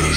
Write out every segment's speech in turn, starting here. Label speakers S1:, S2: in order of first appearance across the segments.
S1: As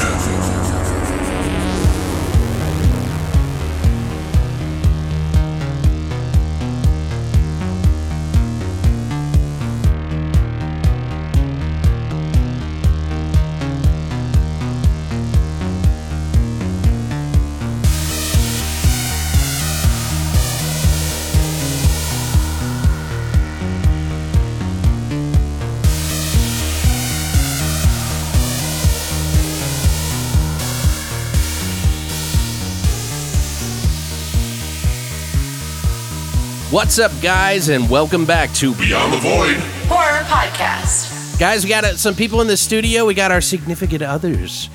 S2: What's up, guys, and welcome back to.
S1: Beyond the void.
S3: Horror Podcast.
S2: Guys, we got uh, some people in the studio. We got our significant others.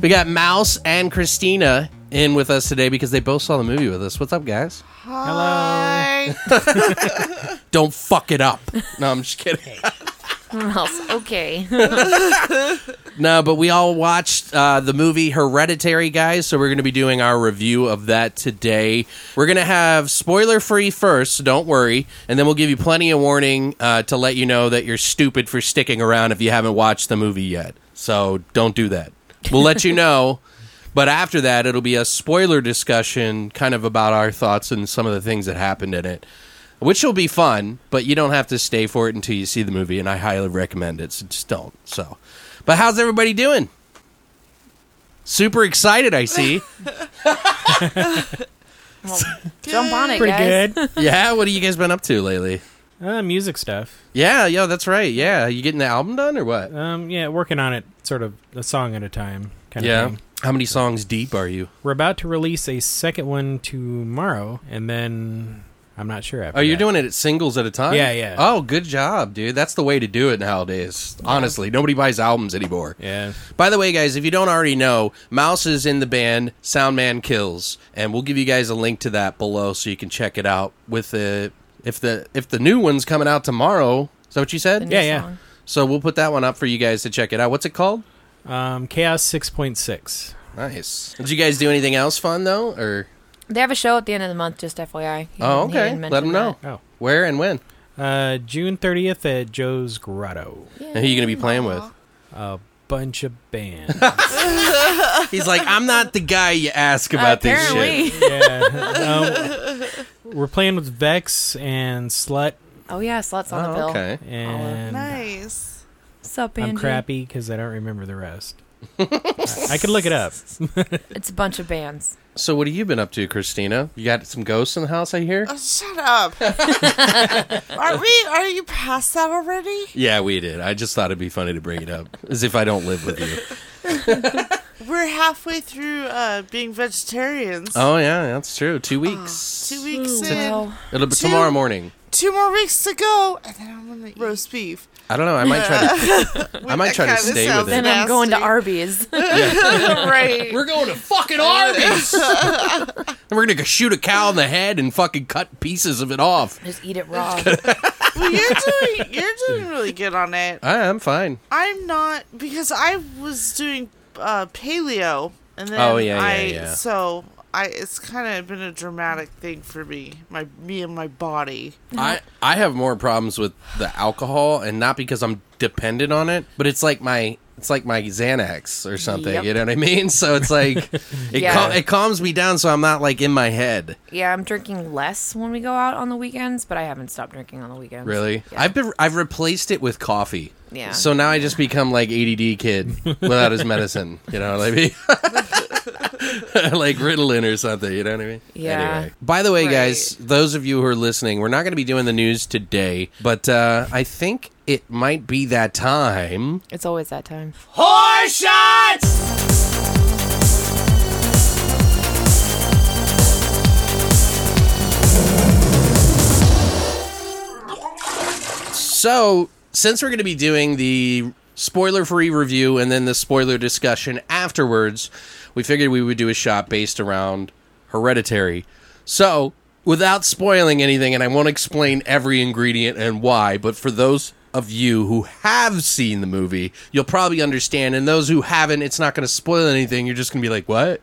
S2: We got Mouse and Christina in with us today because they both saw the movie with us. What's up, guys? Hello. Don't fuck it up. No, I'm just kidding.
S4: Mouse. Okay.
S2: No, but we all watched uh, the movie Hereditary, guys. So we're going to be doing our review of that today. We're going to have spoiler free first, so don't worry, and then we'll give you plenty of warning uh, to let you know that you're stupid for sticking around if you haven't watched the movie yet. So don't do that. We'll let you know. But after that, it'll be a spoiler discussion, kind of about our thoughts and some of the things that happened in it, which will be fun. But you don't have to stay for it until you see the movie, and I highly recommend it. So just don't. So, but how's everybody doing? Super excited, I see.
S4: Jump on it,
S5: Pretty
S4: guys.
S5: good.
S2: yeah, what have you guys been up to lately?
S5: uh, music stuff.
S2: Yeah, yo, that's right. Yeah, you getting the album done or what?
S5: Um, yeah, working on it sort of a song at a time kind of
S2: Yeah.
S5: thing.
S2: How many songs deep are you?
S5: We're about to release a second one tomorrow, and then I'm not sure after
S2: Oh, you're
S5: that.
S2: doing it at singles at a time?
S5: Yeah, yeah.
S2: Oh, good job, dude. That's the way to do it nowadays. Honestly, nobody buys albums anymore.
S5: Yeah.
S2: By the way, guys, if you don't already know, Mouse is in the band Soundman Kills, and we'll give you guys a link to that below so you can check it out. With the if the if the new one's coming out tomorrow, is that what you said?
S5: Yeah, yeah.
S2: So we'll put that one up for you guys to check it out. What's it called?
S5: Um, Chaos 6.6.
S2: Nice. Did you guys do anything else fun though? Or
S4: They have a show at the end of the month, just FYI. He-
S2: oh,
S4: he
S2: okay,
S4: didn't
S2: let them
S4: mention
S2: know
S5: Oh.
S2: where and when.
S5: Uh, June 30th at Joe's Grotto.
S2: And who you gonna be playing with?
S5: A bunch of bands.
S2: He's like, I'm not the guy you ask about this shit.
S4: Apparently.
S5: yeah. Um, we're playing with Vex and Slut,
S4: Oh, yeah, Slut's on the
S2: Oh,
S4: bill.
S2: okay.
S5: and
S6: Nice.
S4: Sup,
S5: I'm
S4: Andrew?
S5: crappy because I don't remember the rest. I, I could look it up.
S4: It's a bunch of bands.
S2: So what have you been up to, Christina? You got some ghosts in the house, I hear.
S6: Oh, shut up. are we? Are you past that already?
S2: Yeah, we did. I just thought it'd be funny to bring it up, as if I don't live with you.
S6: We're halfway through uh, being vegetarians.
S2: Oh yeah, that's true. Two weeks.
S6: Two weeks in.
S4: Well,
S2: It'll be
S6: Two-
S2: tomorrow morning.
S6: Two more weeks to go, and then I'm gonna eat roast beef.
S2: I don't know. I might try to. I might
S6: That
S2: try to
S6: kinda
S2: stay
S6: sounds
S2: with
S4: then
S2: it.
S4: I'm going to
S6: Nasty.
S4: Arby's.
S6: right.
S2: We're going to fucking Arby's. and we're gonna go shoot a cow in the head and fucking cut pieces of it off.
S4: just eat it raw.
S6: Well, you're doing. You're doing really good on it.
S2: I, I'm fine.
S6: I'm not because I was doing uh, paleo, and then
S2: Oh, yeah, yeah,
S6: I
S2: yeah.
S6: so. I, it's kind of been a dramatic thing for me, my me and my body.
S2: I I have more problems with the alcohol, and not because I'm dependent on it, but it's like my it's like my Xanax or something.
S4: Yep.
S2: You know what I mean? So it's like it
S4: Yeah.
S2: cal- it calms me down, so I'm not like in my head.
S4: yeah, I'm drinking less when we go out on the weekends, but I haven't stopped drinking on the weekends.
S2: Really?
S4: Yeah.
S2: I've been I've replaced it with coffee.
S4: Yeah.
S2: So now I just become like ADD kid without his medicine. You know what I mean? like Ritalin or something. You know what I mean?
S4: Yeah.
S2: Anyway. By the way, guys, those of you who are listening, we're not going to be doing the news today, but uh, I think it might be that time.
S4: It's always that time.
S2: So, since we're going to be doing the spoiler free review and then the spoiler discussion afterwards, we figured we would do a shot based around Hereditary. So, without spoiling anything, and I won't explain every ingredient and why, but for those of you who have seen the movie, you'll probably understand. And those who haven't, it's not going to spoil anything. You're just going to be like, what?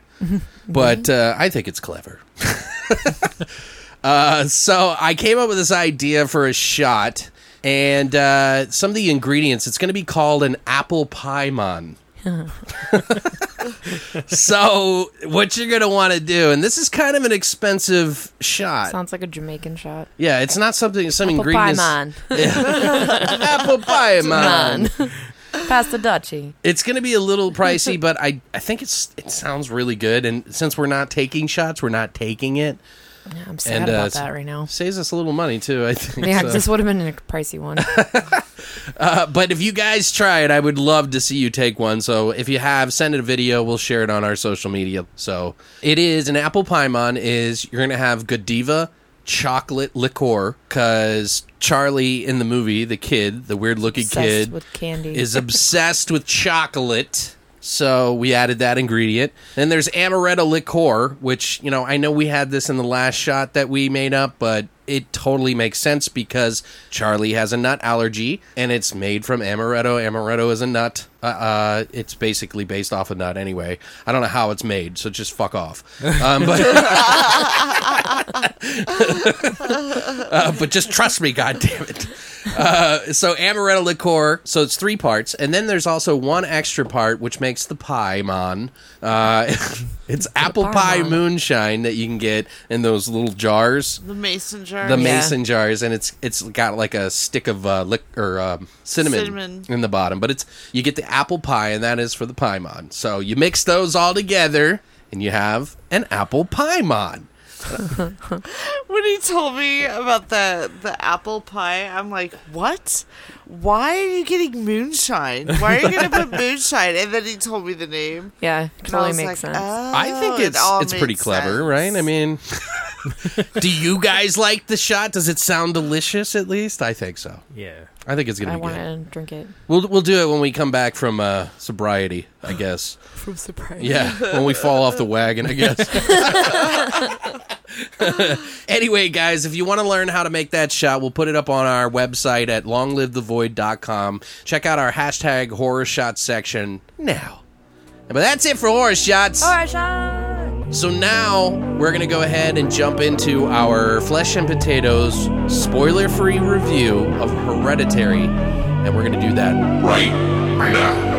S2: but uh, I think it's clever. Uh, so I came up with this idea for a shot, and uh, some of the ingredients. It's going to be called an apple pie mon. so what you're going to want to do, and this is kind of an expensive shot.
S4: Sounds like a Jamaican shot.
S2: yeah, it's not something some
S4: Apple pie
S2: ingredients.
S4: man.
S2: Apple pie mon.
S4: Pasta Dutchie.
S2: It's going to be a little pricey, but I I think it's it sounds really good. And since we're not taking shots, we're not taking it.
S4: Yeah, I'm sad
S2: And, uh,
S4: about
S2: s-
S4: that right now.
S2: Saves us a little money too. I think.
S4: Yeah,
S2: so.
S4: this would have been a pricey one.
S2: But if you guys try it, I would love to see you take one. So if you have, send it a video. We'll share it on our social media. So it is an apple pie is you're gonna have Godiva chocolate liqueur because Charlie in the movie, the kid, the weird looking
S4: Obsessed
S2: kid,
S4: with candy.
S2: is obsessed with chocolate. So we added that ingredient. Then there's amaretto liqueur, which, you know, I know we had this in the last shot that we made up, but it totally makes sense because Charlie has a nut allergy and it's made from amaretto. Amaretto is a nut. Uh, uh, it's basically based off a nut anyway. I don't know how it's made, so just fuck off. Um, but, Uh, but just trust me, God damn it Uh, so amaretto liqueur. So it's three parts, and then there's also one extra part which makes the pie mon. Uh, it's apple pie
S4: pie mon.
S2: moonshine that you can get in those little jars,
S6: The mason jar.
S2: the
S4: Yeah.
S2: mason jars, and it's it's got like a stick of uh, lic- or um, cinnamon,
S6: Cinnamon.
S2: in the bottom. But it's you get the apple pie, and that is for the pie mon. So you mix those all together, and you have an apple pie mon.
S6: when he told me about the the apple pie, I'm like, what? Why are you getting moonshine? Why are you gonna put moonshine? And then he told me the name.
S4: yeah,
S6: And I
S4: totally
S6: was
S4: makes
S6: like,
S4: sense.
S6: oh,
S2: I think
S6: it
S2: it's
S6: all
S2: it's pretty
S6: makes
S2: clever,
S6: sense.
S2: right? I mean, do you guys like the shot? Does it sound delicious? At least I think so.
S5: Yeah.
S2: I think it's gonna
S4: I
S2: be good.
S4: want to drink it.
S2: We'll we'll do it when we come back from uh, sobriety, I guess.
S4: From surprise.
S2: Yeah, when we fall off the wagon, I guess. anyway, guys, if you want to learn how to make that shot, we'll put it up on our website at longlivethevoid.com. Check out our hashtag horror shot section now. But that's it for horror shots.
S4: All right, Sean.
S2: So now we're going to go ahead and jump into our Flesh and Potatoes spoiler free review of Hereditary. And we're going to do that.
S1: right now.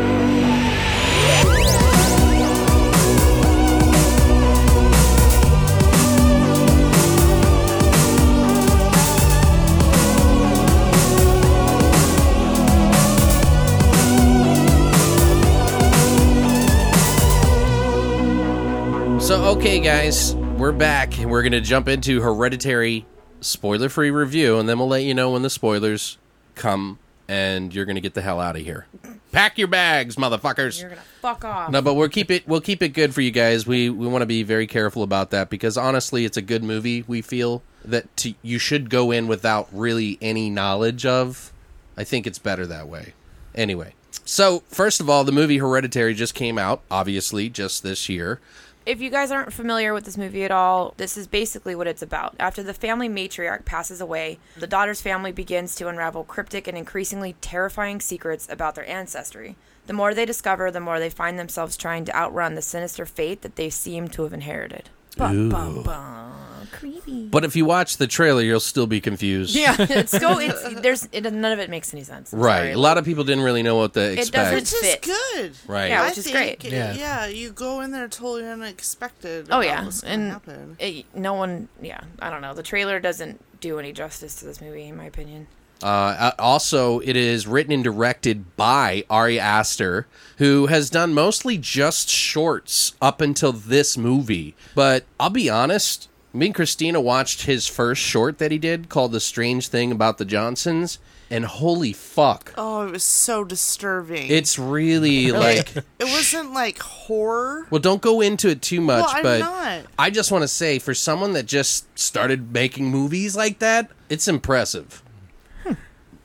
S2: So, okay, guys, we're back and we're going to jump into Hereditary spoiler free review. And then we'll let you know when the spoilers come and you're going to get the hell out of here. Pack your bags, motherfuckers.
S4: You're going to fuck off.
S2: No, but we'll keep it. We'll keep it good for you guys. We we want to be very careful about that because honestly, it's a good movie. We feel that to, you should go in without really any knowledge of. I think it's better that way. Anyway, so first of all, the movie Hereditary just came out. Obviously, just this year.
S4: If you guys aren't familiar with this movie at all, this is basically what it's about. After the family matriarch passes away, the daughter's family begins to unravel cryptic and increasingly terrifying secrets about their ancestry. The more they discover, the more they find themselves trying to outrun the sinister fate that they seem to have inherited. Bum, bum, bum. Creepy.
S2: But if you watch the trailer, you'll still be confused.
S4: Yeah, it's so it's there's it, none of it makes any sense. I'm
S2: Right.
S4: sorry.
S2: A lot of people didn't really know what to
S4: doesn't-
S2: expect.
S6: Which is
S4: Fit.
S6: good.
S2: Right.
S4: Yeah,
S6: I
S4: which is
S6: think,
S4: great.
S5: Yeah.
S6: Yeah. you go in there totally unexpected.
S4: Oh
S6: about
S4: yeah,
S6: what's gonna
S4: and
S6: happen.
S4: it, no one. Yeah, I don't know. The trailer doesn't do any justice to this movie, in my opinion.
S2: Uh, also, it is written and directed by Ari Aster, who has done mostly just shorts up until this movie. But I'll be honest, me and Christina watched his first short that he did called The Strange Thing About the Johnsons, and holy fuck.
S6: oh, it was so disturbing.
S2: It's really like.
S6: it wasn't like horror.
S2: Well, don't go into it too much,
S6: Well, I'm
S2: but
S6: not.
S2: I just want to say for
S6: Hmm.
S2: someone that just started making movies like that, it's impressive.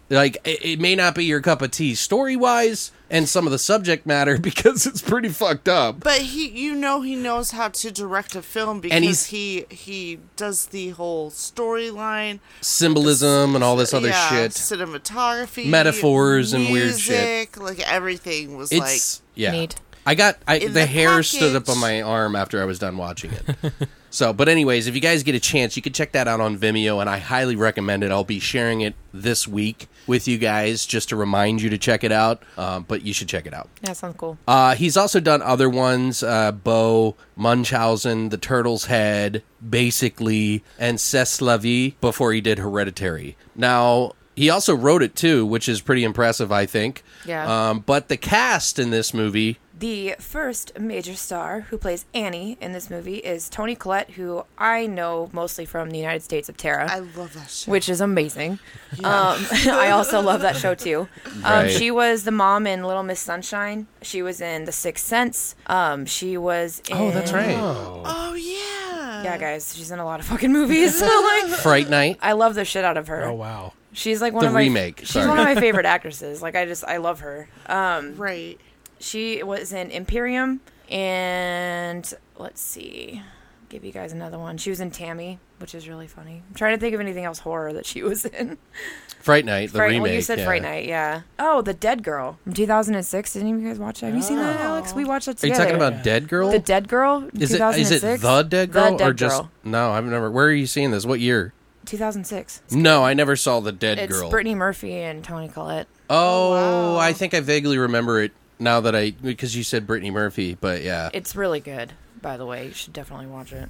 S2: Like it, it may not be your cup of tea story wise and some of the subject matter because it's pretty fucked up.
S6: But he, you know, he knows how to direct a film because
S2: he's-
S6: he he does the whole storyline,
S2: Symbolism and all this other
S6: yeah,
S2: shit.
S6: cinematography,
S2: Metaphors and weird shit.
S6: music, Like everything was
S2: It's yeah.
S4: Need.
S2: I got I, the,
S6: In the
S2: hair stood up
S6: package.
S2: on my arm after I was done watching it. so, but anyways, if you guys get a chance, you can check that out on Vimeo, and I highly recommend it. I'll be sharing it this week with you guys just to remind you to check it out. Um, but you should check it out.
S4: Yeah, sounds cool.
S2: Uh, he's also done other ones: uh, Bo, Munchausen, The Turtle's Head, basically, and C'est la Vie before he did Hereditary. Now. He also wrote it too, which is pretty impressive, I think.
S4: Yeah.
S2: Um, but the cast in this movie
S4: The first major star who plays Annie in this movie is Tony Collette, who I know mostly from the United States of Terra.
S6: like I love that shit.
S4: which is amazing. Um, I also love that show too. Um,
S2: Right.
S4: She was the mom in Little Miss Sunshine. She was in The Sixth Sense. Um, she was in.
S2: Oh, that's right.
S6: Oh yeah,
S4: Yeah, guys, she's in a lot of fucking movies. like,
S2: Fright Night.
S4: I love the shit out of her.
S5: Oh wow.
S4: She's like one
S2: The
S4: of my
S2: remake,
S4: She's
S2: sorry.
S4: one of my favorite actresses. Like I just I love her. Uh,
S6: right.
S4: She was in Imperium and let's see. Give you guys another one. She was in Tammy, which is really funny. I'm trying to think of anything else horror that she was in.
S2: Fright Night, the
S4: Fright,
S2: remake.
S4: well, you said
S2: yeah.
S4: Fright Night, yeah. Oh, The Dead Girl from 2006. Didn't you guys watch that? Have you seen that, Alex? We watched
S2: Oh.
S4: that
S2: Are you
S4: together.
S2: talking about Dead Girl?
S4: The Dead Girl?
S2: is it is
S4: 2006?
S2: it the Dead Girl
S4: Dead
S2: or just
S4: Girl.
S2: no? I've never. Where are you seeing this? What year?
S4: 2006.
S2: No, I never saw the Dead
S4: It's
S2: Girl.
S4: Brittany Murphy and Tony Collette.
S2: oh, I think I vaguely remember it now that I because you said Brittany Murphy, but yeah, it,
S4: It's really good, by the way. You should definitely watch it.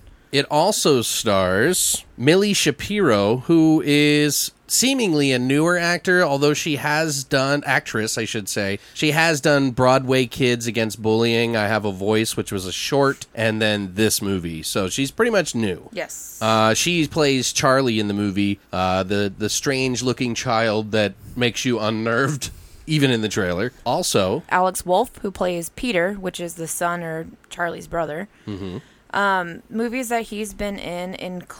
S2: also stars Millie Shapiro, who is seemingly a newer actor, although she has done actress, I should say. She has done Broadway Kids Against Bullying, I Have a Voice, which was a short, and then this movie. So she's pretty much new.
S4: Yes.
S2: Uh, she plays Charlie in the movie, uh, the the strange looking child that makes you unnerved, even in the trailer. Also,
S4: Alex Wolf, who plays Peter, which is the son or Charlie's brother. Mm-hmm. Um, movies that he's been in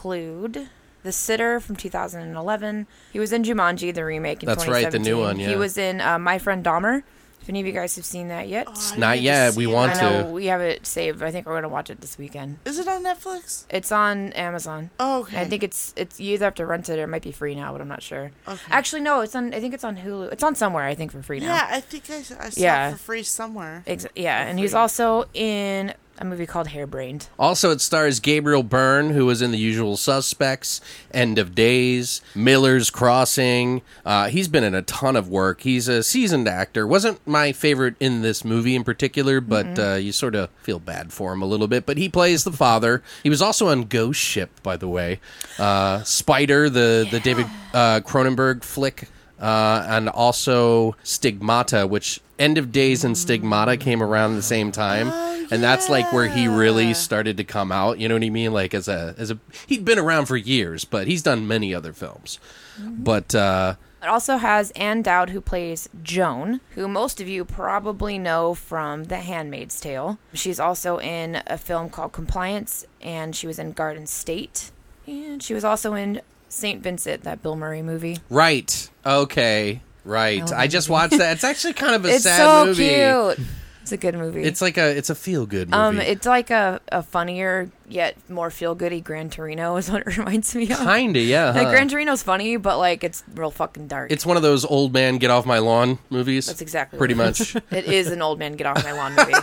S4: include The Sitter from 2011. He was in Jumanji, the remake in
S2: That's right, the new
S4: 2017.
S2: one, yeah.
S4: He was in uh, My Friend Dahmer. If any of you guys have seen that yet,
S6: I
S2: not
S6: need to
S2: yet.
S6: see
S2: We
S6: it.
S2: want
S4: I know
S2: to.
S4: we have it saved. but I think we're gonna watch it this weekend.
S6: Is it on Netflix?
S4: It's on Amazon.
S6: Oh, okay.
S4: I think it's it's you either have to rent it or it might be free now, but I'm not sure. Actually, no, it's on. I think it's on Hulu. It's on somewhere. I think for free now.
S6: Yeah, I think I, I saw
S4: Yeah.
S6: it for free somewhere.
S4: Ex- yeah, and he's also in a movie called Hairbrained.
S2: Also, it stars Gabriel Byrne, who was in The Usual Suspects, End of Days, Miller's Crossing. Uh, he's been in a ton of work. He's a seasoned actor. wasn't my favorite in this movie in particular, but uh, you sort of feel bad for him a little bit. But he plays the father. He was also on Ghost Ship, by the way. Uh, Spider, the the David uh, Cronenberg flick uh, and also Stigmata, which End of Days and Stigmata came around the same time,
S4: Oh,
S2: and that's like where he really started to come out. You know what I mean? Like as a as a he'd been around for years, but he's done many other films.
S4: Mm-hmm.
S2: But uh,
S4: It also has Anne Dowd, who plays Joan, who most of you probably know from The Handmaid's Tale. She's also in a film called Compliance, and she was in Garden State, and she was also in Saint Vincent, that Bill Murray movie.
S2: right, okay, right. I just watched that. It's actually kind of a
S4: Oh, It's
S2: sad
S4: so
S2: movie.
S4: cute. It's a good movie.
S2: It's like a it's a feel good movie.
S4: um, it's like a, a funnier yet more feel goody Gran Torino is what it reminds me of.
S2: Kinda, yeah.
S4: Like
S2: huh?
S4: Gran Torino's funny, but like it's real fucking dark.
S2: it's one of those old man get off my lawn movies.
S4: That's exactly
S2: pretty
S4: what
S2: much.
S4: it is an old man get off my lawn movie.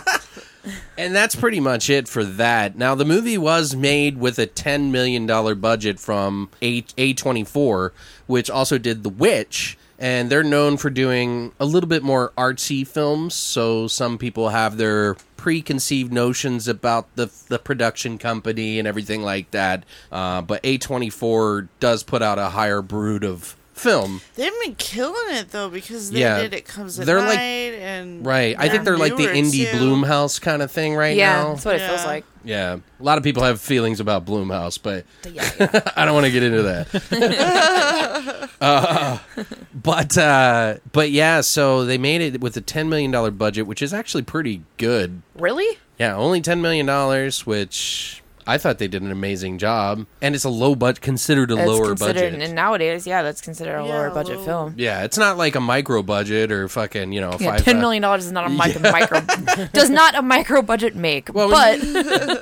S2: And that's pretty much it for that. Now, the movie was made with a $10 million budget from A- A24, which also did The Witch. And they're known for doing a little bit more artsy films. So some people have their preconceived notions about the, the production company and everything like that. Uh, but A24 does put out a higher brood of film.
S6: They've been killing it though because they
S2: Yeah.
S6: did it comes at
S2: They're
S6: night
S2: like-
S6: and
S2: Right. I think they're like the
S6: newer,
S2: indie
S6: too.
S2: Bloomhouse kind of thing right
S4: yeah,
S2: now.
S4: that's what it feels
S6: Yeah.
S4: like.
S2: Yeah. A lot of people have feelings about Bloomhouse, but.
S4: But yeah, yeah.
S2: I don't want to get into that. Uh, but uh, but yeah, so they made it with a ten million dollar budget, which is actually pretty good.
S4: really?
S2: Yeah, only ten million dollars, which I thought they did an amazing job, and it's a low budget, considered a
S4: That's
S2: lower
S4: considered,
S2: budget.
S4: And nowadays, yeah, that's considered a
S6: Yeah,
S4: lower budget
S6: low.
S4: film.
S2: yeah, it's not like a micro budget or fucking you know a
S4: Yeah,
S2: five uh,
S4: ten million dollars is not a micro, micro does not a micro budget make,
S2: Well,
S4: but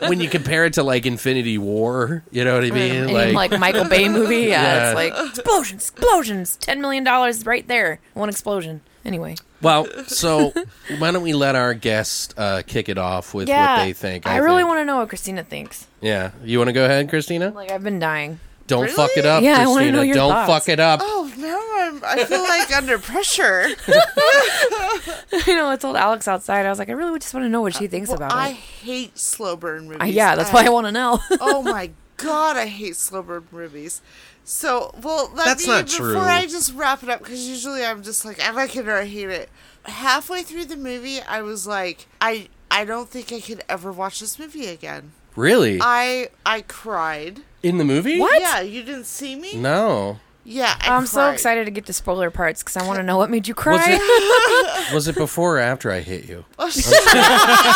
S2: when when you compare it to like Infinity War, you know what I mean?
S4: in Mm, like, Michael Bay movie, yeah,
S2: Yeah.
S4: it's like explosions, explosions, ten million dollars right there, one explosion. Anyway,
S2: well, so why don't we let our guest uh, kick it off with what they think?
S4: I, really
S2: think.
S4: want to know what Christina thinks.
S2: Yeah, you want to go ahead, Christina?
S4: Like I've been dying.
S2: Don't fuck it
S6: really?
S2: up,
S4: Yeah, I wanna
S2: Christina.
S4: know your
S2: Don't
S4: thoughts.
S2: fuck it up.
S6: Oh, now I'm. I feel like under pressure.
S4: you know, I told Alex outside. I was like, I really just want to know what she thinks
S6: Uh, Well,
S4: about
S6: I
S4: it.
S6: hate slow burn movies.
S4: Uh, yeah, that's why I want to know.
S6: oh my god, I hate slow burn movies. So, well, let
S2: That's
S6: me,
S2: not
S6: before
S2: true.
S6: I just wrap it up, because usually I'm just like, I like it or I hate it. Halfway through the movie, I was like, I, I don't think I could ever watch this movie again.
S2: Really?
S6: I, I cried.
S2: In the movie?
S4: What?
S6: Yeah, you didn't see me.
S2: No.
S6: Yeah, I
S4: I'm so
S6: cried.
S4: excited to get the spoiler parts because I want to know what made you
S2: Was
S4: cry.
S2: it, was it before or after I hit you?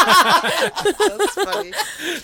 S6: That's funny.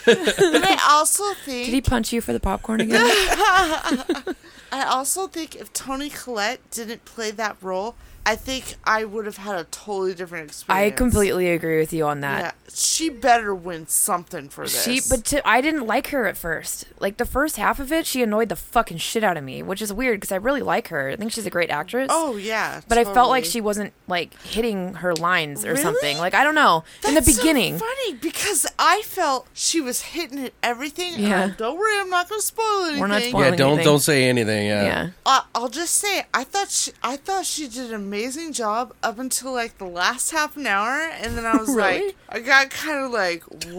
S6: but I also think
S4: Did he punch you for the popcorn again?
S6: I also think if Tony Collette didn't play that role, I think I would have had a totally
S4: I
S6: different experience.
S4: completely agree with you on that.
S6: Yeah, she better win something for this.
S4: She, but to, I didn't like her at first. Like the first half of it, she annoyed the fucking shit out of me, which is weird because I really like her. I think she's a great actress.
S6: oh yeah,
S4: but I felt like
S6: totally.
S4: she wasn't like hitting her lines or
S6: Really?
S4: something. Like I don't know. In the
S6: That's so
S4: beginning,
S6: funny because I felt she was hitting at everything.
S4: Yeah.
S6: Yeah, don't worry, I'm not going to spoil anything.
S4: We're not
S2: Yeah,
S4: Well,
S2: don't
S4: anything.
S2: don't say anything. Yeah.
S4: yeah.
S6: Uh, I'll just say I thought she I thought she did an amazing job up until like the last half an hour, and then I was
S4: Really?
S6: like, I got kind of like what?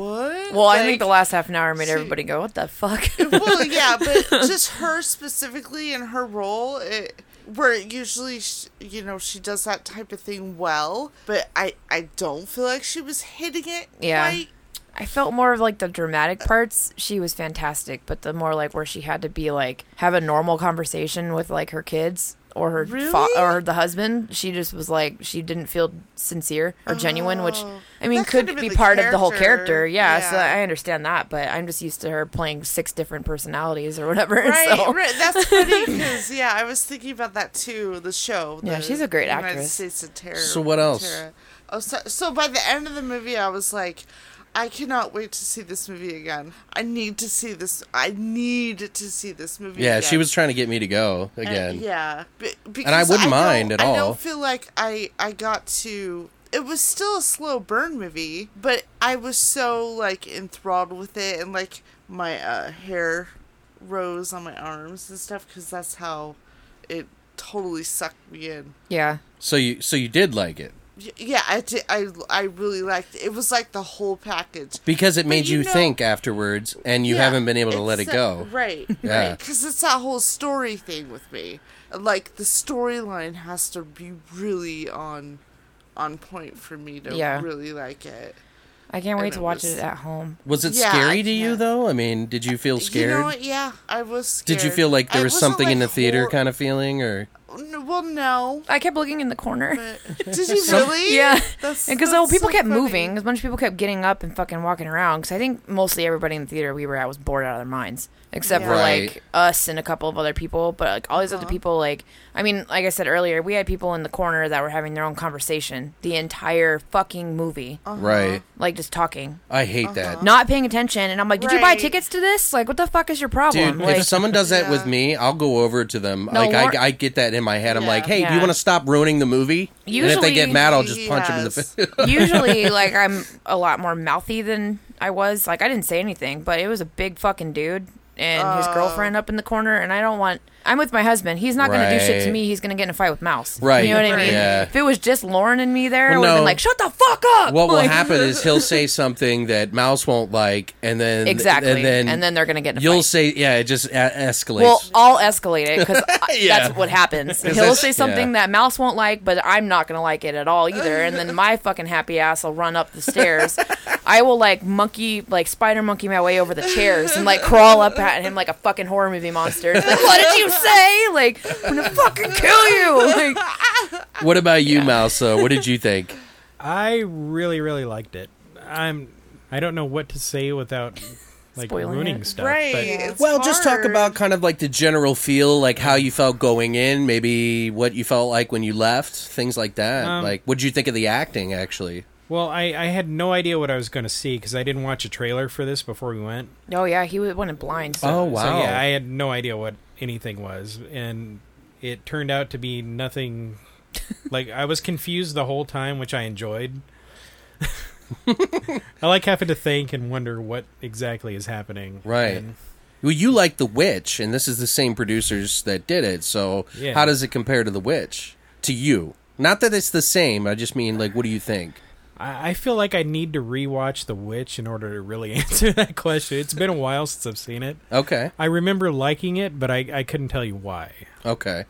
S4: Well, I
S6: Like-
S4: think the last half an hour made
S6: she-
S4: everybody go, "What the fuck."
S6: well, yeah, but just her specifically and her role, it, where usually sh you know she does that type of thing well, but I I don't feel like she was hitting it.
S4: Yeah.
S6: quite.
S4: I felt more of like the dramatic parts. She was fantastic, but the more like where she had to be like have a normal conversation with like her kids or her fa-
S6: Really?
S4: or the husband, she just was like she didn't feel sincere or genuine, which I mean
S6: Oh. That
S4: could
S6: could've
S4: be
S6: been the
S4: part of the whole
S6: character.
S4: character. Yeah, so
S6: Yeah.
S4: I understand that, but I'm just used to her playing six different personalities or whatever.
S6: Right,
S4: so.
S6: right. That's funny because yeah, I was thinking about that too. The show.
S4: Yeah,
S6: the
S4: she's a great
S6: United
S4: actress.
S6: States of Terror.
S2: So what else?
S6: Terror. Oh, so, so by the end of the movie, I was like, I cannot wait to see this movie again. I need to see this. I need to see this movie.
S2: Yeah,
S6: again.
S2: she was trying to get me to go
S6: And-
S2: again.
S6: Uh, yeah, Be- because
S2: I wouldn't mind
S6: don't-
S2: at
S6: I
S2: all.
S6: don't feel like I I got to. It was still a slow burn movie, but I was so like enthralled with it, and like my uh, hair rose on my arms and stuff because that's how it totally sucked me in.
S4: Yeah.
S2: So you so you did like it
S6: Y- Yeah, I did, I I really liked. It was like the whole package.
S2: because it made you,
S6: you know-
S2: think afterwards, and you
S6: Yeah,
S2: haven't been able to
S6: it's uh,
S2: let it
S6: that-
S2: go.
S6: Right.
S2: Yeah.
S6: Right. Because it's that whole story thing with me. Like the storyline has to be really on on point for me to
S4: Yeah.
S6: really like it.
S4: I can't wait
S6: And
S4: to
S6: it
S4: watch
S6: was-
S4: it at home.
S2: Was it
S6: Yeah,
S2: scary to you
S6: yeah.
S2: though? I mean, did you feel scared?
S6: You know what? Yeah, I was scared.
S2: did you feel like there
S6: I
S2: was
S6: wasn't,
S2: something in the
S6: like,
S2: theater
S6: hor-
S2: kind of feeling, or
S6: N- Well, no.
S4: I kept looking in the corner.
S6: Did you really?
S4: Yeah,
S6: That's-
S4: because the
S6: that's
S4: oh, people
S6: so
S4: kept
S6: funny.
S4: moving. A bunch of people kept getting up and fucking walking around. Because I think mostly everybody in the theater we were at was bored out of their minds, except for
S2: Yeah. Right.
S4: like us and a couple of other people. But like all these other people, like I mean, like I said earlier, we had people in the corner that were having their own conversation the entire fucking movie,
S2: right?
S6: Uh-huh.
S4: like just talking,
S2: I hate that.
S4: not paying attention. And I'm like, did you buy
S6: Right.
S4: tickets to this? Like, what the fuck is your problem?
S2: Dude,
S4: like,
S2: if someone does that with
S6: Yeah.
S2: me, I'll go over to them.
S4: No,
S2: like
S4: Lauren-
S2: I, I get that in my head. I'm
S6: Yeah.
S2: like, hey, do you
S4: Yeah.
S2: want to stop ruining the movie? and if they get
S4: Usually-
S2: mad, I'll just punch them in the
S6: Yes.
S2: face.
S4: usually like I'm a lot more mouthy than I was. Like I didn't say anything, but it was a big fucking dude and his
S2: Oh.
S4: girlfriend up in the corner and I don't want I'm with my husband. He's not gonna do shit to
S2: Right.
S4: me, he's gonna get in a fight with Mouse.
S2: Right.
S4: You know what I
S2: Right.
S4: mean?
S2: Yeah.
S4: If it was just Lauren and me there, I
S2: Well,
S4: would have
S2: no.
S4: been like, Shut the fuck up
S2: What will
S4: Like-
S2: happen is he'll say something that Mouse won't like, and then
S4: Exactly.
S2: and then,
S4: they're gonna get in a
S2: you'll
S4: fight.
S2: say, yeah, it just a- escalates.
S4: Well, I'll escalate it because
S2: Yeah.
S4: that's what happens. He'll
S2: that's-
S4: say something
S2: yeah.
S4: that Mouse won't like, but I'm not gonna like it at all either. And then my fucking happy ass will run up the stairs. I will like monkey, like spider monkey my way over the chairs and like crawl up at him like a fucking horror movie monster. Like, what did you say? Like I'm gonna fucking kill you. Like,
S2: what about you, Mouse? Though, what did you think?
S5: I really, really liked it. I'm. I don't know what to say without like
S4: Spoiling
S5: ruining
S4: it.
S5: stuff.
S6: right.
S5: but-
S6: it's
S2: Well, just talk
S6: hard.
S2: about kind of like the general feel, like how you felt going in, maybe what you felt like when you left, things like that.
S5: Um,
S2: like, what did you think of the acting? Actually,
S5: well, I, I had no idea what I was going to see because I didn't watch a trailer for this before we went.
S4: Oh yeah, he went in blind. So.
S2: oh
S5: So
S2: wow,
S5: yeah, I had no idea what anything was, and it turned out to be nothing. like I was confused the whole time, which I enjoyed. I like having to think and wonder what exactly is happening.
S2: right.
S5: And
S2: well, you like The Witch, and this is the same producers that did it. So,
S5: Yeah.
S2: how does it compare to The Witch to you? Not that it's the same. I just mean like, what do you think?
S5: I, I feel like I need to rewatch The Witch in order to really answer that question. It's been a while since I've seen it.
S2: Okay,
S5: I remember liking it, but I, I couldn't tell you why.
S2: okay.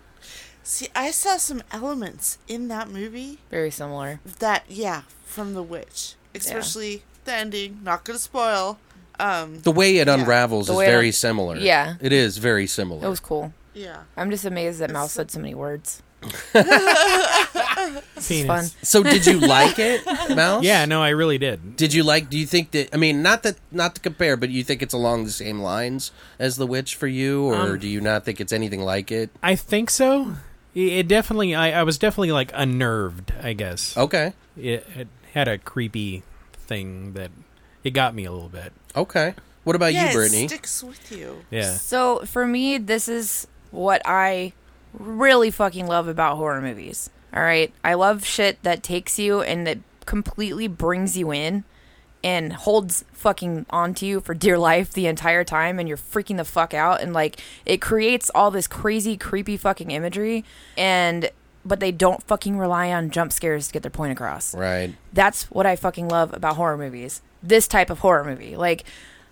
S6: See, I saw some elements in that movie
S4: Very similar.
S6: that, yeah, from The Witch, especially the ending. Not gonna spoil. Um,
S2: The way it
S6: Yeah.
S2: unravels
S4: The
S2: is
S4: way it
S2: very
S4: un-
S2: similar.
S4: Yeah.
S2: it is very similar.
S4: It was cool.
S6: yeah.
S4: I'm just amazed that Mouse said so many words.
S5: Penis.
S4: Fun.
S2: so, did you like it, Mouse?
S5: Yeah, no, I really did.
S2: Did you like? Do you think that? I mean, not that, not to compare, but you think it's along the same lines as The Witch for you, or
S5: Um,
S2: do you not think it's anything like it?
S5: I think so. It- It definitely, I, I was definitely like unnerved, I guess.
S2: Okay,
S5: it, it had a creepy thing that it got me a little bit.
S2: okay. What about
S6: yeah,
S2: you, Brittany?
S6: It sticks with you.
S5: Yeah.
S4: So for me, this is what I really fucking love about horror movies. All right. I love shit that takes you and that completely brings you in and holds fucking onto you for dear life the entire time and you're freaking the fuck out and like it creates all this crazy creepy fucking imagery and but they don't fucking rely on jump scares to get their point across.
S2: right.
S4: That's what I fucking love about horror movies. This type of horror movie. Like,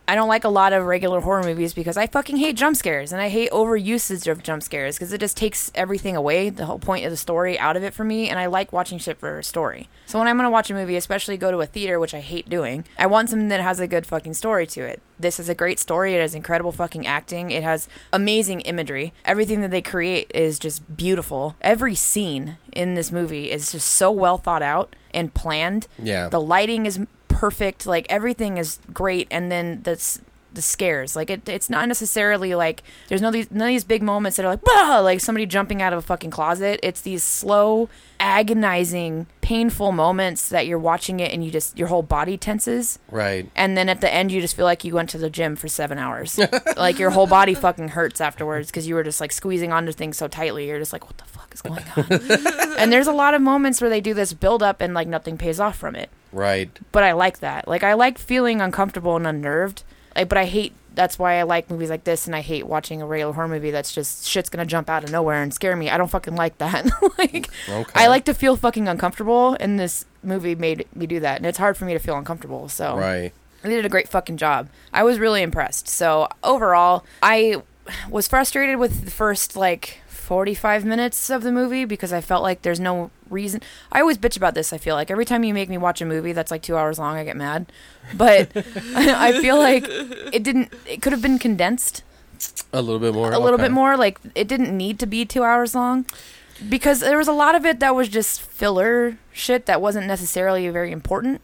S4: I don't like a lot of regular horror movies because I fucking hate jump scares and I hate overusage of jump scares because it just takes everything away, the whole point of the story out of it for me. And I like watching shit for a story. So when I'm going to watch a movie, especially go to a theater, which I hate doing, I want something that has a good fucking story to it. This is a great story. It has incredible fucking acting. It has amazing imagery. Everything that they create is just beautiful. Every scene in this movie is just so well thought out and planned.
S2: Yeah.
S4: The lighting is perfect. Like everything is great, and then the s- the scares. Like it, it's not necessarily like there's no these none of these big moments that are like bah! like somebody jumping out of a fucking closet. It's these slow, agonizing, painful moments that you're watching it, and you just your whole body tenses.
S2: Right.
S4: And then at the end, you just feel like you went to the gym for seven hours. like your whole body fucking hurts afterwards because you were just like squeezing onto things so tightly. You're just like, what the fuck is going on? and there's a lot of moments where they do this build up and like nothing pays off from it
S2: Right.
S4: but I like that. Like I like feeling uncomfortable and unnerved. Like, but I hate. That's why I like movies like this, and I hate watching a regular horror movie that's just shit's gonna jump out of nowhere and scare me. I don't fucking like that. like
S2: Okay.
S4: I like to feel fucking uncomfortable, and this movie made me do that, and it's hard for me to feel uncomfortable. So
S2: Right.
S4: they did a great fucking job. I was really impressed. So overall, I was frustrated with the first like 45 minutes of the movie because I felt like there's no reason. I always bitch about this. I feel like every time you make me watch a movie that's like two hours long, I get mad. But I feel like it didn't. It could have been condensed
S2: A little bit more.
S4: a little
S2: okay.
S4: bit more. Like it didn't need to be two hours long because there was a lot of it that was just filler shit that wasn't necessarily very important.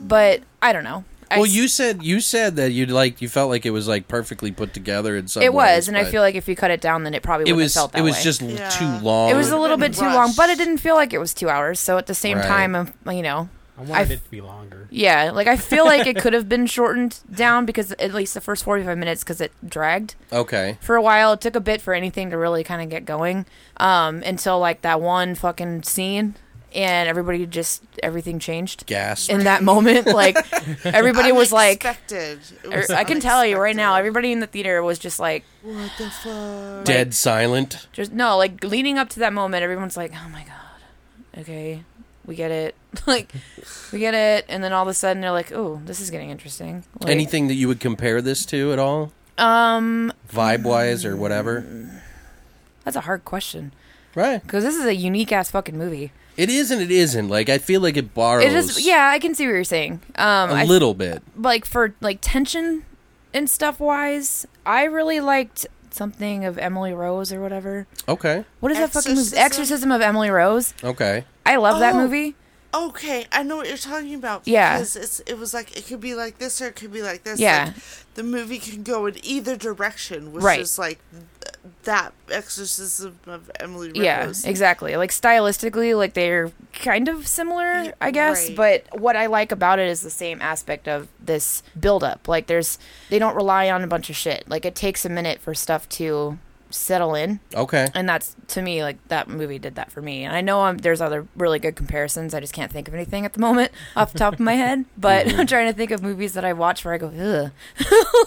S4: But I don't know. I
S2: Well,
S4: s-
S2: you said you said that you like you felt like it was like perfectly put together in some.
S4: It
S2: ways,
S4: was, and I
S2: but
S4: feel like if you cut it down, then it probably
S2: it
S4: would
S2: was
S4: have felt that
S2: it was
S4: way.
S2: just
S6: Yeah.
S2: too long.
S4: it was a little bit
S6: Would've
S4: too
S6: been
S4: long,
S6: rushed.
S4: but it didn't feel like it was two hours. So at the same
S2: Right.
S4: time, I'm, you know,
S5: I
S4: I've-
S5: wanted it to be longer.
S4: yeah, like I feel like it could have been shortened down because at least the first 45 minutes because it dragged
S2: okay.
S4: for a while. It took a bit for anything to really kind of get going um, until like that one fucking scene, and everybody just everything changed
S2: Gasp.
S4: in that moment. Like everybody was like. er,
S6: Unexpected. It was
S4: I can tell you right now,
S6: unexpected.
S4: everybody in the theater was just like,
S6: What the fuck?
S2: Dead silent.
S4: just no like leading up to that moment everyone's like oh my god okay we get it like we get it and then all of a sudden they're like oh this is getting interesting Like,
S2: Anything that you would compare this to at all,
S4: um
S2: vibe wise or whatever.
S4: Mm. that's a hard question
S2: Right.
S4: because this is a unique ass fucking movie
S2: It is and it isn't. Like I feel like it borrows.
S4: it is yeah i can see what you're saying um
S2: A
S4: I-
S2: little bit.
S4: like for like tension and stuff wise i really liked something of emily rose or whatever
S2: Okay.
S4: what is that fucking movie
S6: Exorcism?
S4: exorcism of emily rose
S2: Okay.
S4: i love that
S6: Oh.
S4: movie
S6: Okay, I know what you're talking about.
S4: Yeah.
S6: because it's it was like it could be like this or it could be like this.
S4: Yeah.
S6: like, the movie can go in either direction, which
S4: Right.
S6: is like th- that exorcism of Emily Rose.
S4: Yeah, exactly. Like stylistically, like they're kind of similar, I guess.
S6: right.
S4: But what I like about it is the same aspect of this buildup. Like there's, they don't rely on a bunch of shit. Like it takes a minute for stuff to settle in,
S2: Okay.
S4: and that's to me like that movie did that for me. And I know um there's other really good comparisons. I just can't think of anything at the moment off the top of my head. But I'm trying to think of movies that I watch where I go, ugh.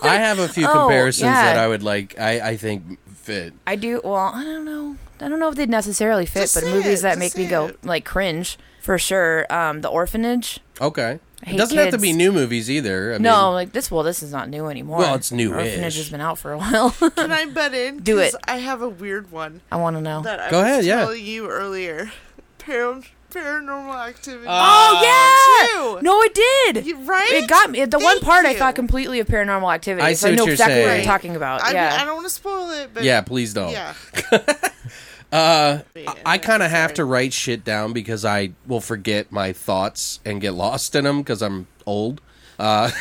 S2: I have a few
S4: Oh,
S2: comparisons
S4: yeah.
S2: that I would like. I I think fit.
S4: I do. Well, I don't know. I don't know if they'd necessarily fit,
S6: Just
S4: but
S6: say
S4: movies
S6: it,
S4: that
S6: just
S4: make me
S6: say
S4: go
S6: it.
S4: like cringe for sure. Um, The Orphanage.
S2: Okay. It
S4: hate
S2: doesn't have to
S4: kids.
S2: be new movies either. I
S4: no,
S2: mean,
S4: like this. Well, this is not new anymore.
S2: Well, it's new-ish.
S4: Orphanage has been out for a while.
S6: Can I butt in?
S4: Do
S6: 'Cause
S4: it.
S6: I have a weird one
S4: I want to know.
S6: that I
S2: Go
S6: was
S2: ahead, yeah.
S6: telling you earlier. Param- paranormal Activity.
S2: Uh,
S4: oh yeah,
S6: too.
S4: no, it did.
S6: You- right?
S4: It got me. The one
S6: Thank
S4: part I
S6: you.
S4: thought completely of Paranormal Activity.
S2: I see
S4: so I
S2: what
S4: know
S2: you're
S4: exactly what
S2: saying.
S4: you're talking about.
S6: I,
S4: yeah.
S6: mean, I don't want to spoil it, but
S2: yeah, please don't.
S6: yeah.
S2: I- I kind of have to write shit down because I will forget my thoughts and get lost in them because I'm old. Uh,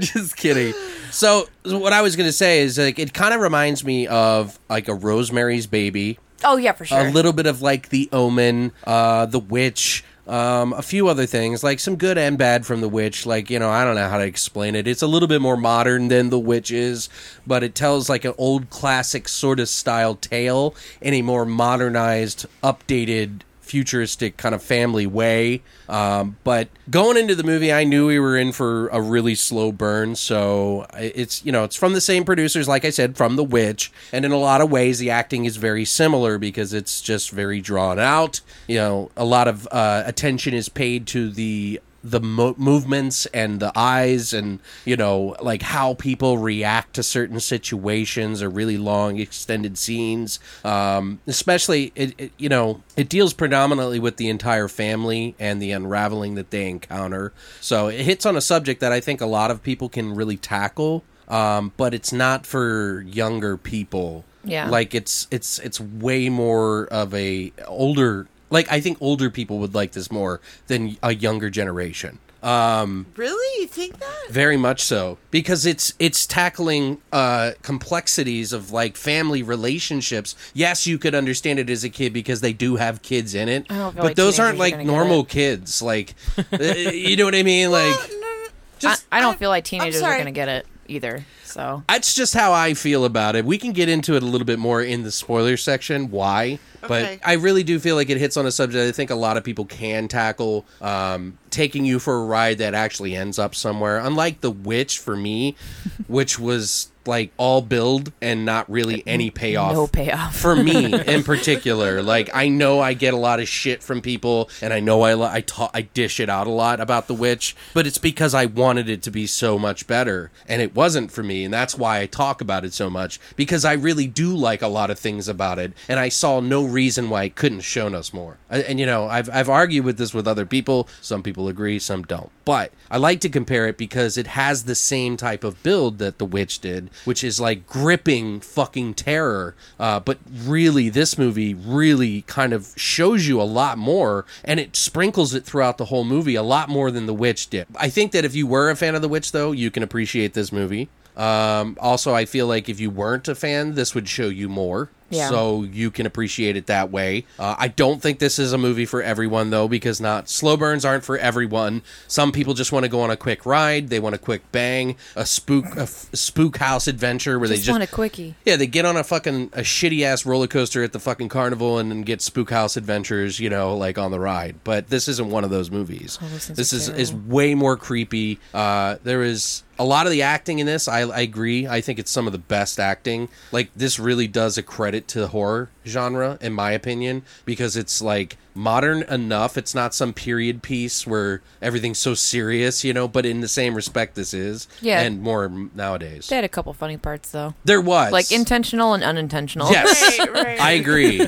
S2: just kidding. So what I was gonna say is like it kind of reminds me of like a Rosemary's Baby,
S4: oh yeah, for sure.
S2: a little bit of like The Omen, uh, The Witch. Um, a few other things, like some good and bad from The Witch. Like, you know, I don't know how to explain it. It's a little bit more modern than The Witch is, but it tells like an old classic sort of style tale in a more modernized, updated, futuristic kind of family way. Um, but going into the movie, I knew we were in for a really slow burn. So I- it's, you know, it's from the same producers, like I said, from The Witch. And in a lot of ways, the acting is very similar because it's just very drawn out. You know, a lot of uh, attention is paid to the the mo- movements and the eyes and you know like how people react to certain situations or really long extended scenes um, especially it, it you know it deals predominantly with the entire family and the unraveling that they encounter so it hits on a subject that i think a lot of people can really tackle um, but it's not for younger people
S4: Yeah.
S2: like it's it's it's way more of a older like i think older people would like this more than a younger generation
S6: Really? You think that?
S2: very much so because it's it's tackling uh complexities of like family relationships yes you could understand it as a kid because they do have kids in it
S4: don't feel
S2: but
S4: like
S2: those
S4: teenagers
S2: aren't
S4: are
S2: like
S4: gonna get
S2: normal kids like uh, you know what i mean like
S6: No, no, no.
S4: I, I don't
S6: I-
S4: feel like
S6: I'm
S4: teenagers are
S6: sorry.
S4: gonna get it either. So
S2: that's just how I feel about it. We can get into it a little bit more in the spoiler section, why,
S6: Okay.
S2: but I really do feel like it hits on a subject I think a lot of people can tackle. Um, taking you for a ride that actually ends up somewhere, unlike The Witch for me, which was like all build and not really any payoff.
S4: no payoff.
S2: for me in particular. Like I know I get a lot of shit from people, and I know I li- I ta- I dish it out a lot about the witch, but it's because I wanted it to be so much better, and it wasn't for me, and that's why I talk about it so much because I really do like a lot of things about it, and I saw no reason why it couldn't have shown us more. I- And you know, I've I've argued with this with other people. Some people agree, some don't. But I like to compare it because it has the same type of build that the witch did, which is like gripping fucking terror. Uh, but really, this movie really kind of shows you a lot more, and it sprinkles it throughout the whole movie a lot more than the witch did. I think that if you were a fan of the witch, though, you can appreciate this movie. Um, also, I feel like if you weren't a fan, this would show you more.
S4: Yeah.
S2: So you can appreciate it that way. Uh, I don't think this is a movie for everyone though, because not slow burns aren't for everyone. Some people just want to go on a quick ride, they want a quick bang, a spook, a f- spook house adventure where
S4: just
S2: they
S4: want a
S2: just
S4: quickie.
S2: yeah, they get on a fucking a shitty ass roller coaster at the fucking carnival and then get spook house adventures, you know, like on the ride. But this isn't one of those movies.
S4: those things
S2: this
S4: are
S2: is is
S4: terrible.
S2: way more creepy. Uh, there is a lot of the acting in this. I, I agree. I think it's some of the best acting. Like this really does a credit to the horror genre, in my opinion, because it's like modern enough. It's not some period piece where everything's so serious, you know. But in the same respect, this is
S4: Yeah.
S2: and more nowadays.
S4: They had a couple funny parts though,
S2: there was
S4: like intentional and unintentional.
S2: Yes,
S6: Right, right.
S2: I agree.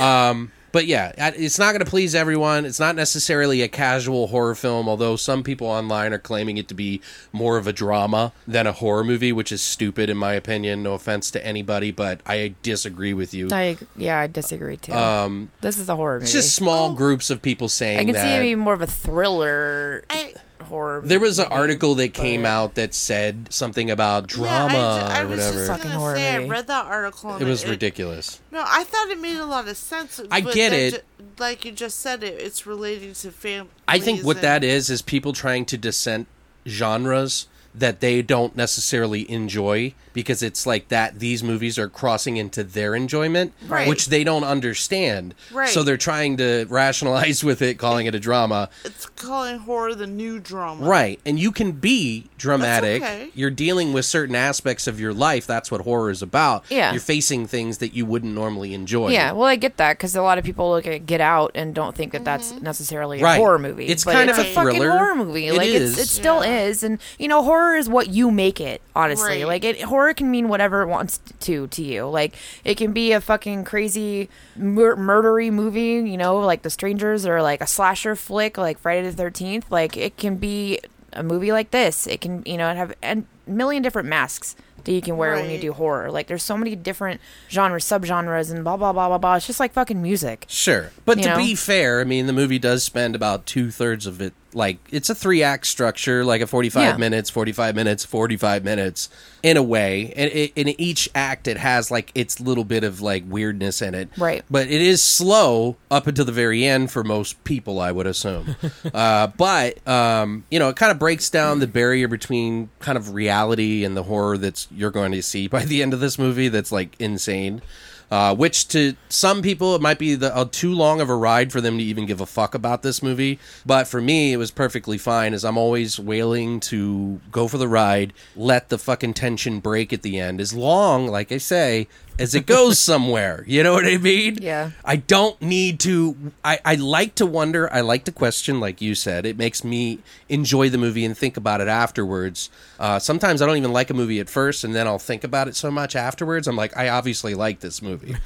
S2: um, But yeah, I- it's not going to please everyone. It's not necessarily a casual horror film, although some people online are claiming it to be more of a drama than a horror movie, which is stupid in my opinion. No offense to anybody, but I disagree with you.
S4: I yeah, I disagree too. Um, this is a horror movie.
S2: It's just small groups of people saying
S4: I can
S2: that.
S4: see it being more of a thriller
S6: I,
S4: horror.
S2: There was an
S4: movie,
S2: article that came
S4: but-
S2: out that said something about
S6: yeah,
S2: drama
S6: I, I
S2: or
S6: was just
S2: whatever.
S4: Fucking
S6: gonna
S4: horror
S6: say I
S4: movie.
S6: read that article. and
S2: It was ridiculous.
S6: No, I thought it made a lot of sense.
S2: I
S6: but
S2: get
S6: they're
S2: it.
S6: ju- like you just said, it it's relating to family.
S2: I think what that is is people trying to dissent genres that they don't necessarily enjoy because it's like that these movies are crossing into their enjoyment
S6: Right.
S2: which they don't understand
S6: Right.
S2: so they're trying to rationalize with it calling it a drama
S6: It's calling horror the new drama.
S2: Right. And you can be dramatic.
S6: That's okay.
S2: You're dealing with certain aspects of your life. That's what horror is about.
S4: Yeah.
S2: You're facing things that you wouldn't normally enjoy.
S4: Yeah, well, I get that because a lot of people look at Get Out and don't think that that's necessarily a
S2: Right.
S4: horror movie.
S2: It's
S4: but
S2: kind
S4: it's
S2: of
S4: a
S2: a
S4: fucking
S2: thriller.
S4: horror movie.
S2: It
S4: like
S2: is.
S4: It's, it still is, and you know, horror is what you make it. Honestly,
S6: Right.
S4: like it, horror can mean whatever it wants to to you. Like it can be a fucking crazy mur- murdery movie, you know, like The Strangers, or like a slasher flick, like Friday the Thirteenth. Like it can be a movie like this. It can, you know, have a million different masks. That you can wear when you
S6: Right.
S4: do horror. Like there's so many different genres, subgenres, and blah blah blah blah blah. It's just like fucking music.
S2: Sure. But
S4: You
S2: to
S4: know?
S2: be fair, I mean, the movie does spend about two thirds of it. Like, it's a three act structure, like a 45
S4: Yeah.
S2: minutes, 45 minutes, 45 minutes, in a way. And it, in each act, it has like its little bit of like weirdness in it.
S4: Right.
S2: But it is slow up until the very end for most people, I would assume. uh, but, um, you know, it kind of breaks down the barrier between kind of reality and the horror that's you're going to see by the end of this movie that's like insane uh, which to some people it might be the, uh, too long of a ride for them to even give a fuck about this movie but for me it was perfectly fine as i'm always wailing to go for the ride let the fucking tension break at the end as long like i say as it goes somewhere you know what i mean
S4: Yeah.
S2: I don't need to. I, I like to wonder. I like to question, like you said. It makes me enjoy the movie and think about it afterwards. Uh, sometimes I don't even like a movie at first, and then I'll think about it so much afterwards. I'm like, I obviously like this movie.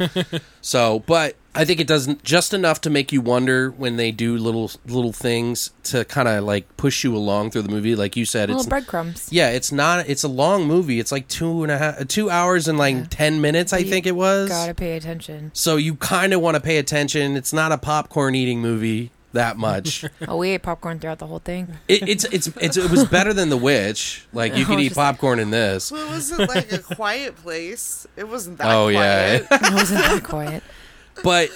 S2: so, but I think it doesn't just enough to make you wonder when they do little little things to kind of like push you along through the movie. Like you said,
S4: Little
S2: it's
S4: breadcrumbs.
S2: yeah, it's not. It's a long movie. It's like two and a half, two hours and like ten minutes. I think it was.
S4: Gotta pay attention.
S2: So you kind of want to pay attention. It's not a popcorn eating movie that much.
S4: Oh, we ate popcorn throughout the whole thing.
S2: it, it's, it's it's it was better than The Witch. Like you could eat popcorn in this.
S6: Well, it wasn't like a quiet place. It wasn't that.
S2: Oh, yeah.
S6: quiet.
S4: It wasn't that quiet.
S2: But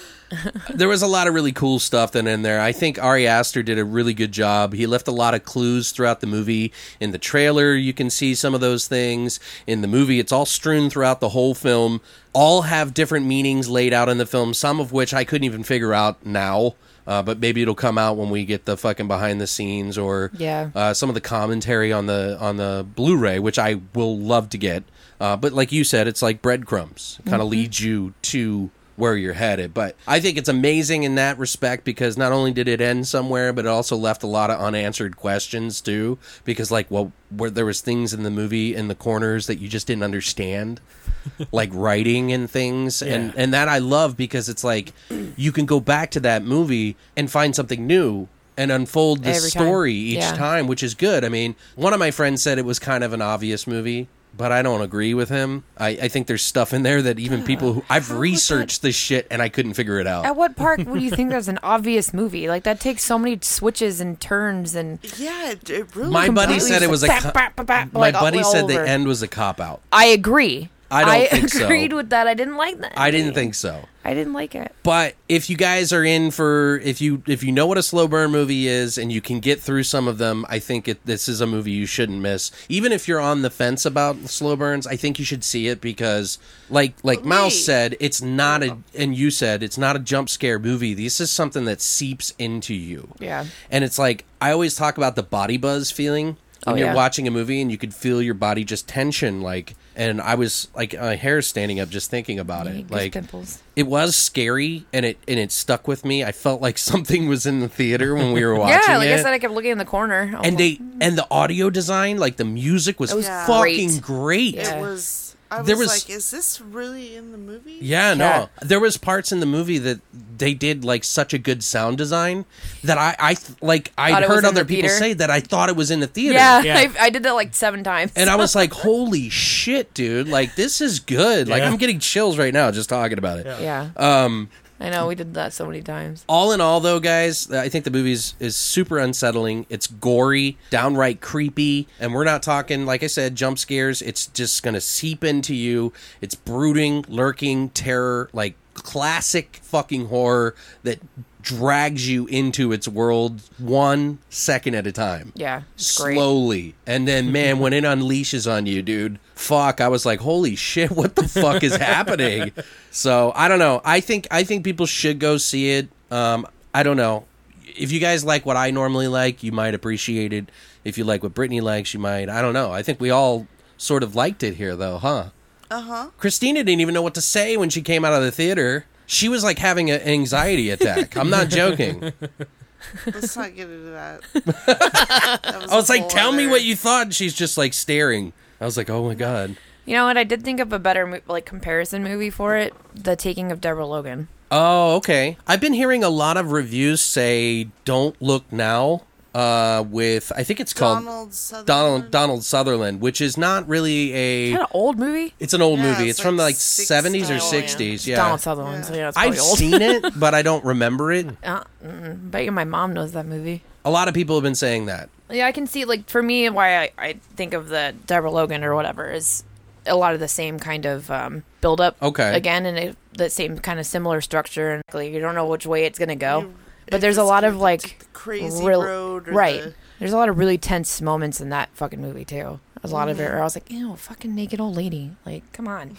S2: there was a lot of really cool stuff then in there. I think Ari Aster did a really good job. He left a lot of clues throughout the movie. In the trailer, you can see some of those things. In the movie, it's all strewn throughout the whole film. All have different meanings laid out in the film, some of which I couldn't even figure out now. Uh, but maybe it'll come out when we get the fucking behind the scenes or
S4: Yeah.
S2: uh, some of the commentary on the on the Blu-ray, which I will love to get. Uh, but like you said, it's like breadcrumbs, kind of
S4: Mm-hmm.
S2: leads you to where you're headed. But I think it's amazing in that respect because not only did it end somewhere, but it also left a lot of unanswered questions too. Because like, well, where there was things in the movie in the corners that you just didn't understand, like writing and things, and
S5: Yeah.
S2: and that I love because it's like you can go back to that movie and find something new and unfold the
S4: Every time.
S2: story each
S4: Yeah.
S2: time, which is good. I mean, one of my friends said it was kind of an obvious movie, but I don't agree with him. I, I think there's stuff in there that even people who I've researched this shit and I couldn't figure it
S4: At
S2: out.
S4: what park would you think that's an obvious movie? Like that takes so many switches and turns and.
S6: Yeah, it, it really.
S2: My buddy said it was a.
S4: Bap,
S2: co-
S4: bap, bap, bap,
S2: my
S4: like, all-
S2: buddy
S4: all
S2: said the
S4: over.
S2: end was a cop out.
S4: I agree.
S2: I don't think so.
S4: agreed with that. I didn't like that.
S2: I didn't think so.
S4: I didn't like it.
S2: But if you guys are in for if you if you know what a slow burn movie is and you can get through some of them, I think it, this is a movie you shouldn't miss. Even if you're on the fence about slow burns, I think you should see it because like like Mouse
S6: wait.
S2: said, it's not a and you said it's not a jump scare movie. This is something that seeps into you.
S4: Yeah.
S2: And it's like I always talk about the body buzz feeling when
S4: Oh,
S2: you're
S4: yeah.
S2: watching a movie and you could feel your body just tension like and I was like my hair standing up just thinking about
S4: Yeah,
S2: it.
S4: goose
S2: Like
S4: pimples.
S2: it was scary and it and it stuck with me. I felt like something was in the theater when we were watching
S4: yeah, like
S2: it.
S4: I said, I kept looking in the corner.
S2: and they and the audio design, like the music was,
S4: was
S2: fucking
S4: great.
S2: great.
S4: Yeah.
S6: It was. I was,
S2: There was-
S6: like, is this really in the movie?
S2: Yeah,
S4: Yeah.
S2: no. There was parts in the movie that they did like such a good sound design that I, I th- like
S4: Thought
S2: I'd
S4: it was
S2: heard
S4: in the
S2: other people
S4: theater?
S2: say that I thought it was in the theater.
S4: Yeah,
S5: Yeah.
S4: I, I did that like seven times.
S2: And I was like, holy shit, dude. Like, this is good. Like,
S5: Yeah.
S2: I'm getting chills right now just talking about it.
S4: yeah,
S2: Um,
S4: I know we did that so many times.
S2: all in all, though, guys, I think the movie is, is super unsettling. It's gory, downright creepy. And we're not talking, like I said, jump scares. It's just going to seep into you. It's brooding, lurking terror, like classic fucking horror that drags you into its world one second at a time
S4: Yeah, it's great.
S2: slowly and then man when it unleashes on you dude fuck i was like holy shit what the fuck is happening so i don't know i think i think people should go see it um i don't know if you guys like what i normally like you might appreciate it if you like what brittany likes you might i don't know i think we all sort of liked it here though huh
S4: Uh-huh.
S2: Christina didn't even know what to say when she came out of the theater. She was like having an anxiety attack. I'm not joking.
S6: Let's not get into that. That
S2: I was
S6: a
S2: like,
S6: whole
S2: "Tell me
S6: other-
S2: what you thought." And she's just like staring. I was like, "Oh my god."
S4: You know what? I did think of a better mo- like comparison movie for it: The Taking of Deborah Logan.
S2: Oh, okay. I've been hearing a lot of reviews say "Don't Look Now" uh, with I think it's called
S6: Donald Sutherland.
S2: Donald Donald Sutherland, which is not really a.
S4: Kind of old movie.
S2: It's an old
S6: Yeah,
S2: movie. It's,
S6: it's
S2: from
S6: like
S2: like
S6: 60s.
S2: seventies
S6: Oh,
S2: or
S6: yeah.
S2: sixties. Yeah,
S4: Donald Sutherland. So yeah, it's
S2: I've
S4: probably old.
S2: seen it, but I don't remember it.
S4: uh, mm, bet your my mom knows that movie.
S2: A lot of people have been saying that.
S4: Yeah, I can see like for me why I, I think of the Deborah Logan or whatever is a lot of the same kind of um, build up.
S2: Okay.
S4: Again, and it, the same kind of similar structure, and like, you don't know which way it's gonna go.
S6: You-
S4: but
S6: if
S4: there's a
S6: it's
S4: lot
S6: gonna
S4: of
S6: be
S4: like
S6: the crazy road or
S4: right?
S6: the-
S4: There's a lot of really tense moments in that fucking movie too. There's a lot of it where I was like, "Ew, fucking naked old lady!" Like, come on,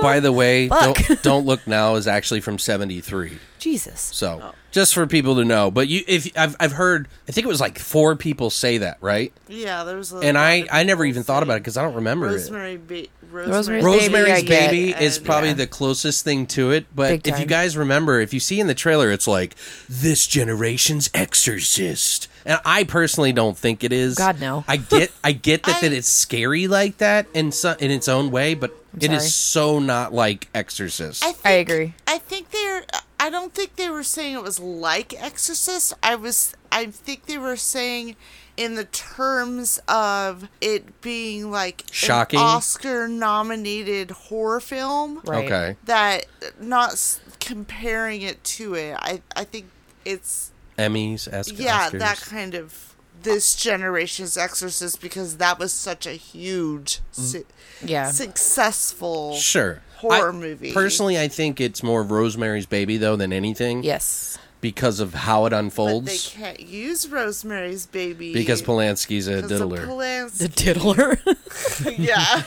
S2: By the way,
S4: Fuck.
S2: don't, don't look now is actually from seventy three.
S4: Jesus.
S2: So just for people to know, but you, if I've I've heard, I think it was like four people say that, right?
S6: Yeah, there was. A
S2: And
S6: lot
S2: I
S6: of
S2: I never
S6: people
S2: even thought about it
S6: saying
S2: because I don't remember it.
S6: Rosemary, ba- Rosemary,
S4: Rosemary's
S2: Rosemary's
S4: Baby, I
S2: Baby
S6: get,
S2: is
S6: and-
S2: probably
S6: yeah.
S2: the closest thing to it. But
S4: Big
S2: if you
S4: time.
S2: guys remember, if you see in the trailer, it's like this generation's exorcist. And I personally don't think it is.
S4: God, no.
S2: I get I get that, that
S6: I-
S2: it's scary like that in so, in its own way, but it is so not like Exorcist.
S4: I agree.
S6: I think they're. I don't think they were saying it was like Exorcist. I was. I think they were saying, in the terms of it being like an
S2: Shocking.
S6: Oscar-nominated horror film,
S4: Right.
S2: Okay.
S6: that not s- comparing it to it. I. I think it's
S2: Emmys, Osc-
S6: yeah
S2: Oscars.
S6: that kind of this generation's Exorcist because that was such a huge,
S2: Mm-hmm.
S6: su-
S4: Yeah.
S6: successful.
S2: Sure.
S6: horror
S2: I-
S6: movie.
S2: Personally, I think it's more Rosemary's Baby though than anything.
S4: Yes.
S2: Because of how it
S6: But they
S2: unfolds.
S6: can't use Rosemary's Baby
S2: Because Polanski's a
S6: 'Cause the
S2: diddler.
S6: Polans-
S4: diddler.
S6: yeah.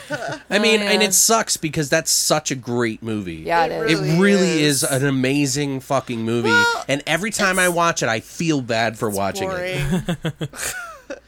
S2: I mean, and
S4: Oh, yeah.
S2: it sucks because that's such a great movie.
S4: yeah, it
S6: It
S4: is.
S2: It
S6: really
S2: really is.
S6: is.
S2: an amazing fucking movie,
S6: Well,
S2: and every time I watch it, I feel bad for watching it.
S6: Boring.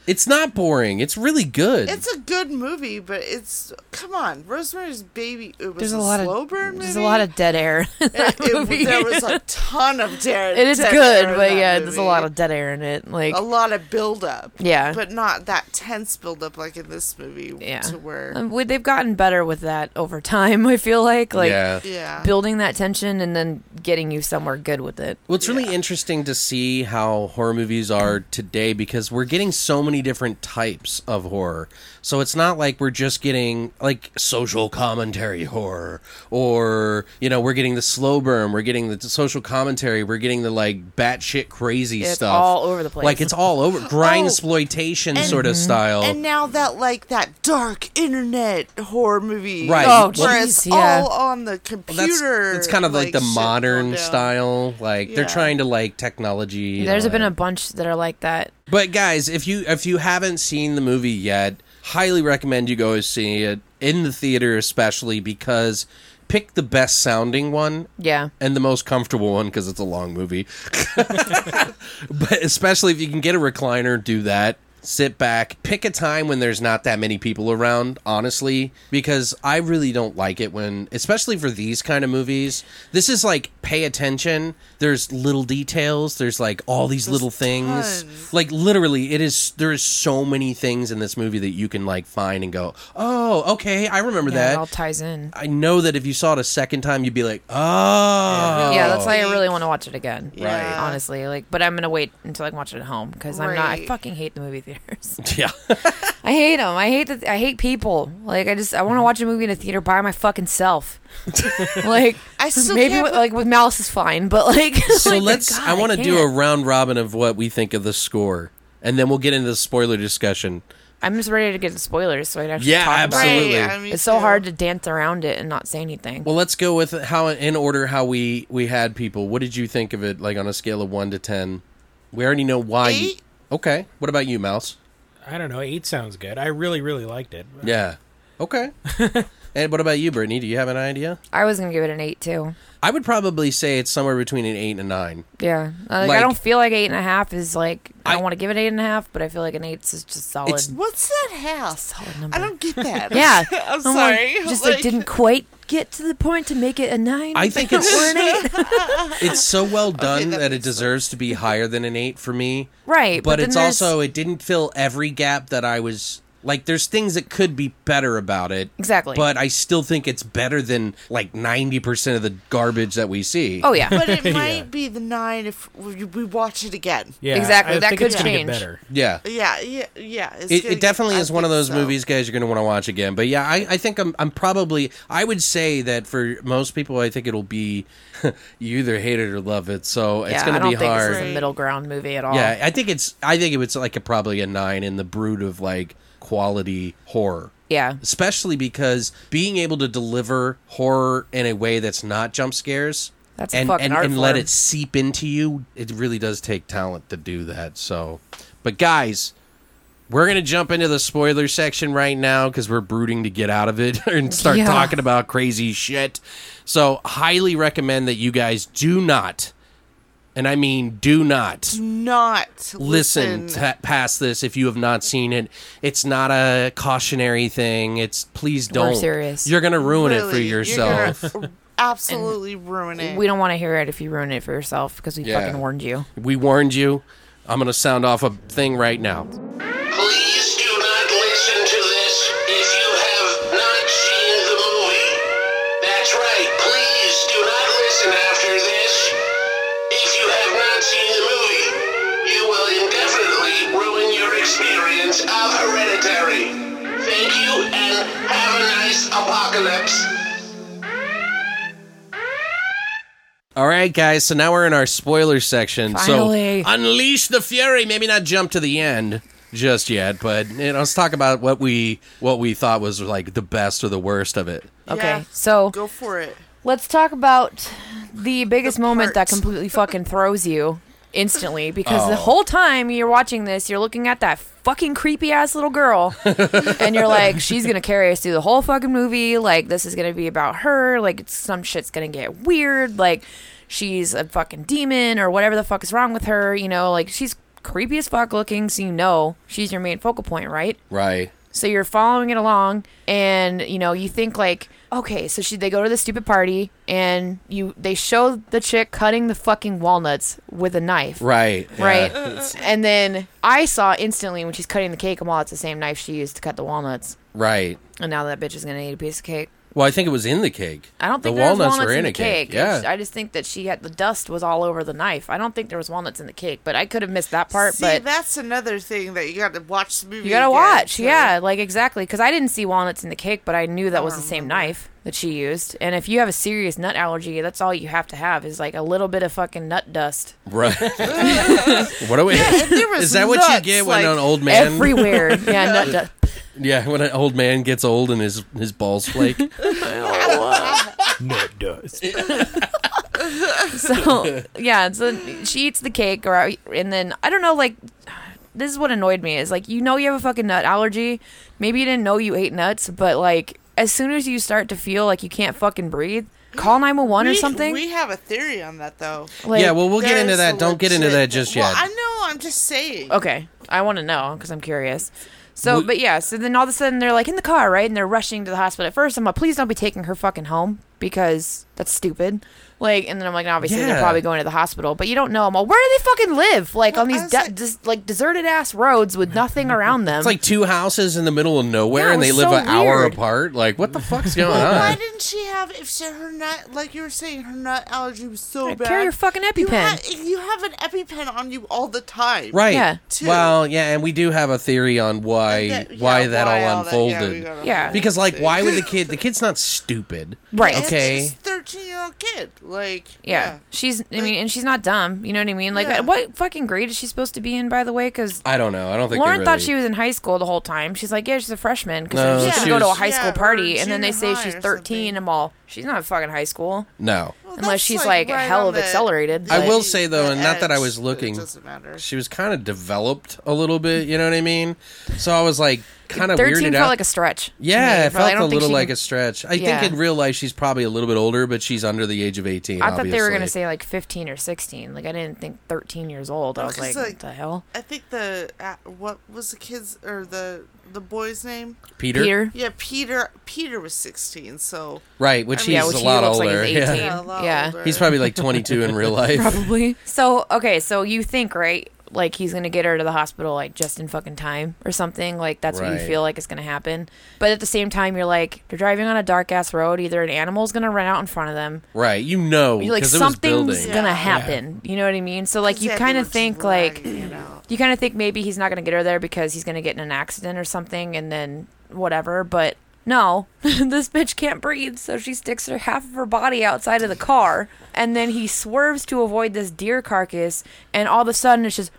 S2: It's not boring; it's really good.
S6: It's a good movie, but it's come on, Rosemary's Baby. It was
S4: There's
S6: a,
S4: a lot
S6: slow
S4: of
S6: burn.
S4: there's a
S6: movie.
S4: lot of dead air. in that
S6: It- it-
S4: movie.
S6: there was a ton of dead.
S4: It is
S6: dead air
S4: good,
S6: in
S4: but
S6: that
S4: yeah, there's a
S6: movie.
S4: lot of dead air in it. Like,
S6: a lot of build up.
S4: Yeah.
S6: but not that tense build up like in this movie.
S4: yeah,
S6: to where
S4: Um, we- they've gotten better with that over time. I feel like, like
S2: yeah.
S6: yeah,
S4: building that tension and then getting you somewhere good with it.
S2: Well, it's really interesting to see how horror movies are today because we're getting so many different types of horror. So it's not like we're just getting like social commentary horror or, you know, we're getting the slow burn, we're getting the social commentary, we're getting the like batshit crazy
S4: It's
S2: stuff.
S4: all over the place. Oh.
S2: Like it's all over grind exploitation sort of style.
S6: and now that like that dark internet horror movie,
S2: Right.
S4: Oh,
S6: where it's
S4: jeez, yeah.
S6: all on the
S2: Well, that's-
S6: computer.
S2: It's kind of like, the
S6: shit
S2: modern
S6: going down.
S2: style. Like they're
S6: Yeah.
S2: trying to like technology. uh, and
S4: There's
S2: all
S4: been
S2: that.
S4: a bunch that are like that.
S2: But guys, if you if you haven't seen the movie yet, highly recommend you go see it in the theater, especially because pick the best sounding one
S4: Yeah,
S2: and the most comfortable one because it's a long movie. but especially if you can get a recliner, do that. sit back, pick a time when there's not that many people around, honestly, because I really don't like it when, especially for these kind of movies. This is like pay attention. There's little details. There's like all these little things.
S6: tons.
S2: Like literally, it is. There is so many things in this movie that you can like find and go, oh, okay, I remember
S4: Yeah, it
S2: that.
S4: all ties in.
S2: I know that if you saw it a second time, you'd be like, oh,
S4: Yeah, that's why I
S6: Like-
S4: really want to watch it again.
S6: Yeah.
S4: Honestly, like, but I'm gonna wait until I can watch it at home because I'm not. I
S6: Right.
S4: fucking hate the movie theaters.
S2: yeah.
S4: I hate them. I hate that. I hate people. Like, I just I
S2: Mm-hmm.
S4: want to watch a movie in a theater by my fucking self. like,
S6: I still
S4: maybe
S6: can't
S4: with,
S6: be-
S4: like with Malice is fine, but like,
S2: so let's i want to do a round robin of what we think of the score and then we'll get into the spoiler discussion
S4: I'm just ready to get the spoilers so I can actually
S2: Yeah,
S4: talk about it.
S2: absolutely.
S6: Right, me
S4: It's so
S6: too.
S4: hard to dance around it and not say anything.
S2: well let's go with how in order how we we had people what did you think of it like on a scale of 1 to 10 we already know why you-
S6: Eight.
S2: okay what about you mouse
S5: I don't know. Eight sounds good. I really, really liked it.
S2: yeah okay and what about you brittany do you have an idea
S4: I was gonna give it an eight too.
S2: i would probably say it's somewhere between an 8 and a 9
S4: Yeah, Uh, like,
S2: Like-
S4: I don't feel like eight and a half is like I,
S2: I-
S4: don't want to give it eight and a half, but I feel like an eight is just solid.
S2: It's-
S6: What's that house?
S4: solid number.
S6: I don't get that.
S4: Yeah,
S6: I'm
S4: like,
S6: sorry.
S4: just like, didn't quite get to the point to make it a nine.
S2: I think it's-
S4: or an eight.
S2: it's so well done
S6: that
S2: that, it
S6: makes sense.
S2: deserves to be higher than an 8 for me
S4: right,
S2: but,
S4: then
S2: it's
S4: there's-
S2: also it didn't fill every gap that I was like there's things that could be better about it.
S4: Exactly.
S2: But I still think it's better than like 90% of the garbage that we see.
S4: oh yeah,
S6: But it might be the nine if we, we watch it again.
S5: Yeah,
S4: Exactly,
S5: I
S4: that
S5: think
S4: could
S5: it's gonna
S4: change.
S5: Get better.
S2: yeah.
S6: Yeah, yeah, yeah. It's
S2: It,
S6: gonna
S2: it definitely
S6: get- I
S2: is one of
S6: think
S2: those
S6: so.
S2: movies, guys, you're going to want to watch again. But yeah, I, I think I'm, I'm probably, I would say that for most people, I think it'll be you either hate it or love it. So it's
S4: yeah.
S2: going
S4: I
S2: to
S4: don't
S2: be
S4: think
S2: hard.
S4: this is a middle ground movie at all.
S2: Yeah, I think it's, I think it was like a, probably a nine in the brood of like quality horror.
S4: yeah.
S2: especially because being able to deliver horror in a way that's not jump scares
S4: That's a
S2: and,
S4: fucking
S2: and,
S4: art
S2: and let
S4: form.
S2: it seep into you it really does take talent to do that so but guys we're gonna jump into the spoiler section right now because we're brooding to get out of it and start
S4: Yeah.
S2: talking about crazy shit so highly recommend that you guys do not and i mean do not
S6: Not
S2: listen t- past this if you have not seen it. It's not a cautionary thing. It's please don't.
S4: serious.
S2: You're gonna ruin it for
S6: Really, you're
S2: yourself.
S6: gonna absolutely ruin it.
S4: We don't want to hear it if you ruin it for yourself because we
S2: Yeah.
S4: fucking warned you.
S2: we warned you. I'm gonna sound off a thing right now.
S7: Please do not listen to this if you have not seen the movie. That's right. Please do not listen after this if you have not seen the movie. You will indefinitely ruin your experience of Hereditary. Thank you and have a nice apocalypse.
S2: All right, guys. So now we're in our spoiler section.
S4: Finally.
S2: So unleash the fury. Maybe not jump to the end just yet, but you know, let's talk about what we what we thought was like the best or the worst of it.
S4: Okay, so
S6: go for it.
S4: let's talk about the biggest moment that
S6: parts.
S4: completely fucking throws you instantly because the whole time you're watching this, you're looking at that fucking creepy ass little girl and you're like, she's gonna carry us through the whole fucking movie. Like, this is gonna be about her. Like, it's, some shit's gonna get weird. Like, she's a fucking demon or whatever the fuck is wrong with her. You know, like, she's creepy as fuck looking, so you know she's your main focal point, right?
S2: Right.
S4: So you're following it along, and you know you think like, okay, so she they go to the stupid party, and you they show the chick cutting the fucking walnuts with a knife,
S2: Right.
S4: Right.
S2: Yeah.
S4: And then I saw instantly when she's cutting the cake, I'm all it's the same knife she used to cut the walnuts,
S2: Right.
S4: and now that bitch is gonna eat a piece of cake.
S2: Well, I think it was in the cake.
S4: I don't think
S2: the
S4: there
S2: walnuts,
S4: was walnuts
S2: were
S4: in,
S2: in,
S4: the
S2: a
S4: cake.
S2: cake. Yeah.
S4: I just think that she had the dust was all over the knife. I don't think there was walnuts in the cake, but I could have missed that part.
S6: See,
S4: but
S6: that's another thing that you got to watch the movie.
S4: You gotta
S6: again,
S4: watch,
S6: so- Oh,
S4: yeah, like exactly, because I didn't see walnuts in the cake, but I knew that was the same knife that she used. And if you have a serious nut allergy, that's all you have to have is like a little bit of fucking nut dust
S2: Right. what do we?
S6: there was
S2: is that what you
S6: nuts,
S2: get when
S6: like,
S2: an old man?
S4: everywhere. yeah, nut dust.
S2: yeah, when an old man gets old and his his balls flake.
S5: No, it does.
S4: So yeah, so she eats the cake, or and then I don't know, like this is what annoyed me is like you know you have a fucking nut allergy. Maybe you didn't know you ate nuts, but like as soon as you start to feel like you can't fucking breathe, call nine one one or
S6: We-
S4: something.
S6: We have a theory on that though.
S4: like,
S2: yeah, well, we'll get into
S6: There's
S2: that.
S6: a
S2: Don't get into that
S6: legit-
S2: just
S6: well,
S2: yet.
S6: I know. I'm I'm just saying.
S4: Okay, I want to know because I'm curious. So,
S2: We-
S4: but yeah, so then all of a sudden they're like in the car, right? And they're rushing to the hospital. At first, I'm like, please don't be taking her fucking home because that's stupid. Like, and then I'm like, obviously
S2: Yeah.
S4: they're probably going to the hospital, but you don't know. I'm all, where do they fucking live? Like on
S6: Well,
S4: these
S6: I was
S4: de-
S6: like-
S4: des- like deserted ass roads with nothing around them.
S2: It's like two houses in the middle of nowhere,
S4: Yeah, it
S2: and they
S4: was
S2: live
S4: so
S2: an hour
S4: weird.
S2: apart. Like, what the fuck's going
S6: Why
S2: on?
S6: didn't she have? If she, her nut, like you were saying, her nut allergy was so
S4: Yeah,
S6: bad.
S4: carry your fucking
S6: You,
S4: EpiPen.
S6: ha- you have an EpiPen on you all the time.
S2: Right.
S4: Yeah.
S6: Two.
S2: Well, yeah, and we do have a theory on why
S6: That- yeah,
S2: why that
S6: why
S2: all
S6: yeah, we
S2: unfolded.
S6: gotta-
S4: Yeah.
S2: because like, why would the kid? The kid's not stupid,
S4: Right.
S6: It's-
S2: Okay.
S6: It's thirteen year old kid. Like.
S4: yeah. she's. I mean, and she's not dumb. You know what I mean? Like,
S6: Yeah.
S4: what fucking grade is she supposed to be in, by the way? Because
S2: I don't know. I don't think
S4: Lauren
S2: they really...
S4: thought she was in high school the whole time. She's like, yeah, she's a freshman because
S2: No,
S4: she
S2: Yeah.
S4: can go to a high
S6: Yeah,
S4: school
S6: or
S4: party, and then they say
S6: junior
S4: she's
S6: high or
S4: 13.
S6: something.
S4: I'm all, she's not fucking high school
S2: no.
S6: Well,
S4: unless
S6: that's,
S4: she's like,
S6: right
S4: hell
S6: on
S4: of
S6: the-
S4: accelerated.
S2: I
S4: but-
S2: will say though,
S6: the
S2: and not that I
S6: edge,
S2: was
S6: but it
S2: looking,
S6: doesn't matter.
S2: she was kind of developed a little bit. You know what I mean? So I was like, kind of
S4: 13
S2: weirded
S4: felt
S2: out.
S4: like a stretch. to me,
S2: yeah, it
S4: but I
S2: felt
S4: don't
S2: a
S4: think
S2: little
S4: she
S2: like
S4: can-
S2: a stretch. I
S4: Yeah.
S2: think in real life she's probably a little bit older, but she's under the age of eighteen.
S4: I thought they
S2: obviously.
S4: were gonna say like 15 or 16. Like I didn't think 13 years old. I was
S6: Oh, 'cause,
S4: like,
S6: like-
S4: what the hell?
S6: I think the uh, what was the kid's or the the boy's name?
S2: Peter,
S4: Peter.
S6: Yeah, Peter. Peter was sixteen, so
S2: right? Which
S6: I mean,
S2: he's
S4: Yeah, which
S2: a
S4: he
S2: lot
S4: looks like
S2: older.
S4: he's
S2: yeah.
S4: 18.
S6: a lot
S4: Yeah.
S6: older.
S2: he's probably like twenty-two in real life.
S4: Probably. So okay, so you think right? Like he's gonna get her to the hospital like just in fucking time or something. Like that's what
S2: Right.
S4: you feel like is gonna happen. But at the same time, you're like they're driving on a dark ass road. Either an animal's gonna run out in front of them.
S2: Right, you know,
S4: You're like
S2: because it was
S4: something's
S2: building.
S4: gonna
S6: Yeah.
S4: happen. You know what I mean? So like you
S6: Yeah, they
S4: kind
S6: were
S4: of think like
S6: dragging it out.
S4: you kind of think maybe he's not gonna get her there because he's gonna get in an accident or something and then whatever. But no, this bitch can't breathe, so she sticks her half of her body outside of the car, and then he swerves to avoid this deer carcass, and all of a sudden it's just.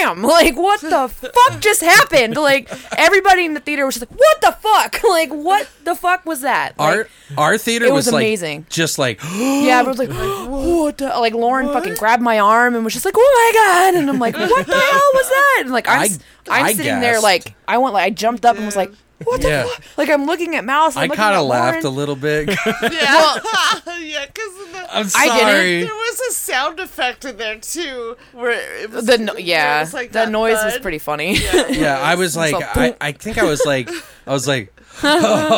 S4: BAM! Like, what the fuck just happened? Like, everybody in the theater was just like, what the fuck? Like, what the fuck was that? Like,
S2: Our our theater
S4: It was
S2: like
S4: amazing.
S2: just like
S4: yeah, everyone's like, what? the-" Like Lauren fucking grabbed my arm and was just like, oh my god! And I'm like, what the hell was that? And like I'm, s-
S2: I-
S4: I'm
S2: I
S4: sitting there
S2: gasped.
S4: like, I went like, I jumped up and was like, what the
S2: Yeah.
S4: fuck? Like I'm looking at Mouse.
S2: I
S4: I'm looking
S2: kind
S4: at
S2: of laughed a
S4: Lauren.
S2: little bit.
S6: Yeah, yeah, because
S2: sorry.
S4: didn't.
S6: there was a sound effect in there too, where it was
S4: The no-
S6: where it
S4: yeah,
S6: was like
S4: the
S6: that
S4: noise was
S6: thud.
S4: pretty funny.
S2: Yeah, I was like,
S4: So-
S2: I, I think I was like, I was like,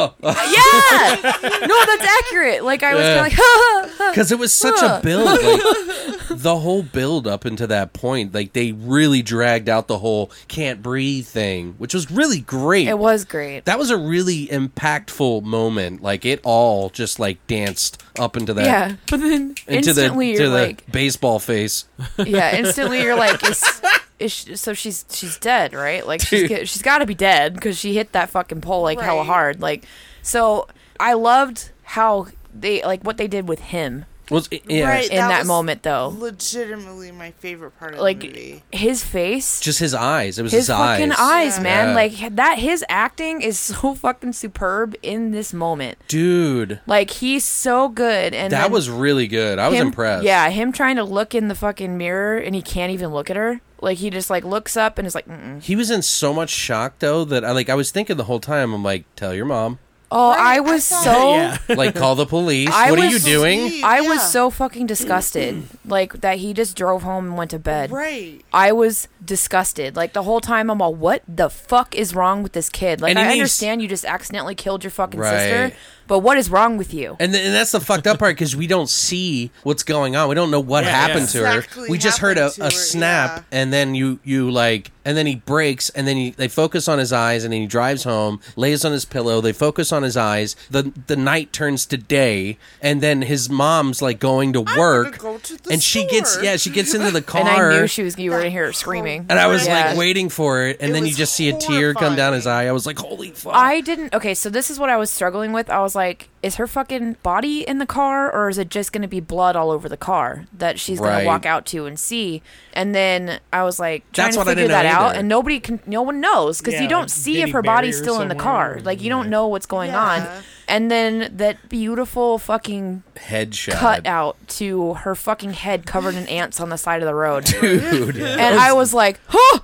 S4: yeah, no, that's accurate. Like I was
S2: Yeah.
S4: kind of like,
S2: because it was such a build. Like, the whole build up into that point, like they really dragged out the whole can't breathe thing, which was really great.
S4: it was great.
S2: that was a really impactful moment. Like it all just like danced up into that.
S4: yeah, but then
S2: Into the,
S4: instantly
S2: to
S4: you're
S2: the
S4: like,
S2: baseball face.
S4: yeah, instantly you're like, is, is she, so she's she's dead, right? Like she's
S2: Dude.
S4: get, she's got to be dead because she hit that fucking pole like hella
S6: Right.
S4: hard. Like so, I loved how they like what they did with him
S2: Was yeah,
S6: Right.
S4: in
S6: That
S4: that,
S6: was
S4: moment though.
S6: legitimately my favorite part of
S4: Like
S6: the movie.
S4: his face,
S2: just his eyes. It was his,
S4: his fucking eyes, man.
S2: Yeah.
S4: Like that, his acting is so fucking superb in this moment.
S2: dude.
S4: Like he's so good, and
S2: That
S4: then
S2: was really good. I was
S4: him-
S2: impressed.
S4: Yeah, him trying to look in the fucking mirror and he can't even look at her. Like he just like looks up and is like, Mm-mm.
S2: He was in so much shock though that I like I was thinking the whole time I'm like tell your mom
S4: Oh,
S6: Right,
S4: I was
S6: I thought-
S4: so
S2: like call the police
S4: I
S2: what are
S4: was
S2: you doing
S6: asleep.
S4: I
S6: Yeah.
S4: was so fucking disgusted like that he just drove home and went to bed.
S6: Right.
S4: I was disgusted. Like the whole time I'm all what the fuck is wrong with this kid? Like
S2: And he
S4: I
S2: needs-
S4: understand you just accidentally killed your fucking
S2: Right.
S4: sister, but what is wrong with you?
S2: and, th- and that's the fucked up part because we don't see what's going on we don't know what
S5: Yeah,
S2: happened
S5: yeah.
S2: to her
S6: Exactly
S2: we just heard a,
S6: happened to
S2: a
S6: her,
S2: snap
S6: yeah.
S2: and then you you like and then he breaks and then he, they focus on his eyes and then he drives home lays on his pillow they focus on his eyes the the night turns to day and then his mom's like going to
S6: gonna
S2: work
S6: go to the
S2: and she gets
S6: store.
S2: yeah she gets into the car
S4: And I knew she was you were gonna hear her
S6: That's
S4: screaming.
S2: And I was
S4: Yeah.
S2: like waiting for it, and
S6: It
S2: then you
S6: was
S2: just see a tear come down his eye.
S6: horrifying.
S2: I was like, "Holy fuck!"
S4: I didn't. Okay, so this is what I was struggling with. I was like, is her fucking body in the car, or is it just going to be blood all over the car that she's going
S2: Right.
S4: to walk out to and see? And then I was like, trying
S2: That's
S4: to
S2: what I
S4: figure
S2: didn't
S4: that
S2: know
S4: out,
S2: either.
S4: and nobody can, no one knows because
S5: Yeah,
S4: you don't
S5: like,
S4: see
S5: did
S4: if
S5: he
S4: her
S5: bury
S4: body's
S5: her
S4: still in the
S5: somewhere?
S4: car. Like you don't
S5: Yeah.
S4: know what's going
S6: Yeah.
S4: on. And then that beautiful fucking
S2: headshot
S4: cut out to her fucking head covered in ants on the side of the road.
S2: dude.
S4: And I was like, huh!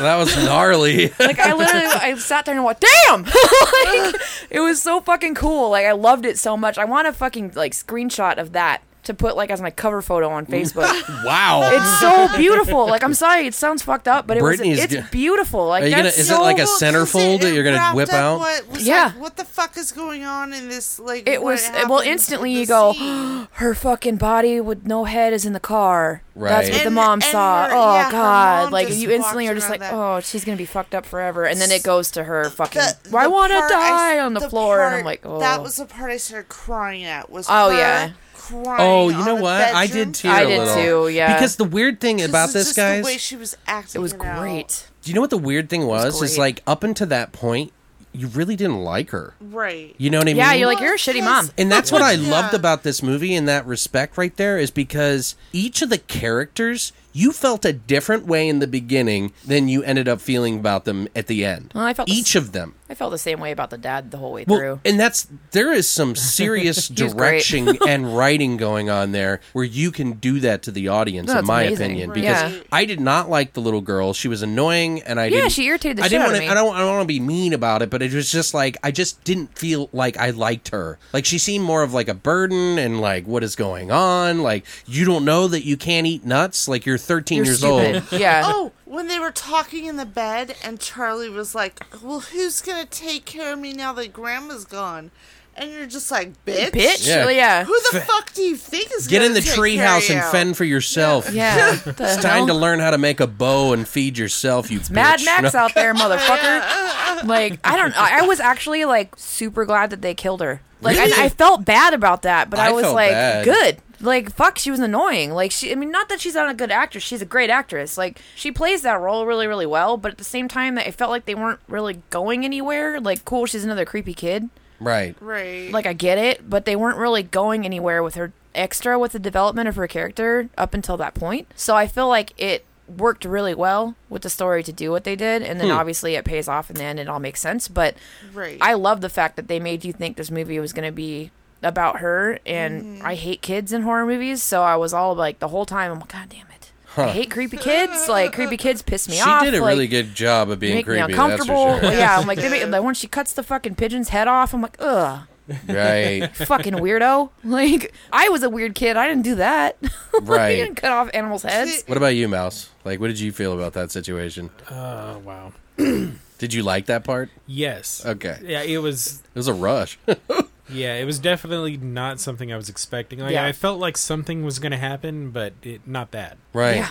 S2: that was gnarly.
S4: Like I literally, I sat there and went, "Damn!" like, it was so fucking cool. Like I loved it so much. I want a fucking like screenshot of that to put like as my cover photo on Facebook.
S2: Wow.
S4: it's so beautiful. Like I'm sorry, it sounds fucked up, but it
S2: Brittany's
S4: was it's
S2: go-
S4: beautiful. Like
S2: Are you gonna-
S4: that's
S2: is
S4: so
S2: it like a
S6: Well, 'cause
S2: centerfold
S6: it-
S2: that
S6: it
S2: you're gonna
S6: wrapped
S2: whip
S6: up
S2: out?
S6: What, was
S4: Yeah.
S6: Like, what the fuck is going on in this? Like
S4: it
S6: what
S4: was well
S6: happened
S4: instantly
S6: in
S4: you
S6: the
S4: go
S6: scene?
S4: her fucking body with no head is in the car
S2: Right.
S4: that's what the
S6: And-
S4: mom
S6: and
S4: saw
S6: her-
S4: oh
S6: yeah, her
S4: god
S6: mom
S4: like
S6: just
S4: you instantly
S6: walks
S4: are just like
S6: around that-
S4: oh she's gonna be fucked up forever and then it goes to her fucking
S6: The- the
S4: i want to
S6: part I
S4: die
S6: s-
S4: on the, floor and i'm
S6: part-
S4: like oh
S6: that was the part I started crying at. Was
S4: Oh,
S6: her
S4: yeah.
S6: crying
S2: Oh, you
S6: on
S2: know
S6: the
S2: what? I
S6: bedroom.
S2: did too.
S4: I
S2: a
S4: did
S2: little.
S4: too, yeah.
S2: Because the weird thing about
S6: it's
S2: this,
S6: just
S2: guys,
S6: the way she was acting.
S4: it was
S6: and out.
S4: great
S2: do you know what the weird thing was? Is
S4: great.
S2: like up until that point, you really didn't like her.
S6: Right.
S2: You know what I mean?
S4: yeah you're like you're a shitty mom
S2: And that's what I
S6: Yeah.
S2: loved about this movie in that respect right there is because each of the characters you felt a different way in the beginning than you ended up feeling about them at the end.
S4: Well, I felt the
S2: each
S4: s-
S2: of them.
S4: i felt the same way about the dad the whole way
S2: Well,
S4: through
S2: and that's there is some serious
S4: was great.
S2: direction and writing going on there where you can do that to the audience,
S4: No,
S2: in
S4: it's
S2: my
S4: amazing.
S2: opinion.
S4: Right.
S2: Because
S4: Yeah.
S2: I did not like the little girl; she was annoying, and I
S4: Yeah,
S2: didn't,
S4: she irritated the
S2: I
S4: shit
S2: didn't
S4: out of
S2: wanna,
S4: me.
S2: I don't, I don't want to be mean about it, but it was just like I just didn't feel like I liked her. Like she seemed more of like a burden, and like what is going on? Like you don't know that you can't eat nuts. Like you're 13
S4: you're
S2: years
S4: stupid
S2: old.
S4: yeah
S6: Oh, when they were talking in the bed, and Charlie was like, "Well, who's gonna take care of me now that Grandma's gone?" And you're just like, "Bitch,
S4: bitch
S2: Yeah.
S4: yeah yeah,
S6: who the fuck do you think is
S2: Get
S6: gonna
S2: in the
S6: take
S2: tree
S6: care of
S2: house and
S6: you?"
S2: fend for yourself.
S4: What the
S2: It's time
S4: hell?
S2: to learn how to make a bow and feed yourself, you
S4: Mad
S2: bitch.
S4: Max
S2: No.
S4: out there, motherfucker. Like, I don't I, I was actually like super glad that they killed her. Like, and
S2: Really?
S4: I felt bad about that, but
S2: I
S4: I, was
S2: felt
S4: like,
S2: bad.
S4: good. Like, fuck, she was annoying. Like, she, I mean, not that she's not a good actress. She's a great actress. Like, she plays that role really, really well, but at the same time, that it felt like they weren't really going anywhere. Like, cool, she's another creepy kid.
S2: Right.
S6: Right.
S4: Like, I get it, but they weren't really going anywhere with her extra with the development of her character up until that point. So I feel like it worked really well with the story to do what they did, and
S2: Hmm.
S4: then obviously it pays off in the end. It all makes sense, but
S6: right.
S4: I love the fact that they made you think this movie was going to be about her, and I hate kids in horror movies, so I was all like the whole time, I'm like, God damn it. I hate creepy kids. Like creepy kids piss me
S2: She
S4: off.
S2: did a
S4: like,
S2: really good job of being
S4: make
S2: creepy.
S4: me uncomfortable.
S2: That's for
S4: Yeah, I'm like, they make, like when she cuts the fucking pigeon's head off, I'm like, ugh,
S2: sure. Right.
S4: fucking weirdo. Like I was a weird kid. I didn't do that. Like,
S2: Right.
S4: I didn't cut off animals' heads.
S2: What about you, Mouse? Like, what did you feel about that situation?
S5: Oh wow.
S2: Did you like that part?
S5: Yes.
S2: Okay.
S5: Yeah, it was.
S2: It was a rush.
S5: Yeah, it was definitely not something I was expecting. Like,
S4: Yeah.
S5: I felt like something was going to happen, but it, not that.
S2: right.
S4: Yeah.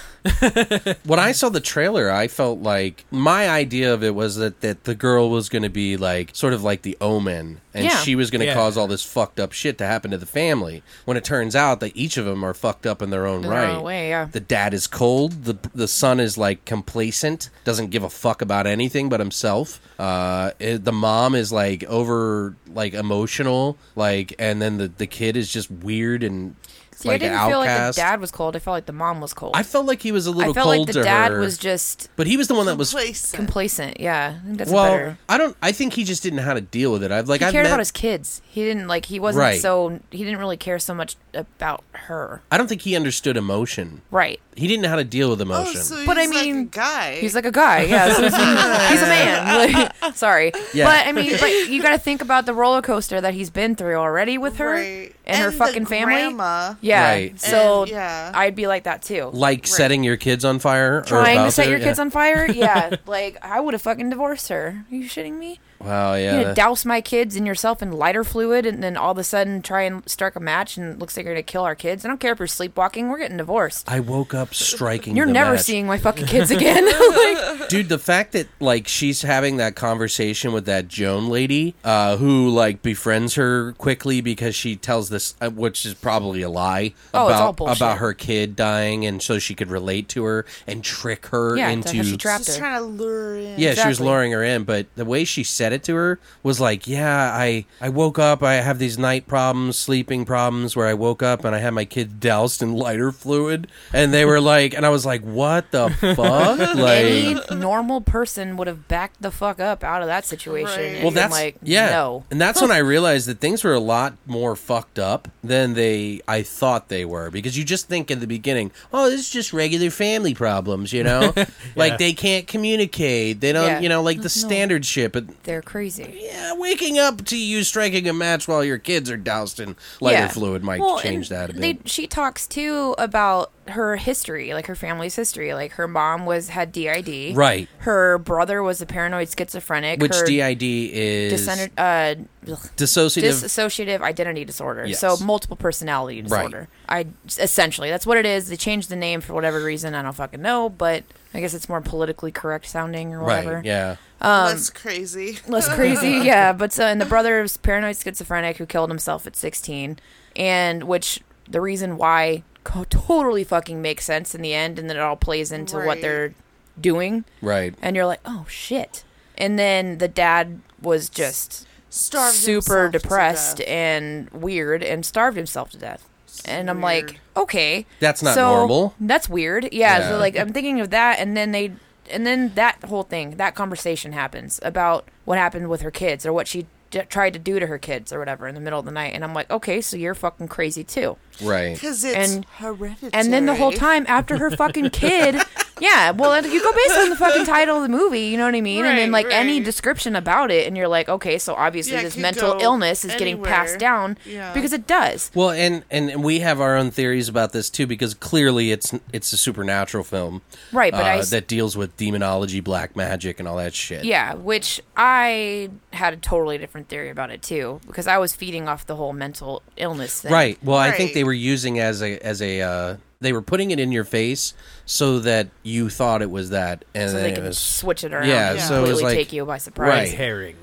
S2: When I saw the trailer, I felt like my idea of it was that, that the girl was going to be like sort of like the omen and
S4: Yeah.
S2: she was going to
S5: Yeah.
S2: cause all this fucked up shit to happen to the family. When it turns out that each of them are fucked up in their own
S4: In their
S2: right.
S4: own way, yeah.
S2: The dad is cold, the the son is like complacent, doesn't give a fuck about anything but himself. Uh it- the mom is like over like emotional, like and then the the kid is just weird and
S4: See,
S2: like
S4: I didn't
S2: an
S4: feel like
S2: outcast.
S4: the dad was cold. I felt like the mom was cold.
S2: I felt like he was a little
S4: I felt
S2: cold
S4: like the
S2: to
S4: dad
S2: her.
S4: was just
S2: But he was the one that was
S6: Complacent.
S4: complacent. Yeah, I think that's
S2: well.
S4: better.
S2: I don't. I think he just didn't know how to deal with it. I've like
S4: He
S2: I've
S4: cared
S2: met,
S4: about his kids. He didn't like. He wasn't
S2: Right.
S4: so. He didn't really care so much about her.
S2: I don't think he understood emotion.
S4: Right.
S2: He didn't know how to deal with
S6: oh,
S2: emotion.
S6: so
S4: But I
S6: he's like a
S4: mean,
S6: guy.
S4: He's like a guy. Yeah. So he's, he's a man. Like, sorry.
S2: Yeah.
S4: But I mean, but you got to think about the roller coaster that he's been through already with her
S6: Right.
S4: and, her
S6: the
S4: fucking family.
S6: grandma.
S4: Yeah.
S2: Right.
S4: So
S6: And- yeah.
S4: I'd be like that too.
S2: like setting your kids on fire. or
S4: Trying
S2: about
S4: to set
S2: to,
S4: your
S2: yeah.
S4: kids on fire? Yeah. like, I would have fucking divorced her. Are you shitting me?
S2: Wow. Yeah.
S4: you
S2: that-
S4: gonna douse my kids and yourself in lighter fluid and then all of a sudden try and strike a match and it looks like you're gonna kill our kids. I don't care if you're sleepwalking, we're getting divorced.
S2: I woke up striking.
S4: You're
S2: the
S4: never
S2: match.
S4: seeing my fucking kids again. like,
S2: dude. The fact that like she's having that conversation with that Joan lady, uh, who like befriends her quickly because she tells this, uh, which is probably a lie
S4: Oh, it's all
S2: about
S4: bullshit.
S2: about her kid dying, and so she could relate to her and trick her
S4: yeah, that's
S2: into
S4: how she trapped
S6: Just
S4: her.
S6: trying to lure in.
S2: Yeah, she was
S4: Exactly.
S2: luring her in, but the way she said it to her was like, "Yeah, I I woke up. I have these night problems, sleeping problems, where I woke up and I had my kid doused in lighter fluid, and they were like, and I was like, what the fuck?
S4: Any
S2: Like,
S4: normal person would have backed the fuck up out of that situation.
S6: Right.
S4: and
S2: well,
S4: been
S2: that's
S4: like
S2: yeah,
S4: no.
S2: and that's when I realized that things were a lot more fucked up than they I thought they were because you just think in the beginning, oh, this is just regular family problems, you know, like they can't communicate, they don't,
S4: Yeah. Mm-hmm.
S2: you know, like the standard shit, but
S4: They're they're crazy.
S2: Yeah, waking up to you striking a match while your kids are doused in lighter
S4: Yeah.
S2: fluid might
S4: Well,
S2: change
S4: and
S2: that a bit.
S4: They, she talks too about her history, like her family's history. Like her mom was had DID.
S2: Right.
S4: Her brother was a paranoid schizophrenic.
S2: Which
S4: her
S2: DID is
S4: dissenter- uh, ugh,
S2: dissociative.
S4: dissociative identity disorder. So
S2: Yes.
S4: multiple personality disorder. I essentially that's what it is. They changed the name for whatever reason. I don't fucking know, but I guess it's more politically correct sounding or whatever.
S2: right. Yeah.
S6: That's crazy.
S4: less crazy yeah but so and the brother is paranoid schizophrenic who killed himself at 16 and which the reason why co- totally fucking makes sense in the end and then it all plays into what
S6: Right.
S4: they're doing
S2: Right.
S4: and you're like oh shit and then the dad was just
S6: Starved
S4: super
S6: himself to
S4: depressed
S6: death.
S4: and weird and starved himself to death and I'm like,
S6: weird.
S4: okay,
S2: That's not
S4: so-
S2: normal.
S4: That's weird. Yeah,
S2: Yeah.
S4: So like, I'm thinking of that, and then they, and then that whole thing, that conversation happens about what happened with her kids or what she d- tried to do to her kids or whatever in the middle of the night, and I'm like, okay, so you're fucking crazy too.
S2: Right.
S6: Because it's
S4: And-
S6: hereditary.
S4: And then the whole time after her fucking kid. Yeah, well, you go based on the fucking title of the movie, you know what I mean? and then,
S6: Right,
S4: like, any
S6: right.
S4: description about it, and you're like, okay, so obviously
S6: Yeah, it
S4: this
S6: could
S4: mental
S6: go
S4: illness is getting passed
S6: anywhere.
S4: down
S6: Yeah.
S4: because it does.
S2: Well, and and we have our own theories about this too, because clearly it's it's a supernatural film,
S4: Right, but
S2: uh,
S4: I s-
S2: that deals with demonology, black magic, and all that shit.
S4: Yeah, which I had a totally different theory about it too, because I was feeding off the whole mental illness thing.
S2: Right. Well, I think
S6: Right.
S2: they were using as a as a uh, they were putting it in your face so that you thought it was that, and
S4: So
S2: then
S4: they
S2: it
S4: can
S2: was
S4: switch it around.
S2: Yeah,
S4: and
S2: so it was
S4: completely
S2: like-
S4: take you by
S2: Right.
S4: surprise.
S5: Red herring.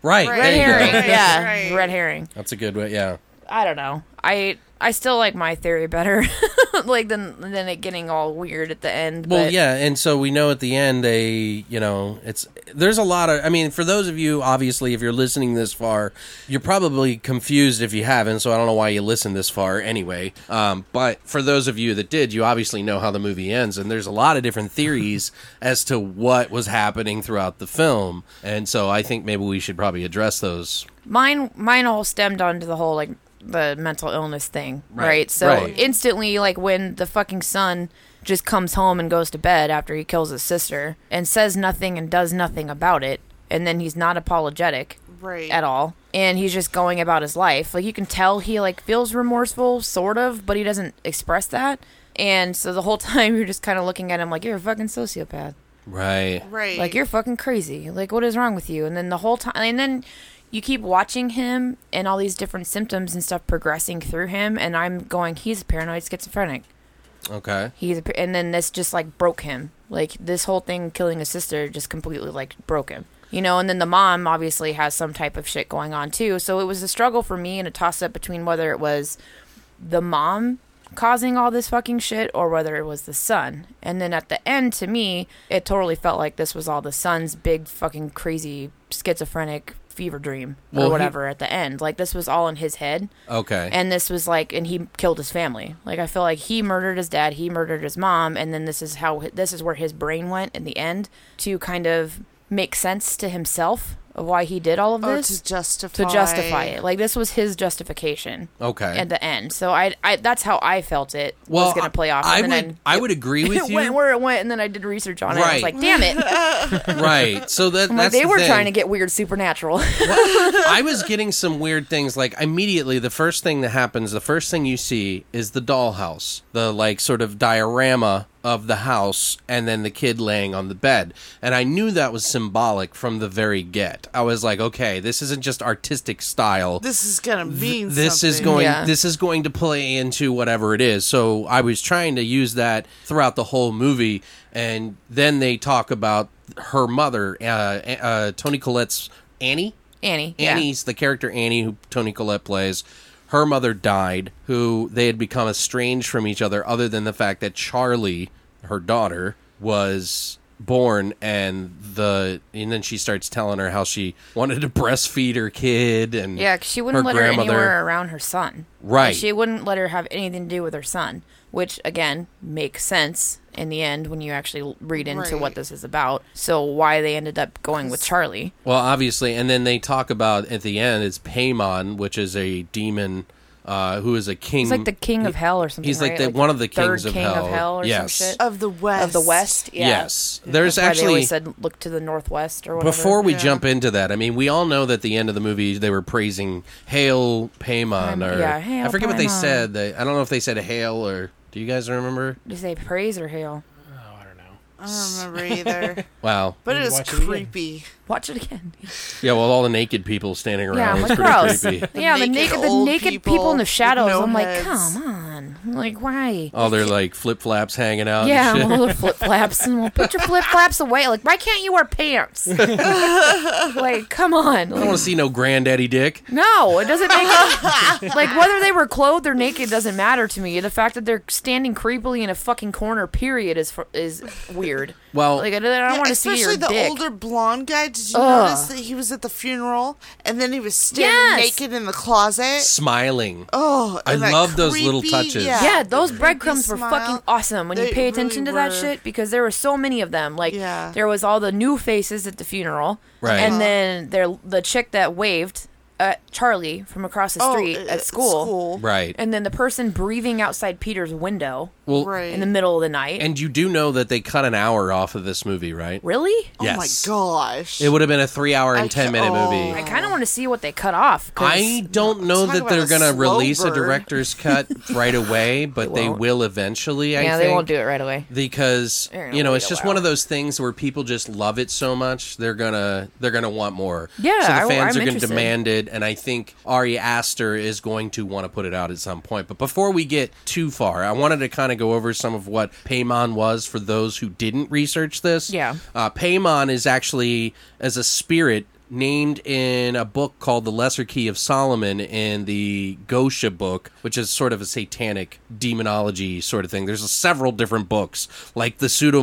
S2: right.
S6: Right.
S2: there
S4: Red
S2: you go.
S4: herring.
S6: Right,
S4: yeah.
S6: right.
S4: Red herring.
S2: That's a good way. Yeah.
S4: I don't know. I I still like my theory better, like than than it getting all weird at the end.
S2: Well,
S4: but
S2: yeah, and so we know at the end they, you know, it's there's a lot of. I mean, for those of you, obviously, if you're listening this far, you're probably confused if you haven't. So I don't know why you listened this far anyway. Um, but for those of you that did, you obviously know how the movie ends, and there's a lot of different theories as to what was happening throughout the film. And so I think maybe we should probably address those.
S4: mine mine all stemmed onto the whole like the mental illness thing right, so
S2: Right.
S4: instantly like when the fucking son just comes home and goes to bed after he kills his sister and says nothing and does nothing about it and then he's not apologetic
S6: Right.
S4: at all and he's just going about his life like you can tell he like feels remorseful sort of but he doesn't express that and so the whole time you're just kind of looking at him like you're a fucking sociopath
S2: Right.
S6: Right.
S4: like you're fucking crazy. Like what is wrong with you? And then the whole time, and then you keep watching him and all these different symptoms and stuff progressing through him, and I'm going, he's paranoid schizophrenic.
S2: Okay.
S4: He's a, pa- and then this just like broke him. Like this whole thing killing his sister just completely like broke him. You know, and then the mom obviously has some type of shit going on too. So it was a struggle for me and a toss up between whether it was the mom causing all this fucking shit or whether it was the son. And then at the end, to me, it totally felt like this was all the son's big fucking crazy schizophrenic fever dream or
S2: Well, he-
S4: whatever at the end. Like this was all in his head.
S2: Okay.
S4: And this was like, and he killed his family. Like I feel like he murdered his dad, he murdered his mom, and then this is how this is where his brain went in the end to kind of make sense to himself of why he did all of
S6: Or
S4: this
S6: Oh, to justify.
S4: to justify it. Like this was his justification
S2: okay.
S4: at the end. So I, I that's how I felt it was going to play off.
S2: I
S4: and then
S2: would. I, would agree
S4: it
S2: with you.
S4: went where it went, and then I did research on it. I was
S2: Right.
S4: like, damn it!
S2: right. So that
S4: Like,
S2: that's
S4: they
S2: the
S4: were
S2: thing.
S4: trying to get weird supernatural.
S2: I was getting some weird things. Like immediately, the first thing that happens, the first thing you see is the dollhouse, the like sort of diorama of the house, and then the kid laying on the bed. And I knew that was symbolic from the very get. I was like, okay, this isn't just artistic style.
S6: This is gonna mean
S2: this is
S6: something.
S2: going
S4: Yeah.
S2: this is going to play into whatever it is so i was trying to use that throughout the whole movie and then they talk about her mother uh, uh, tony collette's annie
S4: Annie, yeah.
S2: Annie's the character Annie who Tony Collette plays. Her mother died, who they had become estranged from each other, other than the fact that Charlie, her daughter, was born and the and then she starts telling her how she wanted to breastfeed her kid and
S4: Yeah, 'cause she wouldn't let her anywhere around her son.
S2: Right.
S4: Like, she wouldn't let her have anything to do with her son, which again makes sense in the end when you actually l- read into
S6: Right.
S4: what this is about. So why they ended up going with Charlie?
S2: Well, obviously, and then they talk about at the end it's Paimon, which is a demon uh, who is a king.
S4: He's like the king of hell or something.
S2: He's like
S4: right?
S2: the- one of the
S4: third
S2: kings of
S4: king
S2: hell.
S4: Of hell or
S2: Yes.
S4: some shit.
S6: of the west
S4: Of the West. Yeah.
S2: Yes, there's
S4: That's why they
S2: actually
S4: always said look to the northwest or whatever.
S2: before we jump into that. I mean, we all know that the end of the movie they were praising Hail Paimon,
S4: Paimon,
S2: or
S4: yeah, Hail
S2: I forget what they
S4: Paimon.
S2: said. They, I don't know if they said Hail or. Do you guys remember?
S4: Did they say praise or hail?
S5: Oh, I don't know.
S6: I don't remember either,
S2: Wow.
S6: but
S5: You
S6: it was
S5: watch it again.
S6: creepy.
S4: Watch it again.
S2: Yeah, well, all the naked people standing around.
S4: Yeah, I'm
S2: it's
S4: like
S2: pretty
S4: gross.
S2: creepy.
S4: yeah, the
S6: naked
S4: naked, the
S6: old
S4: naked people,
S6: people
S4: in the
S6: with
S4: shadows.
S6: no
S4: I'm like,
S6: heads.
S4: come on, like why?
S2: All their like flip flaps hanging out.
S4: yeah,
S2: and shit.
S4: all the flip flaps. And well, put your flip flaps away. Like, why can't you wear pants? like, come on.
S2: I don't want to see no granddaddy dick.
S4: No, it doesn't make it. like whether they were clothed or naked doesn't matter to me. The fact that they're standing creepily in a fucking corner, period, is fu- is weird.
S2: Well,
S4: like I don't, I don't want to see
S6: Especially
S4: your
S6: the
S4: dick.
S6: older blonde guy. Did you
S4: Ugh.
S6: notice that he was at the funeral and then he was standing
S4: Yes.
S6: naked in the closet?
S2: smiling.
S6: Oh,
S2: I
S6: and that
S2: love those little
S6: creepy-
S2: touches.
S4: yeah, those breadcrumbs were
S6: smile.
S4: fucking awesome when you
S6: They
S4: pay attention
S6: really
S4: to that
S6: were.
S4: shit because there were so many of them. Like
S6: Yeah.
S4: there was all the new faces at the funeral,
S2: Right.
S4: And
S2: Uh-huh.
S4: then there the chick that waved at Charlie from across the
S6: Oh,
S4: street
S6: uh,
S4: at school.
S2: Right.
S4: and then the person breathing outside Peter's window
S2: well,
S6: Right.
S4: in the middle of the night.
S2: and you do know that they cut an hour off of this movie, right?
S4: really?
S6: Oh my
S2: Yes.
S6: gosh.
S2: It would have been a three hour and
S6: I
S2: ten
S6: ca-
S2: minute
S6: oh.
S4: I
S2: movie.
S4: kind of want to see what they cut off. 'cause-
S2: I don't know
S6: Talk
S2: that
S6: about
S2: they're
S6: a
S2: going to
S6: slow
S2: release a
S6: burn.
S2: director's cut right away, but they,
S4: won't.
S2: will eventually. I
S4: yeah,
S2: think.
S4: they won't do it right away.
S2: because
S4: They're gonna
S2: you know
S4: wait
S2: it's
S4: a
S2: just
S4: while.
S2: one of those things where people just love it so much they're gonna they're gonna want more.
S4: Yeah,
S2: so
S4: I-
S2: the fans
S4: I'm
S2: are gonna
S4: interested.
S2: demand it, and I think Ari Aster is going to want to put it out at some point. But before we get too far, I wanted to kind of go over some of what Paimon was for those who didn't research this.
S4: Yeah.
S2: uh, Paimon is actually as a spirit. Named in a book called The Lesser Key of Solomon in the Gosha book, which is sort of a satanic demonology sort of thing. There's several different books, like the Pseudo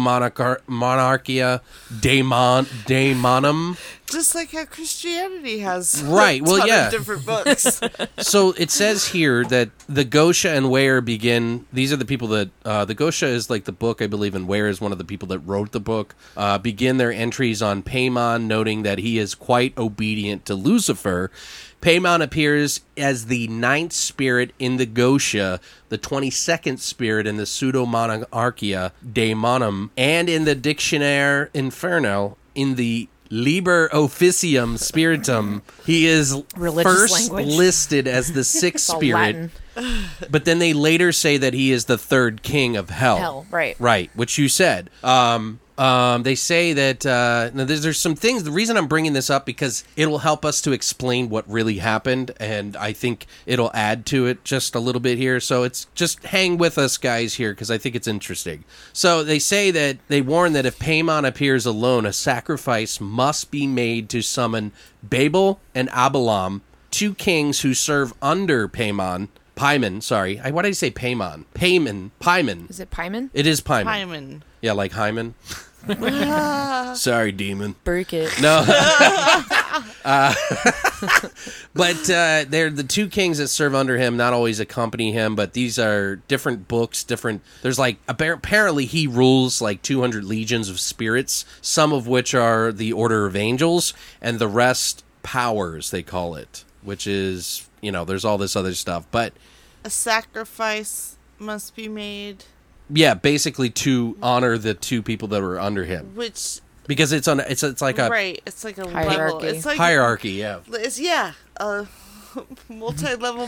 S2: Monarchia Daemon Daemonum.
S6: Just like how Christianity has
S2: Right,
S6: a
S2: well,
S6: ton of
S2: yeah.
S6: different books.
S2: so it says here that the Gosha and Ware begin. These are the people that uh, the Gosha is like the book, I believe, and Ware is one of the people that wrote the book. Uh, begin their entries on Paimon, noting that he is quite obedient to Lucifer. Paimon appears as the ninth spirit in the Gosha, the twenty-second spirit in the Pseudo Monarchia Daemonum, and in the Dictionnaire Inferno in the. Liber Officium Spiritum. He is
S4: Religious
S2: first
S4: language.
S2: listed as the sixth
S4: It's all
S2: spirit,
S4: Latin.
S2: but then they later say that he is the third king of hell.
S4: Hell, right.
S2: Right, which you said. Um, um, they say that uh, now there's, there's some things. The reason I'm bringing this up because it'll help us to explain what really happened, and I think it'll add to it just a little bit here. So it's just hang with us, guys, here because I think it's interesting. So they say that they warn that if Paimon appears alone, a sacrifice must be made to summon Babel and Abalam, two kings who serve under Paimon. Paimon, sorry. I, why did I say Paimon? Paimon. Paimon.
S4: Is it Pyman?
S2: It is Paimon.
S6: Hyman.
S2: Yeah, like Hyman. Sorry, demon.
S4: Break it.
S2: No. Uh, but uh, they're the two kings that serve under him, not always accompany him, but these are different books, different. There's like, appar- apparently, he rules like 200 legions of spirits, some of which are the Order of Angels, and the rest powers, they call it, which is, you know, there's all this other stuff. But
S6: A sacrifice must be made,
S2: yeah, basically to honor the two people that were under him.
S6: which
S2: Because it's on, it's it's like a
S6: right, it's like a level.
S4: Hierarchy.
S6: It's like
S2: hierarchy. Yeah.
S6: It's, yeah, a multi-level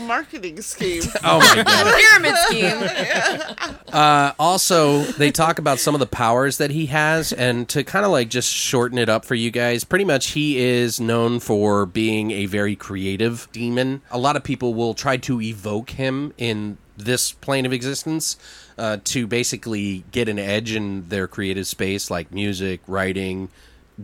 S6: marketing scheme.
S2: Oh my god.
S4: Pyramid scheme.
S2: Uh, also, they talk about some of the powers that he has, and to kind of like just shorten it up for you guys, pretty much he is known for being a very creative demon. A lot of people will try to evoke him in this plane of existence uh, to basically get an edge in their creative space, like music, writing.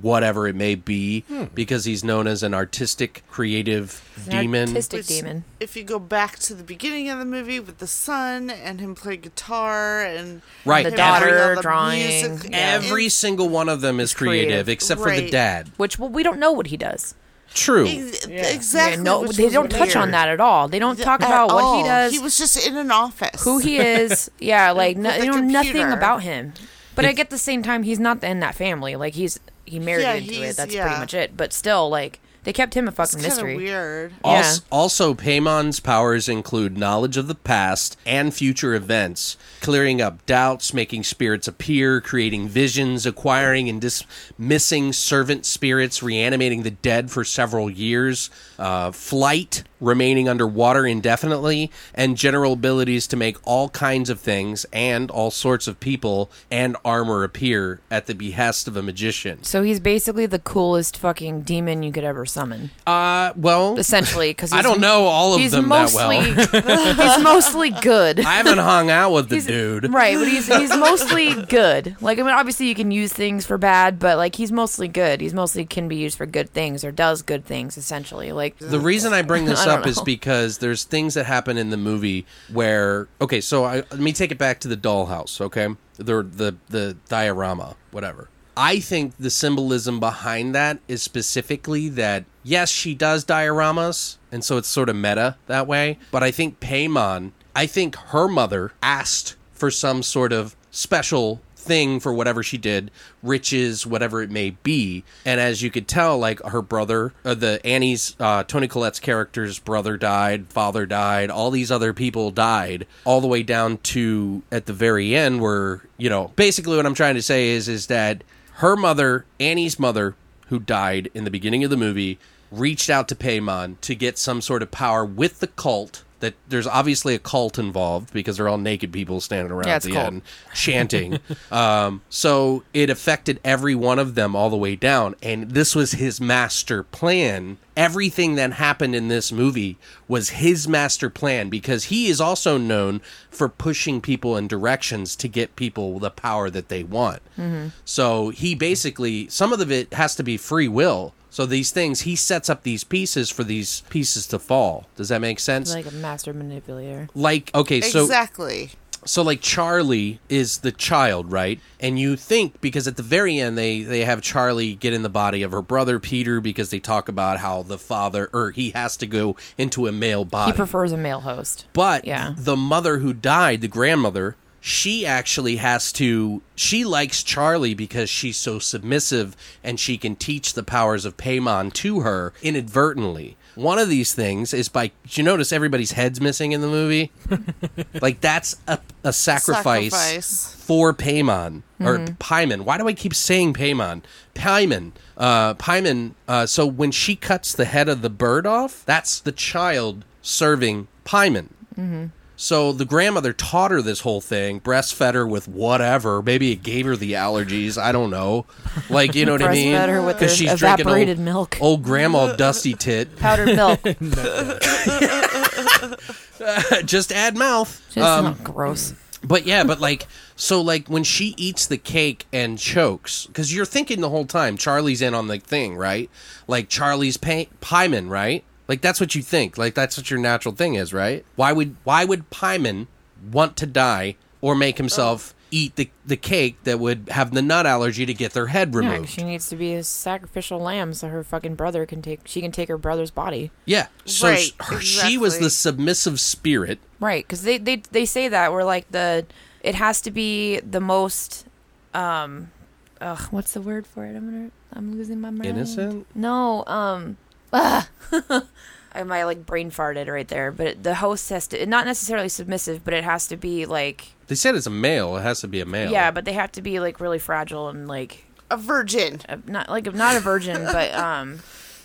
S2: Whatever it may be, because he's known as an artistic, creative demon.
S4: Artistic
S6: Which,
S4: demon.
S6: If you go back to the beginning of the movie with the son and him playing guitar and
S2: Right.
S6: him
S2: The
S6: doing all
S4: daughter
S6: the
S4: drawing,
S6: music
S4: yeah.
S6: and-
S2: Every single one of them is creative,
S4: creative.
S2: except for the
S6: Right.
S2: dad.
S4: Which well, we don't know what he does.
S2: True.
S6: Ex-
S5: Yeah.
S6: exactly.
S4: Yeah, no,
S6: which
S4: they
S6: was
S4: don't touch on
S6: weird.
S4: that at all. They don't talk
S6: At
S4: about what
S6: all.
S4: he does,
S6: He was just in an office.
S4: who he is. Yeah, like no,
S6: With the
S4: you know nothing
S6: computer.
S4: about him. But I get the same time he's not in that family. Like he's he married
S6: Yeah,
S4: into it.
S6: he's-
S4: That's
S6: yeah.
S4: pretty much it. But still, like They kept him a fucking
S6: It's kind
S4: mystery.
S6: of weird.
S2: Also, also, Paymon's powers include knowledge of the past and future events, clearing up doubts, making spirits appear, creating visions, acquiring and dismissing servant spirits, reanimating the dead for several years, uh, flight, remaining underwater indefinitely, and general abilities to make all kinds of things and all sorts of people and armor appear at the behest of a magician.
S4: So he's basically the coolest fucking demon you could ever summon,
S2: Uh, well,
S4: essentially. Because
S2: I don't know all of
S4: he's
S2: them that well.
S4: mostly, he's mostly good.
S2: I haven't hung out with the
S4: He's-
S2: dude.
S4: Right, but he's he's mostly good. Like I mean, obviously you can use things for bad, but like he's mostly good. He's mostly can be used for good things or does good things essentially. Like
S2: The reason I bring this
S4: I don't
S2: up is
S4: know.
S2: because there's things that happen in the movie where okay, so I, let me take it back to the dollhouse, okay? The the the diorama, whatever. I think the symbolism behind that is specifically that yes, she does dioramas, and so it's sort of meta that way. But I think Paimon, I think her mother asked for some sort of special thing for whatever she did, riches, whatever it may be. And as you could tell, like her brother, uh, the Annie's, uh, Tony Collette's character's brother died, father died, all these other people died, all the way down to at the very end where, you know, basically what I'm trying to say is, is that her mother, Annie's mother, who died in the beginning of the movie, reached out to Paimon to get some sort of power with the cult. That there's obviously a cult involved because they're all naked people standing around
S4: Yeah,
S2: at
S4: it's
S2: the
S4: a cult.
S2: end chanting. um, so it affected every one of them all the way down. And this was his master plan. Everything that happened in this movie was his master plan because he is also known for pushing people in directions to get people the power that they want. So he basically, some of it has to be free will. So these things, he sets up these pieces for these pieces to fall. Does that make sense? Like,
S4: like a master manipulator.
S2: okay, so
S6: exactly.
S2: so like charlie is the child right and you think because at the very end they they have charlie get in the body of her brother peter because they talk about how the father or he has to go into a male
S4: He
S2: body
S4: prefers a male host.
S2: but
S4: Yeah.
S2: the mother who died, the grandmother, she actually has to. She likes Charlie because she's so submissive and she can teach the powers of Paimon to her inadvertently. One of these things is by. Did you notice everybody's head's missing in the movie? like, that's a, a sacrifice,
S6: Sacrifice.
S2: for Paimon. Or Paimon. Why do I keep saying Paimon? Paimon. Uh, Paimon. Uh, so when she cuts the head of the bird off, that's the child serving Paimon. So the grandmother taught her this whole thing, breastfed her with whatever. Maybe it gave her the allergies. I don't know. Like you know what I mean?
S4: Breastfed her with
S2: 'Cause
S4: her
S2: drinking
S4: evaporated
S2: old,
S4: milk.
S2: Old grandma dusty tit.
S4: Powdered milk.
S2: Just add mouth.
S4: Just
S2: Um,
S4: not gross.
S2: But yeah, but like so like when she eats the cake and chokes cuz you're thinking the whole time Charlie's in on the thing, right? Like Charlie's pa- Pyman, right? Like that's what you think. Like that's what your natural thing is, right? Why would why would Pyman want to die or make
S4: Oh.
S2: himself eat the the cake that would have the nut allergy to get their head
S4: Yeah,
S2: removed?
S4: she needs to be a sacrificial lamb so her fucking brother can take she can take her brother's body.
S2: Yeah. So
S6: Right,
S2: sh- her- she was
S6: exactly.
S2: the submissive spirit.
S4: Right, because they, they they say that we're like the it has to be the most um ugh, what's the word for it? I'm gonna I'm losing my mind.
S2: Innocent?
S4: No, um ugh. I might like brain farted right there, but it, the host has to not necessarily submissive, but it has to be like
S2: They said it's a male, it has to be a male.
S4: yeah, but they have to be like really fragile and like
S6: A virgin.
S4: a, not like not a virgin, but um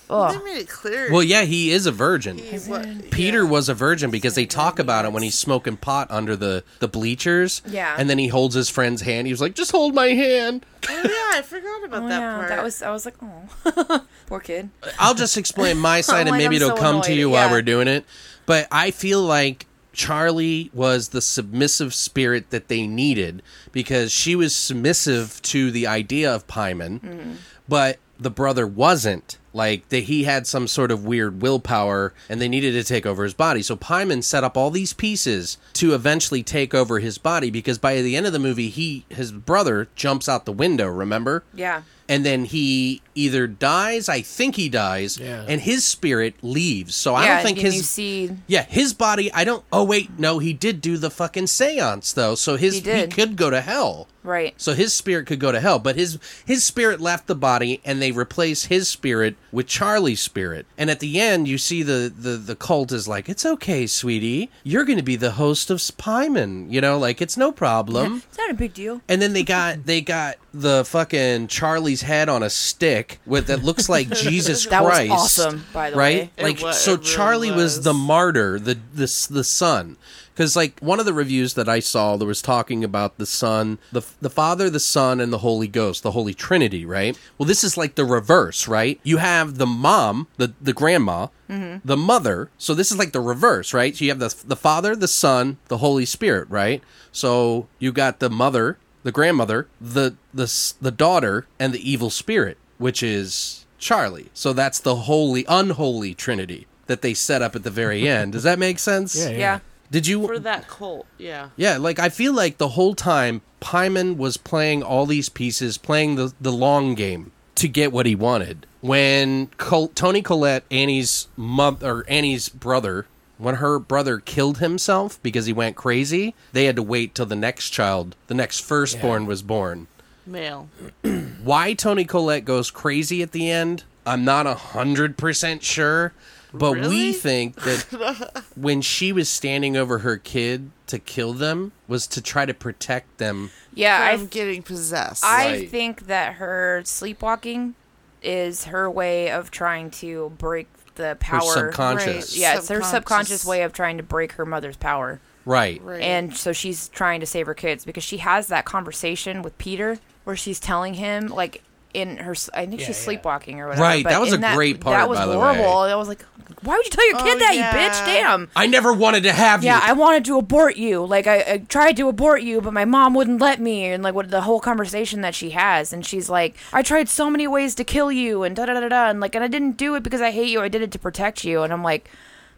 S6: They made it clear.
S2: Well, yeah, he is a virgin.
S6: he wa-
S2: Peter was a virgin because they talk about it when he's smoking pot under the, the bleachers.
S4: Yeah.
S2: And then he holds his friend's hand. He was like, just hold my hand.
S6: Oh, yeah, I forgot about
S4: oh,
S6: that
S4: yeah,
S6: part.
S4: that was I was like oh poor kid.
S2: I'll just explain my side and
S4: Oh, like,
S2: maybe
S4: I'm
S2: it'll
S4: so
S2: come to
S4: annoyed.
S2: you while
S4: Yeah.
S2: we're doing it. But I feel like Charlie was the submissive spirit that they needed because she was submissive to the idea of Pyman,
S4: Mm.
S2: but the brother wasn't. Like that he had some sort of weird willpower and they needed to take over his body. So Pyman set up all these pieces to eventually take over his body because by the end of the movie he his brother jumps out the window, remember?
S4: Yeah.
S2: and then he either dies i think he dies and his spirit leaves so i
S4: yeah,
S2: don't think
S4: and
S2: his
S4: you see
S2: yeah his body i don't oh wait no he did do the fucking seance though so his
S4: He
S2: he,
S4: did.
S2: could go to hell
S4: right.
S2: so his spirit could go to hell but his his spirit left the body and they replace his spirit with Charlie's spirit. And at the end, you see the the the cult is like, "It's okay, sweetie. You're going to be the host of Spyman. You know, like it's no problem."
S4: It's not a big deal.
S2: And then they got they got the fucking Charlie's head on a stick with that looks like Jesus
S4: That was
S2: Christ.
S4: awesome, by the
S2: right?
S4: way.
S2: Like
S6: wa-
S2: so,
S6: it really
S2: Charlie was.
S6: was.
S2: the martyr, the the s- the son. Because like one of the reviews that I saw, there was talking about the son, the f- the father, the son, and the Holy Ghost, the Holy Trinity, right? Well, this is like the reverse, right? You have the mom, the the grandma, the mother. So this is like the reverse, right? So you have the the father, the son, the Holy Spirit, right? So you got the mother, the grandmother, the the s- the daughter, and the evil spirit, which is Charlie. So that's the holy, unholy trinity that they set up at the very end. Does that make sense?
S5: Yeah,
S4: Yeah.
S2: Did you?
S6: For that cult, yeah.
S2: yeah, like I feel like the whole time Pyman was playing all these pieces, playing the, the long game to get what he wanted. When Col- Tony Collette, Annie's mother, or Annie's brother, when her brother killed himself because he went crazy, they had to wait till the next child, the next firstborn, was born.
S6: Male.
S2: Why Tony Collette goes crazy at the end, I'm not a hundred percent sure. But we
S6: Really?
S2: think that when she was standing over her kid to kill them was to try to protect them.
S4: Yeah, I
S6: I'm getting possessed.
S4: I
S2: Right.
S4: think that her sleepwalking is her way of trying to break the power.
S2: subconscious.
S4: Yeah, it's her subconscious
S6: Subconscious.
S4: way of trying to break her mother's power.
S2: Right.
S6: Right.
S4: And so she's trying to save her kids because she has that conversation with Peter where she's telling him like in her s- I think she's
S5: yeah.
S4: sleepwalking or whatever.
S2: Right,
S4: but
S2: that was
S4: in
S2: a great part,
S4: That was
S2: by the
S4: horrible.
S2: way.
S4: I was like, why would you tell your kid
S6: Oh,
S4: that, you
S6: yeah.
S4: bitch? Damn.
S2: I never wanted to have
S4: Yeah, I
S2: you.
S4: wanted to abort you. Like I, I tried to abort you, but my mom wouldn't let me. And like what the whole conversation that she has, and she's like, I tried so many ways to kill you, and da da da da, and like, and I didn't do it because I hate you. I did it to protect you. And I'm like,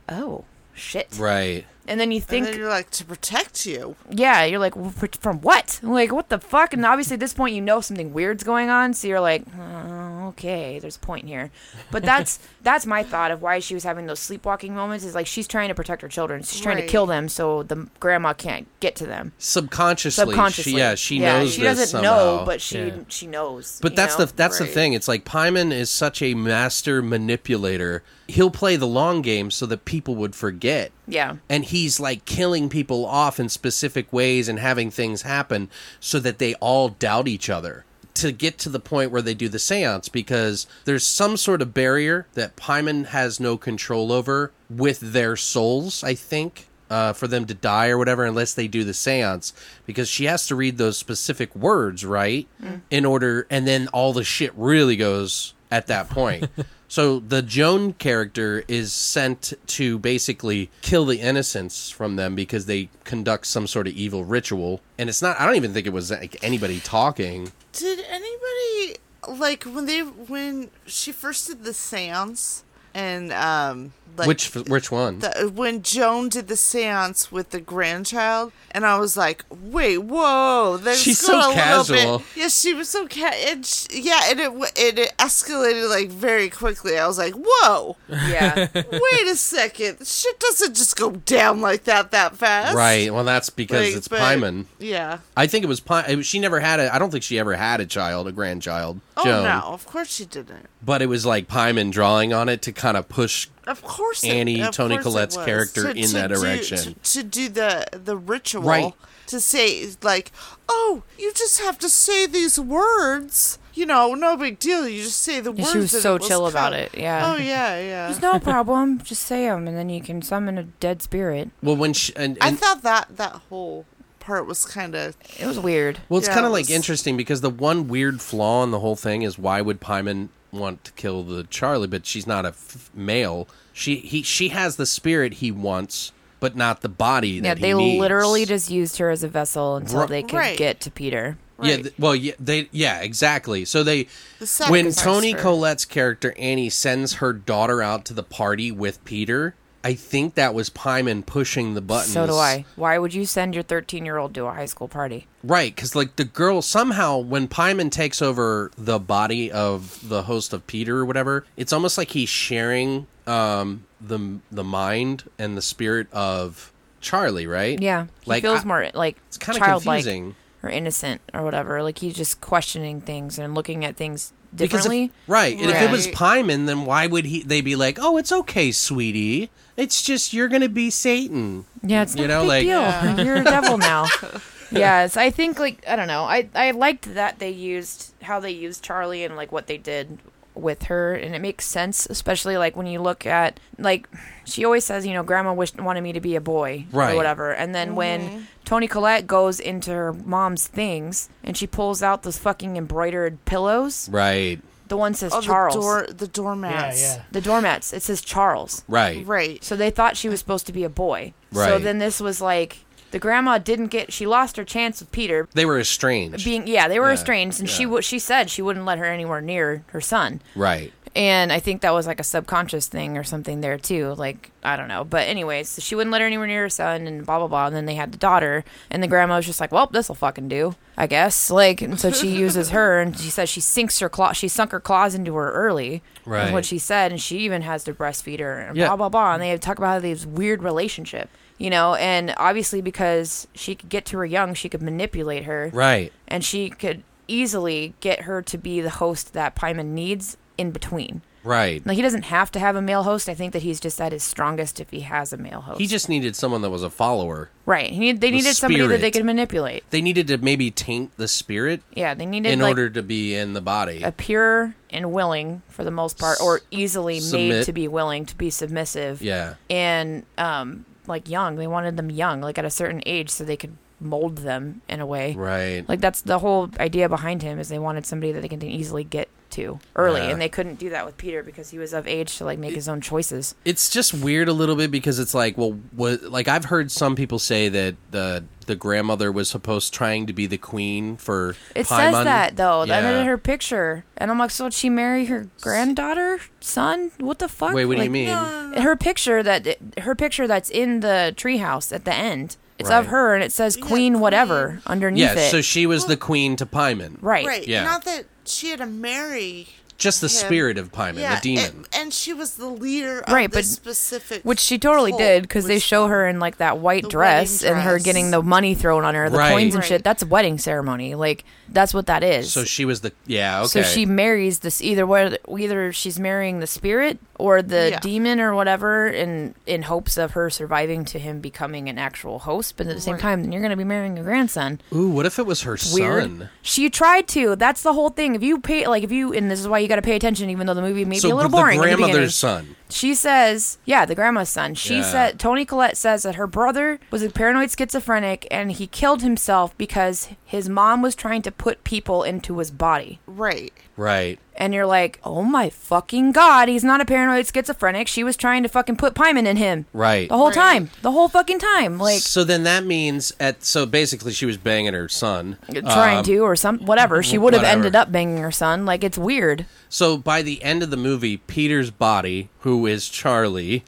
S4: oh shit.
S2: right.
S4: And then you
S6: and
S4: think,
S6: then you're like, to protect you.
S4: yeah, you're like, well, pr- from what? Like what the fuck? And obviously at this point you know something weird's going on, so you're like, oh, okay, there's a point here. But that's that's my thought of why she was having those sleepwalking moments. Is like she's trying to protect her children. She's trying
S6: Right.
S4: to kill them so the grandma can't get to them
S2: Subconsciously,
S4: subconsciously.
S2: She, yeah, she knows.
S4: She
S2: this
S4: doesn't know,
S2: somehow.
S4: but she
S5: Yeah.
S4: she knows.
S2: But
S4: you
S2: that's
S4: know?
S2: the that's the
S6: Right.
S2: thing. It's like Pyman is such a master manipulator. He'll play the long game so that people would forget.
S4: yeah.
S2: and he's like killing people off in specific ways and having things happen so that they all doubt each other to get to the point where they do the seance because there's some sort of barrier that Pyman has no control over with their souls, I think. Uh, for them to die or whatever, unless they do the seance, because she has to read those specific words, right?
S6: Mm.
S2: In order, and then all the shit really goes at that point. so the Joan character is sent to basically kill the innocents from them because they conduct some sort of evil ritual. And it's not, I don't even think it was like anybody talking.
S6: Did anybody like when they when she first did the seance and um like
S2: which which one?
S6: the, when Joan did the seance with the grandchild, and I was like, "Wait, whoa!" There's
S2: She's
S6: going
S2: so
S6: a little bit-
S2: casual.
S6: Yeah, she was so ca- and sh Yeah, and it, w- and it escalated like very quickly. I was like, "Whoa,
S4: Yeah.
S6: wait a second! Shit doesn't just go down like that that fast."
S2: right. Well, that's because
S6: Like,
S2: it's
S6: but-
S2: Pyman.
S6: Yeah.
S2: I think it was Pyman. She never had a, I don't think she ever had a child, a grandchild.
S6: Oh
S2: Joan.
S6: no! Of course she didn't.
S2: But it was like Pyman drawing on it to kind of push
S6: Of course,
S2: Annie,
S6: it, of
S2: Tony
S6: course it
S2: Collette's
S6: was.
S2: character in that
S6: do-
S2: direction.
S6: to, to do the the ritual,
S2: Right.
S6: To say like, oh, you just have to say these words. You know, no big deal. You just say the
S4: she
S6: words.
S4: was
S6: and
S4: so
S6: will
S4: chill about
S6: come."
S4: it, yeah.
S6: Oh yeah, yeah.
S4: no problem. Just say them, and then you can summon a dead spirit.
S2: Well, when she, and,
S6: I
S2: and-
S6: thought that that whole part was kind of
S4: It was weird.
S2: Well, it's
S6: Yeah,
S2: kind
S6: it
S2: of like
S6: was-
S2: interesting because the one weird flaw in the whole thing is why would Pyman want to kill the Charlie? But she's not a f- male. She he she has the spirit he wants, but not the body.
S4: Yeah,
S2: That he
S4: they
S2: needs.
S4: literally just used her as a vessel until
S2: Right.
S4: they could
S6: Right.
S4: get to Peter.
S2: Yeah,
S6: Right.
S2: th- well, yeah, they yeah, exactly. So they
S6: The
S2: when
S6: sacrifice
S2: Tony
S4: for-
S2: Collette's character Annie sends her daughter out to the party with Peter, I think that was Pyman pushing the buttons.
S4: So do I. Why would you send your 13 year old to a high school party?
S2: Right, because like the girl somehow when Pyman takes over the body of the host of Peter or whatever, it's almost like he's sharing um, the the mind and the spirit of Charlie, right?
S4: Yeah, he
S2: like
S4: feels
S2: I-
S4: more like
S2: It's kind of
S4: childlike
S2: confusing.
S4: or innocent or whatever. Like he's just questioning things and looking at things
S2: Because
S4: differently.
S2: if, right, and if it was
S6: Right.
S2: Pyman, then why would he? They be like, "Oh, it's okay, sweetie. It's just you're gonna be Satan."
S4: Yeah, it's
S2: You
S4: not
S2: know,
S4: a big
S2: like-
S4: deal. You're a devil now. yes, I think like I don't know. I I liked that they used how they used Charlie and like what they did with her, and it makes sense, especially like when you look at like she always says, you know, Grandma wished wanted me to be a boy
S2: Right.
S4: or whatever, and then when Tony Collette goes into her mom's things and she pulls out those fucking embroidered pillows,
S2: Right,
S4: the one says
S6: Oh,
S4: Charles,
S6: the door, the
S5: Yeah,
S6: doormats.
S5: yeah.
S4: the doormats, it says Charles.
S2: right,
S6: Right.
S4: So they thought she was supposed to be a boy. So
S2: Right.
S4: then this was like the grandma didn't get she lost her chance with Peter
S2: They were estranged.
S4: being yeah, they were
S2: Yeah,
S4: estranged and she
S2: yeah.
S4: w- she said she wouldn't let her anywhere near her son.
S2: right,
S4: And I think that was like a subconscious thing or something there too. Like I don't know, but anyways, so she wouldn't let her anywhere near her son and blah blah blah. And then they had the daughter, and the grandma was just like, "Well, this will fucking do, I guess." Like, and so she uses her, and she says she sinks her claw, she sunk her claws into her early, Is
S2: Right.
S4: what she said, and she even has to breastfeed her and
S2: Yeah.
S4: blah blah blah. And they talk about how they have this weird relationship, you know, and obviously because she could get to her young, she could manipulate her,
S2: right,
S4: and she could easily get her to be the host that Pyman needs in between.
S2: right.
S4: Like he doesn't have to have a male host. I think that he's just at his strongest if he has a male host.
S2: He just needed someone that was a follower.
S4: right. He need, they needed somebody that they
S2: spirit.
S4: could manipulate.
S2: They needed to maybe taint the spirit
S4: Yeah, they needed
S2: in
S4: like
S2: order to be in the body.
S4: a pure and willing for the most part, or easily made
S2: Submit.
S4: to be willing to be submissive.
S2: yeah,
S4: and um, like young, they wanted them young, like at a certain age, so they could mold them in a way.
S2: right.
S4: Like that's the whole idea behind him is they wanted somebody that they can easily get to early,
S2: Yeah.
S4: and they couldn't do that with Peter because he was of age to like make his own choices.
S2: it's just weird a little bit because it's like, well, what, like I've heard some people say that the the grandmother was supposed trying to be the queen for.
S4: It
S2: Paimon.
S4: says that though.
S2: Yeah.
S4: And then in her picture, and I'm like, so did she marry her granddaughter, son? What the fuck?
S2: Wait, what do
S4: Like,
S2: you mean?
S4: Her picture that her picture that's in the treehouse at the end. It's of
S2: Right.
S4: her, and it says Queen whatever underneath
S2: Yeah,
S4: it.
S2: so she was the queen to Pyman.
S4: right.
S6: Right.
S2: Yeah.
S6: Not that she had to marry.
S2: Just the
S6: him.
S2: spirit of Pyman, the demon.
S6: And, and she was the leader of
S4: Right,
S6: the
S4: but-
S6: specific.
S4: Which she totally
S6: cult,
S4: did because they
S6: which-
S4: show her in like that white
S6: The
S4: dress,
S6: wedding
S4: and her
S6: dress.
S4: getting the money thrown on her, the
S2: Right.
S4: coins and
S6: Right.
S4: shit. That's a wedding ceremony. Like that's what that is.
S2: so she was the yeah okay.
S4: So she marries this either whether either she's marrying the spirit or the
S6: Yeah.
S4: demon or whatever in in hopes of her surviving to him becoming an actual host, but at the same time then you're gonna be marrying your grandson.
S2: Ooh, what if it was her
S4: Weird.
S2: son?
S4: She tried to. That's the whole thing. If you pay like if you and this is why you gotta pay attention even though the movie may
S2: So
S4: be a little
S2: the
S4: boring. in the beginning.
S2: grandmother's son.
S4: She says, yeah, the grandma's son. She
S2: Yeah.
S4: said, Tony Collette says that her brother was a paranoid schizophrenic and he killed himself because his mom was trying to put people into his body.
S6: Right.
S2: Right.
S4: And you're like, oh my fucking god, he's not a paranoid schizophrenic. She was trying to fucking put Pyman in him.
S2: Right.
S4: The whole
S6: Right.
S4: time. The whole fucking time. Like,
S2: so then that means at so basically she was banging her son.
S4: trying
S2: Um,
S4: to or some whatever. She would have
S2: whatever.
S4: ended up banging her son. Like, it's weird.
S2: So by the end of the movie, Peter's body, who is Charlie,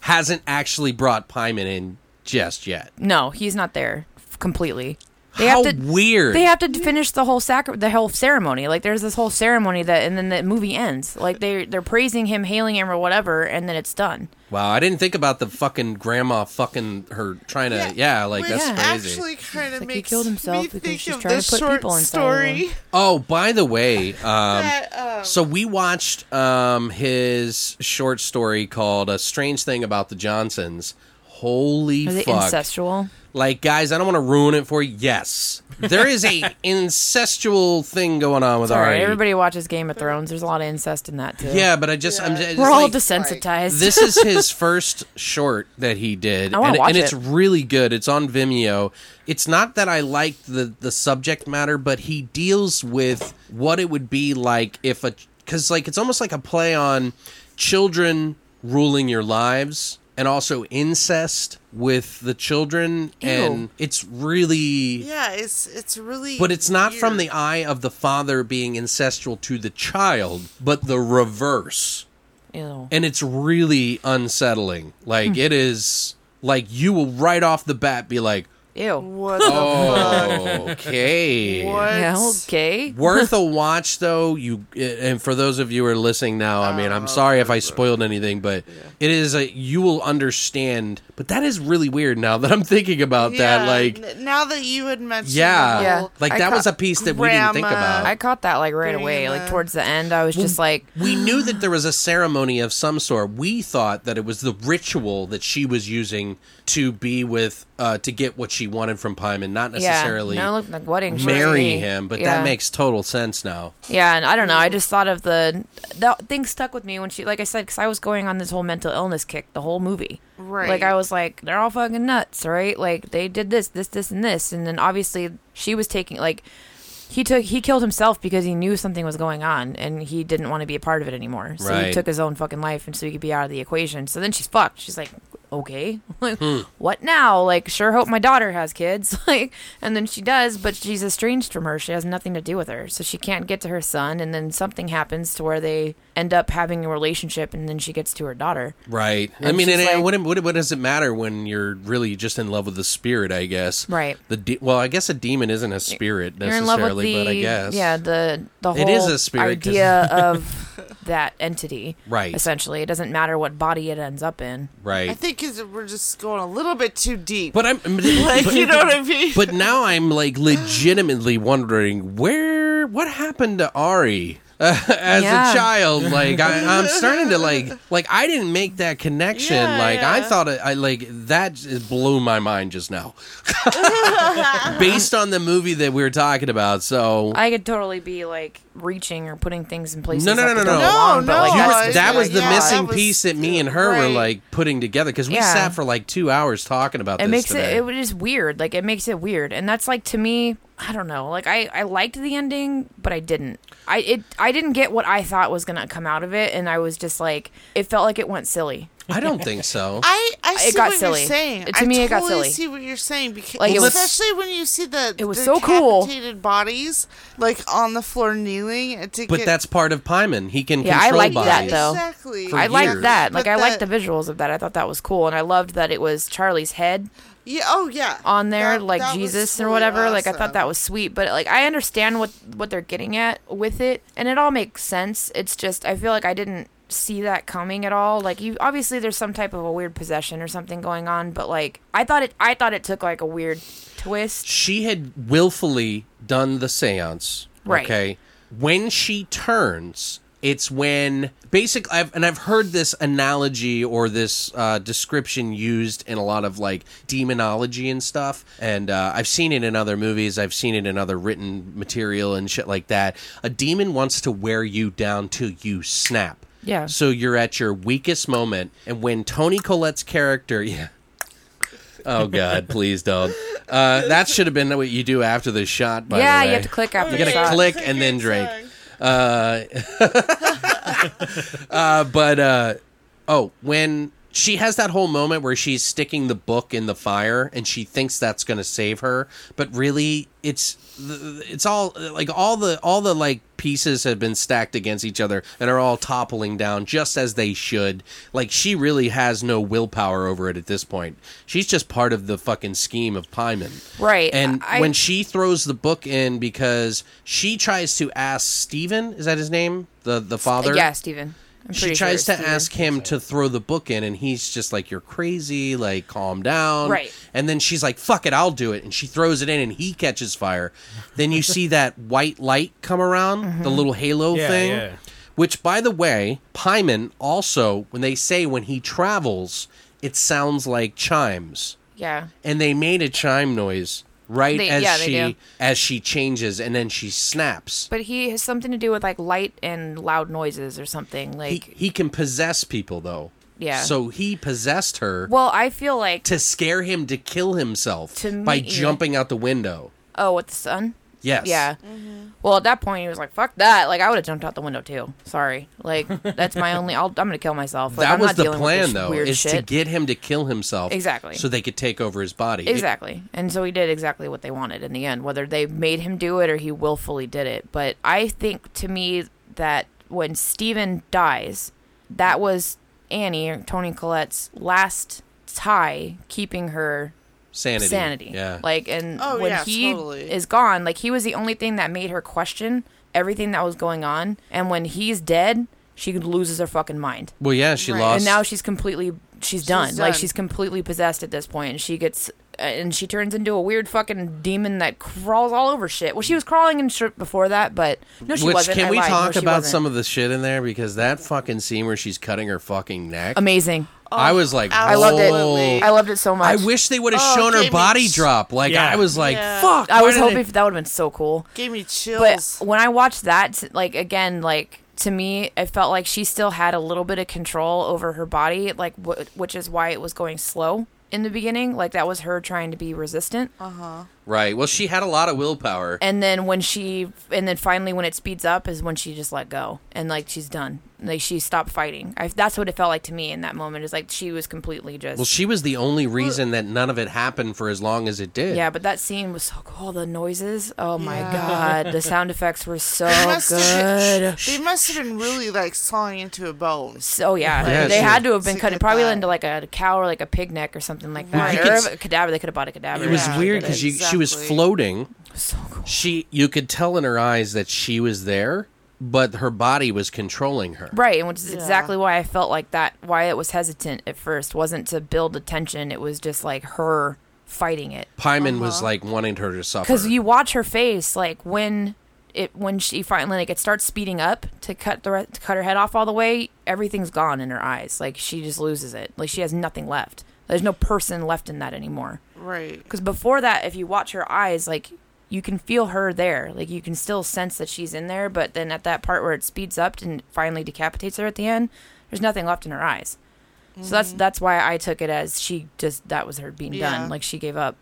S2: hasn't actually brought Pyman in just yet.
S4: No, he's not there f- completely. They
S2: How
S4: have to,
S2: weird.
S4: They have to finish the whole sacri- the whole ceremony. Like there's this whole ceremony that, and then the movie ends. Like they they're praising him, hailing him, or whatever, and then it's done.
S2: wow, I didn't think about the fucking grandma fucking her trying to yeah, like
S6: Which
S2: that's crazy.
S6: Actually, kind of
S4: like he
S6: makes
S4: killed himself
S6: me
S4: because
S6: think
S4: she's
S6: of
S4: trying to
S6: the
S4: put
S6: short
S4: people inside of him.
S6: story.
S2: oh, by the way, um
S6: that, um,
S2: So we watched um, his short story called "A Strange Thing About the Johnsons." Holy
S4: Are they
S2: fuck!
S4: incestual?
S2: Like, guys, I don't want to ruin it for you. Yes, there is a incestual thing going on with
S4: All right,
S2: Ari.
S4: everybody watches Game of Thrones. There's a lot of incest in that too.
S2: Yeah, but I just I'm just,
S4: we're all
S2: like,
S4: desensitized.
S2: this is his first short that he did,
S4: I wanna
S2: and,
S4: watch
S2: and it's
S4: it.
S2: really good. It's on Vimeo. It's not that I liked the the subject matter, but he deals with what it would be like if a because like it's almost like a play on children ruling your lives and also incest with the children, and it's really
S6: yeah, it's it's really.
S2: but it's not from the
S6: weird.
S2: eye of the father being incestual to the child, but the reverse
S4: Ew.
S2: and it's really unsettling. Like it is like you will right off the bat be like,
S4: Ew.
S6: What the
S2: Oh.
S6: fuck?
S2: Okay.
S6: What?
S4: Yeah, okay.
S2: Worth a watch though. You and for those of you who are listening now, I mean, I'm sorry if I spoiled anything, but it is a you will understand. But that is really weird now that I'm thinking about that.
S6: Yeah,
S2: Like,
S6: n- now that you had mentioned,
S2: yeah,
S6: the
S4: Yeah.
S6: whole-
S2: like
S4: I
S2: that
S4: ca-
S2: was a piece that we didn't think
S6: grandma.
S2: about.
S4: I caught that like right away, like
S6: Grandma.
S4: towards the end. I was just like,
S2: Um, we knew that there was a ceremony of some sort. We thought that it was the ritual that she was using to be with, uh, to get what she wanted from Pyman, not
S4: yeah,
S2: necessarily
S4: no, look like wedding.
S2: marry
S4: ceremony.
S2: him. But
S4: Yeah.
S2: that makes total sense now.
S4: Yeah, and I don't know. I just thought of the that thing stuck with me when she, like I said, because I was going on this whole mental illness kick the whole movie.
S6: Right.
S4: Like I was like, they're all fucking nuts, right? Like they did this, this, this, and this, and then obviously she was taking like he took he killed himself because he knew something was going on and he didn't want to be a part of it anymore. So
S2: Right.
S4: he took his own fucking life, and so he could be out of the equation. So then she's fucked. She's like. Okay, like what now? Like, sure hope my daughter has kids. Like, and then she does, but she's estranged from her. She has nothing to do with her, so she can't get to her son. And then something happens to where they end up having a relationship, and then she gets to her daughter.
S2: Right. I
S4: And
S2: mean,
S4: she's
S2: and it
S4: like-
S2: wouldn't, what, what does it matter when you're really just in love with the spirit, I guess?
S4: Right.
S2: The de- Well, I guess a demon isn't a spirit
S4: You're in love with
S2: necessarily,
S4: the
S2: but I guess.
S4: yeah the the whole
S2: It is a spirit 'cause-
S4: idea of that entity.
S2: Right.
S4: Essentially, it doesn't matter what body it ends up in.
S2: Right.
S6: I think 'cause we're just going a little bit too deep.
S2: but I'm.
S6: like,
S2: but-
S6: you know what I mean?
S2: But now I'm like legitimately wondering where what happened to Ari uh, as
S4: Yeah.
S2: a child. Like I, I'm starting to like like I didn't make that connection.
S6: Yeah,
S2: like I
S6: yeah.
S2: thought it, I like that just blew my mind just now, based on the movie that we were talking about. So
S4: I could totally be like reaching or putting things in places.
S2: No, no,
S4: that
S2: no,
S4: they
S2: no,
S4: don't
S2: no.
S4: belong,
S6: No,
S4: but, like, that's
S6: no,
S2: you
S6: I
S2: were, that
S6: see.
S2: was the
S6: Yeah,
S2: missing
S6: that was-
S2: piece that me and her were
S6: right.
S2: like putting together because we
S4: Yeah.
S2: sat for like two hours talking about
S4: it
S2: this
S4: makes
S2: today.
S4: it it was just weird like it makes it weird and that's like to me i don't know like i i liked the ending but i didn't i it i didn't get what i thought was gonna come out of it and i was just like it felt like it went silly
S2: I don't think so.
S6: I, I see
S4: got
S6: what
S4: silly.
S6: you're saying.
S4: To
S6: I
S4: me, it got
S6: totally
S4: silly.
S6: see what you're saying because
S4: Like, it was-
S6: especially when you see the
S4: It was so cool.
S6: decapitated bodies like on the floor kneeling and to
S2: but
S6: get,
S2: that's part of Pyman. He can
S4: Yeah, I
S2: control
S4: liked that,
S2: bodies.
S4: though.
S6: exactly.
S2: For
S4: i
S2: years.
S4: liked that like
S6: But
S4: i liked the visuals of that i thought that was cool and i loved that it was charlie's head
S6: yeah, oh yeah
S4: on there
S6: That-
S4: like
S6: that was
S4: jesus or
S6: really
S4: whatever like i
S6: awesome.
S4: thought that was sweet but like i understand what what they're getting at with it and it all makes sense it's just i feel like i didn't see that coming at all like you obviously there's some type of a weird possession or something going on but like i thought it i thought it took like a weird twist
S2: she had willfully done the seance.
S4: Right.
S2: Okay. When she turns, it's when basically, I've, and I've heard this analogy or this uh, description used in a lot of like demonology and stuff. And uh, I've seen it in other movies, I've seen it in other written material and shit like that. A demon wants to wear you down till you snap.
S4: Yeah.
S2: So you're at your weakest moment. And when Tony Collette's character, yeah. Oh God, please don't. Uh, that should have been what you do after the shot. By the
S4: yeah
S2: way.
S4: you have to click after
S2: You're
S4: the
S2: gonna
S4: shot.
S2: click and then drink. Uh, but uh, oh, when she has that whole moment where she's sticking the book in the fire and she thinks that's going to save her, but really it's it's all like all the all the like pieces have been stacked against each other and are all toppling down just as they should. Like she really has no willpower over it at this point. She's just part of the fucking scheme of Pyman.
S4: Right.
S2: And
S4: I-
S2: when she throws the book in because she tries to ask Steven, is that his name? The the father?
S4: Uh, yeah steven I'm
S2: she
S4: pretty sure
S2: tries
S4: it's
S2: to
S4: Steven.
S2: ask him to throw the book in, and he's just like, "You're crazy! Like, calm down."
S4: Right.
S2: And then she's like, "Fuck it, I'll do it." And she throws it in, and he catches fire. then you see that white light come around, the
S4: Mm-hmm.
S2: little halo
S5: Yeah,
S2: thing.
S5: yeah.
S2: Which, by the way, Pyman also, when they say when he travels, it sounds like chimes
S4: yeah
S2: and they made a chime noise right
S4: They-
S2: as
S4: yeah, they do.
S2: she as she changes and then she snaps
S4: but he has something to do with like light and loud noises or something
S2: he,
S4: like
S2: he can possess people though
S4: Yeah.
S2: so he possessed her
S4: well i feel like
S2: to scare him to kill himself
S4: To me-
S2: by jumping out the window
S4: oh with the sun
S2: yes
S4: Yeah. Well, at that point, he was like, "Fuck that!" Like, I would have jumped out the window too. Sorry. Like, that's my only. I'll, I'm gonna kill myself. Like,
S2: that
S4: I'm
S2: was
S4: not
S2: the
S4: dealing with
S2: plan
S4: this
S2: though
S4: Weird
S2: is
S4: shit.
S2: to get him to kill himself
S4: Exactly.
S2: so they could take over his body It-
S4: exactly. And so he did exactly what they wanted in the end. Whether they made him do it or he willfully did it, but I think to me that when Steven dies, that was Annie or Tony Collette's last tie keeping her
S2: sanity.
S4: sanity.
S2: Yeah.
S4: Like and
S6: Oh,
S4: when
S6: yeah,
S4: he
S6: totally.
S4: is gone, like he was the only thing that made her question everything that was going on. And when he's dead, she loses her fucking mind.
S2: well, yeah, she
S6: Right.
S2: lost.
S4: And now she's completely she's done.
S6: She's
S4: Like
S6: done.
S4: she's completely possessed at this point and she gets uh, and she turns into a weird fucking demon that crawls all over shit. Well, she was crawling and shit before that, but no, she
S2: Which
S4: wasn't.
S2: can
S4: I
S2: we
S4: lied. No,
S2: talk
S4: she
S2: about
S4: wasn't.
S2: some of the shit in there because that fucking scene where she's cutting her fucking neck.
S4: amazing?
S2: I was like,
S6: I
S4: oh, loved it.
S2: "Whoa."
S4: I loved it so much.
S2: I wish they would have
S6: Oh,
S2: shown her
S6: Jamie's-
S2: body drop. Like
S5: Yeah.
S2: I was like,
S6: Yeah.
S2: fuck.
S4: I
S2: why
S4: was
S2: did they-
S4: hoping that would have been so cool.
S6: Gave me
S4: But oh,
S6: chills.
S4: when I watched that, like again, like to me, it felt like she still had a little bit of control over her body, like wh- which is why it was going slow in the beginning. Like that was her trying to be resistant,
S2: Right. Well, she had a lot of willpower.
S4: and then when she, and then finally when it speeds up is when she just let go and like she's done, like she stopped fighting. I, that's what it felt like to me in that moment. Is like she was completely just.
S2: Well, she was the only reason that none of it happened for as long as it did.
S4: yeah, but that scene was so cool. The noises, oh my god, the sound effects were so
S6: must have-
S4: good.
S6: they must have been really like sawing into a bone.
S4: So oh, yeah,
S2: Yeah,
S4: they
S2: sure.
S4: had to have been
S6: To
S4: cutting
S6: get
S4: probably
S6: that.
S4: into like a cow or like a pig neck or something like that.
S6: Right.
S2: You
S4: Or
S2: could-
S4: a cadaver. They could have bought a cadaver.
S2: It was
S6: Yeah,
S2: weird because she she was
S6: exactly.
S2: floating.
S4: so cool.
S2: She you could tell in her eyes that she was there, but her body was controlling her.
S4: Right, and which is exactly why I felt like that. Why it was hesitant at first wasn't to build the tension. It was just like her fighting it.
S2: Pyman was like wanting her to suffer.
S4: because Uh-huh. you watch her face like when it when she finally like it starts speeding up to cut the re- to cut her head off all the way everything's gone in her eyes like she just loses it like she has nothing left there's no person left in that anymore
S6: Right.
S4: because before that if you watch her eyes like you can feel her there like you can still sense that she's in there but then at that part where it speeds up and finally decapitates her at the end there's nothing left in her eyes so that's that's why i took it as she just that was her being
S6: Mm-hmm. Yeah.
S4: done like she gave up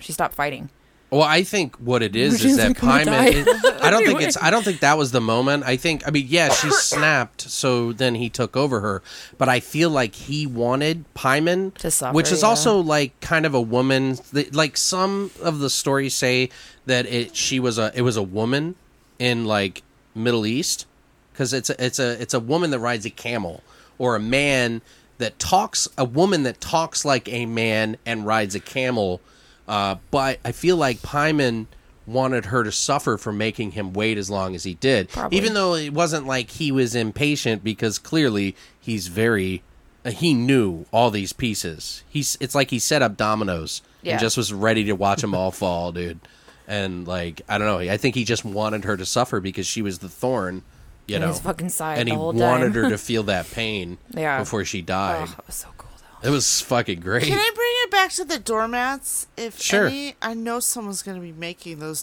S4: she stopped fighting
S2: Well, I think what it is is
S4: She's
S2: that
S4: like, "I'm gonna
S2: Pyman.
S4: die."
S2: it- I don't think it's. I don't think that was the moment. I think. I mean, yeah, she snapped. So then he took over her. But I feel like he wanted Pyman
S4: To suffer,
S2: which is
S4: yeah.
S2: also like kind of a woman. th- Like some of the stories say that it she was a it was a woman in like Middle East because it's a, it's a it's a woman that rides a camel or a man that talks a woman that talks like a man and rides a camel uh, but i feel like pyman wanted her to suffer for making him wait as long as he did
S4: Probably.
S2: even though it wasn't like he was impatient because clearly he's very uh, he knew all these pieces he's it's like he set up dominoes
S4: Yeah.
S2: and just was ready to watch them all fall dude and like i don't know i think he just wanted her to suffer because she was the thorn you
S4: In
S2: know
S4: his fucking side
S2: and
S4: the
S2: he
S4: whole
S2: wanted
S4: time.
S2: her to feel that pain
S4: Yeah.
S2: before she died
S4: Oh, that was so cool though.
S2: it was fucking great
S6: Can I bring it back to the doormats? If
S2: Sure.
S6: any, I know someone's going to be making those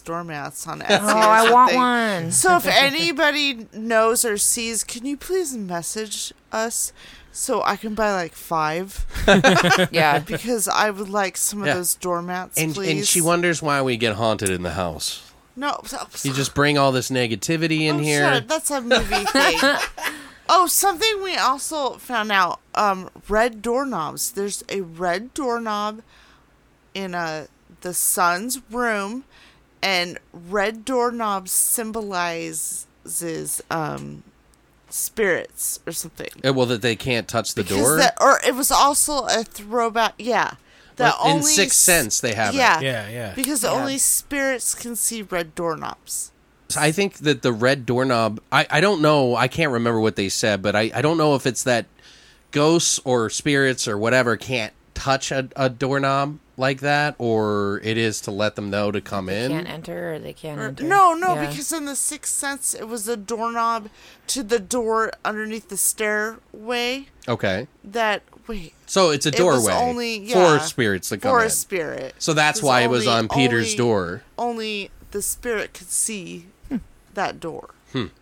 S6: doormats on Etsy.
S4: Oh, I want one.
S6: So if anybody knows or sees, can you please message us so I can buy like five?
S4: Yeah.
S6: Because I would like some
S2: Yeah.
S6: of those doormats,
S2: and,
S6: please.
S2: and she wonders why we get haunted in the house
S6: No,
S2: you just bring all this negativity in
S6: Oh, shut
S2: here
S6: up. That's a movie thing. Oh, something we also found out: um, red doorknobs. There's a red doorknob in uh the son's room, and red doorknob symbolizes um, spirits or something.
S2: Uh, well that they can't touch the
S6: 'Cause
S2: door
S6: that- or it was also a throwback. Yeah, the
S2: Well, in
S6: only
S2: Sixth
S6: s-
S2: Sense they have it.
S6: Yeah,
S5: Yeah, yeah.
S6: Because only spirits can see red doorknobs.
S2: I think that the red doorknob. I, I don't know. I can't remember what they said, but I, I don't know if it's that ghosts or spirits or whatever can't touch a, a doorknob like that, or it is to let them know to come in.
S4: can't enter or they can't enter.
S6: No, no,
S4: Yeah.
S6: because in the sixth sense it was a doorknob to the door underneath the stairway
S2: Okay,
S6: that wait
S2: so it's a
S6: it was
S2: doorway
S6: only yeah,
S2: for spirits to come
S6: for
S2: in.
S6: a spirit.
S2: So that's why it was on Peter's door. Hmm.
S6: Only the spirit could see that door.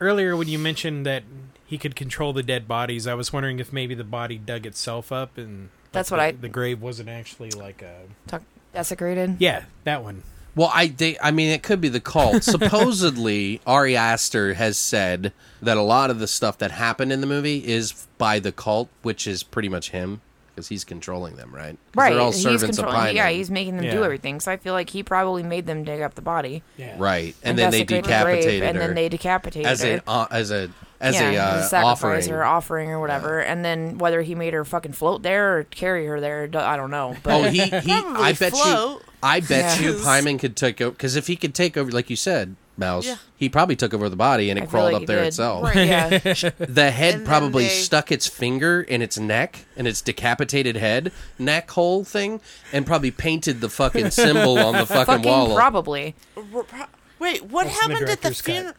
S5: Earlier, when you mentioned that he could control the dead bodies, I was wondering if maybe the body dug itself up and like,
S4: That's what
S5: the,
S4: I-
S5: The grave wasn't actually like a
S4: Talk- desecrated.
S5: yeah that one.
S2: Well, I they, I mean, it could be the cult. Supposedly, Ari Aster has said that a lot of the stuff that happened in the movie is by the cult, which is pretty much him because he's controlling them, right? 'Cause
S4: Right.
S2: They're all
S4: he's
S2: servants of Pyman.
S4: controlling. Yeah, he's making them do
S5: Yeah.
S4: everything. So I feel like he probably made them dig up the body.
S5: Yeah.
S2: right, and, then they
S4: desecrate the grave,
S2: decapitated her
S4: And then they decapitated
S2: as
S4: her.
S2: a uh, as a as
S4: yeah,
S2: a, uh,
S4: as sacrifice
S2: offering.
S4: or offering or whatever, and then whether he made her fucking float there or carry her there, d- I don't know. But
S2: Oh, he, he I bet
S6: float.
S2: you I bet
S4: Yeah.
S2: you Hyman could take over because if he could take over, like you said, Mouse,
S6: Yeah.
S2: he probably took over the body and it
S4: I feel
S2: crawled
S4: like
S2: up
S4: he
S2: there
S4: did.
S2: itself.
S6: Right.
S4: yeah,
S2: The head
S6: And then
S2: probably
S6: they-
S2: stuck its finger in its neck and its decapitated head neck hole thing, and probably painted the fucking symbol on the fucking,
S4: fucking
S2: wall.
S4: probably.
S6: Wait, what
S5: That's in the
S6: happened at the
S5: director's cut.
S6: funeral?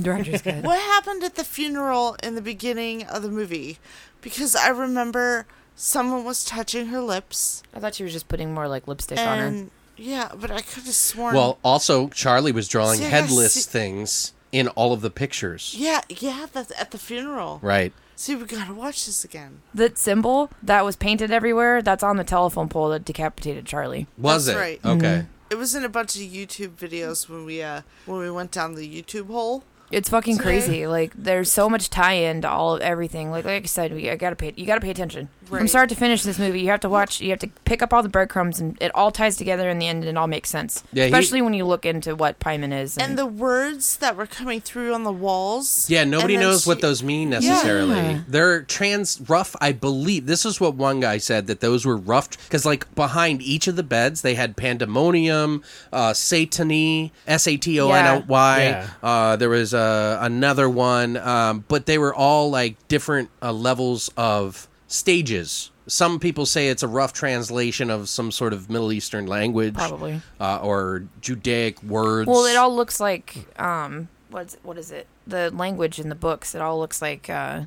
S4: Director's cut.
S6: What happened at the funeral in the beginning of the movie? Because I remember someone was touching her lips,
S4: I thought she was just putting more like lipstick on her.
S6: and yeah, but I could have sworn.
S2: Well, also Charlie was drawing
S6: See, I
S2: headless
S6: see-
S2: things in all of the pictures.
S6: yeah, yeah, that's at the funeral.
S2: Right.
S6: See, we gotta watch this again.
S4: That symbol that was painted everywhere, that's on the telephone pole that decapitated Charlie.
S2: Was
S6: That's
S2: it?
S6: right.
S2: Okay.
S6: It was in a bunch of YouTube videos when we uh when we went down the YouTube hole.
S4: It's fucking
S6: Sorry.
S4: crazy. Like there's so much tie-in to all of everything. Like like I said, we, I gotta pay. You gotta pay attention from
S6: Right.
S4: start to finish. This movie, you have to watch. You have to pick up all the breadcrumbs, and it all ties together in the end, and it all makes sense.
S2: Yeah, he-
S4: Especially when you look into what Pyman is. And,
S6: And the words that were coming through on the walls.
S2: Yeah, nobody
S6: and then
S2: knows what
S6: she-
S2: those mean necessarily.
S4: Yeah.
S2: They're trans rough, I believe. This is what one guy said that those were rough because, like, behind each of the beds, they had pandemonium, uh, satany, S A T O N
S5: Yeah.
S2: Y. Uh, there was uh, another one, um, but they were all like different uh, levels of stages. Some people say it's a rough translation of some sort of Middle Eastern language,
S4: Probably.
S2: uh, or Judaic words.
S4: well, it all looks like um, what's what is it? The language in the books. It all looks like uh,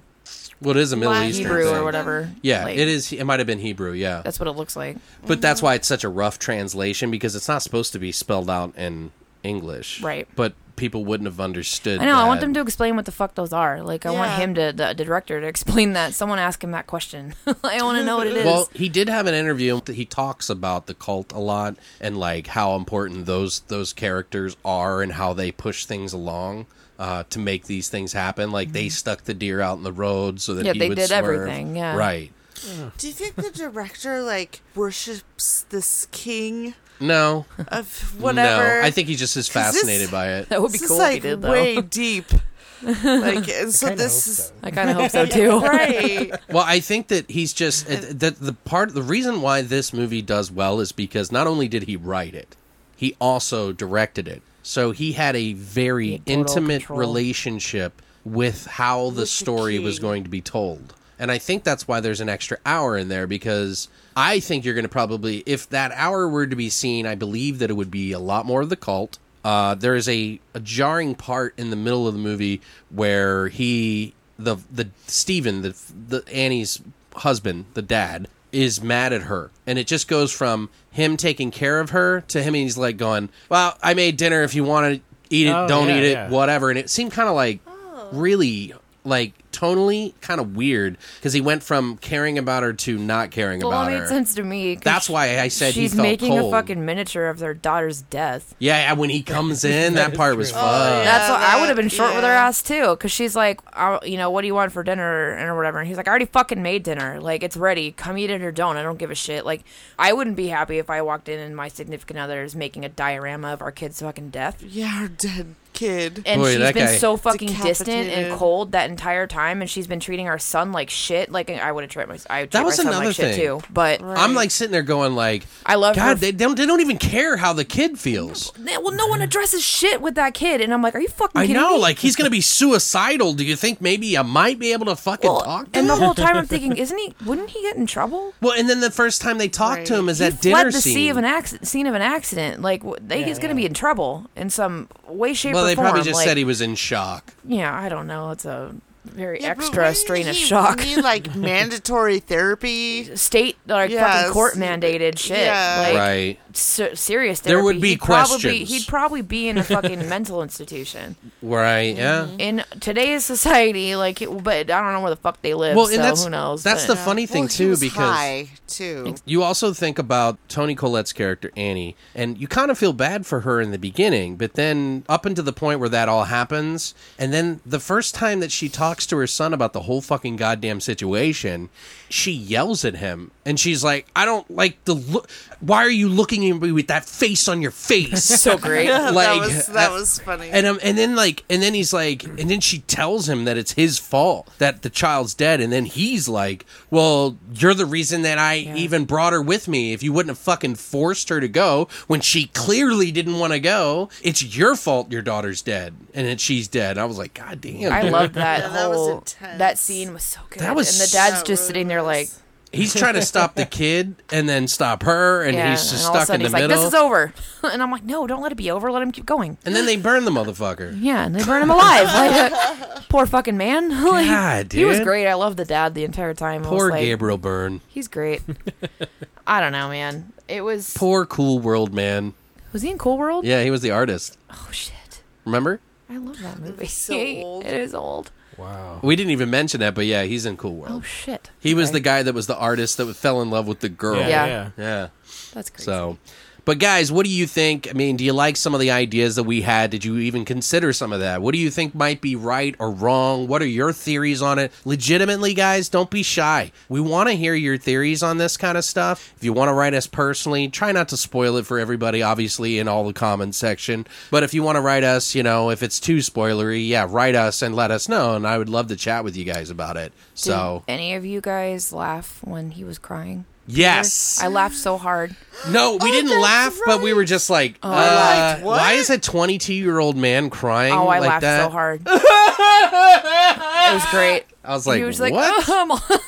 S2: Well, it is a Middle
S6: Latin.
S2: Eastern
S4: Hebrew
S2: thing.
S4: or whatever.
S2: Yeah,
S4: Like,
S2: it is. It might have been Hebrew. Yeah,
S4: That's mm-hmm. what it looks like.
S2: but that's why it's such a rough translation because it's not supposed to be spelled out in English.
S4: Right.
S2: But people wouldn't have understood.
S4: I know. I want
S2: that.
S4: them to explain what the fuck those are. Like, I want
S6: Yeah.
S4: him to, the director, to explain that. Someone ask him that question. I want to know what it is.
S2: Well, he did have an interview. that He talks about the cult a lot and like how important those those characters are and how they push things along uh, to make these things happen. Like they stuck the deer out in the road so that
S4: Mm-hmm. Yeah,
S2: he
S4: they
S2: would
S4: did
S2: swerve.
S4: everything, yeah.
S2: Right.
S6: Do you think the director like worships this king
S2: No.
S6: of whatever?
S2: No. I think he just is
S6: 'Cause this-
S2: fascinated by it.
S4: that would be
S6: this
S4: cool
S6: is
S4: if
S6: like
S4: he did, though.
S6: way deep. Like, and so
S5: Kinda
S6: this
S5: hope
S6: is
S5: so.
S4: I kind of hope so, too.
S6: right.
S2: Well, I think that he's just uh, that the part the reason why this movie does well is because not only did he write it, he also directed it. So he had a very
S4: total
S2: intimate
S4: control.
S2: relationship with how the story was
S6: key.
S2: going to be told. And I think that's why there's an extra hour in there because I think you're going to probably if that hour were to be seen, I believe that it would be a lot more of the cult. Uh, there is a, a jarring part in the middle of the movie where he the the Stephen the the Annie's husband the dad is mad at her and it just goes from him taking care of her to him he's like going well I made dinner if you want to eat it
S5: Oh,
S2: don't
S5: yeah,
S2: eat it
S5: yeah.
S2: whatever and it seemed kind of like
S4: Oh.
S2: really like tonally kind of weird because he went from caring about her to not caring
S4: Well,
S2: about
S4: it made
S2: her
S4: sense to me. 'cause
S2: That's why I said he
S4: she's
S2: felt
S4: making
S2: cold.
S4: a fucking miniature of their daughter's death.
S2: yeah and when he comes in that,
S5: is
S2: part was
S5: true.
S2: fun
S4: That's what I
S6: that-
S4: would have been short with her
S6: yeah.
S4: ass too, because she's like, I, you know, what do you want for dinner and or whatever? And he's like, I already fucking made dinner. Like it's ready. Come eat it or don't. I don't give a shit. Like I wouldn't be happy if I walked in and my significant other is making a diorama of our kid's fucking death.
S6: Yeah, our dead kid.
S4: And
S2: Boy,
S4: she's
S2: that
S4: been
S2: guy-
S4: so fucking distant and
S6: Decapitated.
S4: cold that entire time, and she's been treating our son like shit. Like I would have treated my I would
S2: That
S4: treat
S2: was
S4: my son
S2: another
S4: like shit
S2: thing.
S4: too. But
S2: I'm like sitting there going like
S4: I love her
S2: God
S4: f-
S2: they don't they don't even care how the kid feels
S4: well, no one addresses shit with that kid, and I'm like, are you fucking?
S2: I
S4: kidding
S2: know
S4: me?
S2: like he's gonna be suicidal do you think maybe I might be able to fucking
S4: Well,
S2: talk to him
S4: and the whole time I'm thinking, isn't he? Wouldn't he get in trouble?
S2: well and then the first time they talk to him is
S4: he
S2: that dinner
S4: fled the
S2: scene
S4: sea of an acc- scene of an accident. Like w- they, he's going to be in trouble in some way, shape,
S2: well
S4: or
S2: they
S4: form.
S2: probably just
S4: like,
S2: said he was in shock
S4: yeah, I don't know. It's a very
S6: Yeah, but
S4: extra
S6: wouldn't
S4: strain of
S6: he
S4: shock.
S6: Need like mandatory therapy.
S4: State like
S6: Yes.
S4: fucking court mandated shit.
S6: Yeah.
S4: Like,
S2: right
S4: se- serious. Therapy.
S2: There would be
S4: he'd Probably,
S2: questions.
S4: he'd probably be in a fucking mental institution
S2: right yeah
S4: in today's society. Like, it, but I don't know where the fuck they live.
S2: well
S4: so
S2: and that's
S4: who knows?
S2: that's the
S4: but-
S2: funny thing
S6: Well, he
S2: too
S6: was
S2: because
S6: high, too.
S2: You also think about Tony Collette's character Annie, and you kind of feel bad for her in the beginning, but then up until the point where that all happens, and then the first time that she talks to her son about the whole fucking goddamn situation. She yells at him, and she's like, "I don't like the look. Why are you looking at me with that face on your face?"
S4: So great.
S6: that was that was funny.
S2: And um, and then like, and then he's like, and then she tells him that it's his fault that the child's dead, and then he's like, "Well, you're the reason that I even brought her with me. If you wouldn't have fucking forced her to go when she clearly didn't want to go, it's your fault. Your daughter's dead, and that she's dead." I was like, "God damn!"
S4: I loved that
S6: that was
S4: whole
S6: intense.
S4: that scene was so good.
S2: That was
S4: and the dad's
S6: so
S4: just sitting there like,
S6: ruthless.
S2: he's trying to stop the kid and then stop her, and
S4: yeah,
S2: he's just
S4: and all of a
S2: stuck in
S4: sudden
S2: the
S4: he's
S2: middle.
S4: like, this is over, and I'm like, no, don't let it be over. Let him keep going.
S2: and then they burn the motherfucker.
S4: Yeah, and they burn him alive. Like, uh, poor fucking man. Like,
S2: God,
S4: he was
S2: dude.
S4: great. I loved the dad the entire time. I was
S2: Poor
S4: like,
S2: Gabriel Byrne.
S4: He's great. I don't know, man. It was
S2: Poor Cool World man.
S4: was he in Cool World?
S2: Yeah, he was the artist.
S4: Oh shit,
S2: Remember?
S4: I love that movie.
S6: so old.
S4: it is old.
S5: Wow.
S2: We didn't even mention that, but yeah, he's in Cool
S4: Oh
S2: World.
S4: shit.
S2: he was
S4: Okay.
S2: the guy that was the artist that fell in love with the girl.
S5: Yeah.
S4: Yeah.
S5: yeah.
S2: Yeah.
S4: That's crazy.
S2: So, but guys, what do you think? I mean, do you like some of the ideas that we had? Did you even consider some of that? What do you think might be right or wrong? What are your theories on it? Legitimately, guys, don't be shy. We want to hear your theories on this kind of stuff. If you want to write us personally, try not to spoil it for everybody, obviously, in all the comment section. But if you want to write us, you know, if it's too spoilery, yeah, write us and let us know. And I would love to chat with you guys about it.
S4: Did
S2: So,
S4: any of you guys laugh when he was crying?
S2: yes.
S4: I laughed so hard.
S2: No,
S4: Oh,
S2: we didn't
S6: that's
S2: laugh, but we
S6: right.
S2: were just like,
S6: I
S2: uh,
S6: liked- what?
S2: why is a 22 year old man crying?
S4: Oh, I
S2: like
S4: laughed
S2: that?
S4: so hard. it was great.
S2: I was like,
S4: he was
S2: what?
S4: like, "Um,"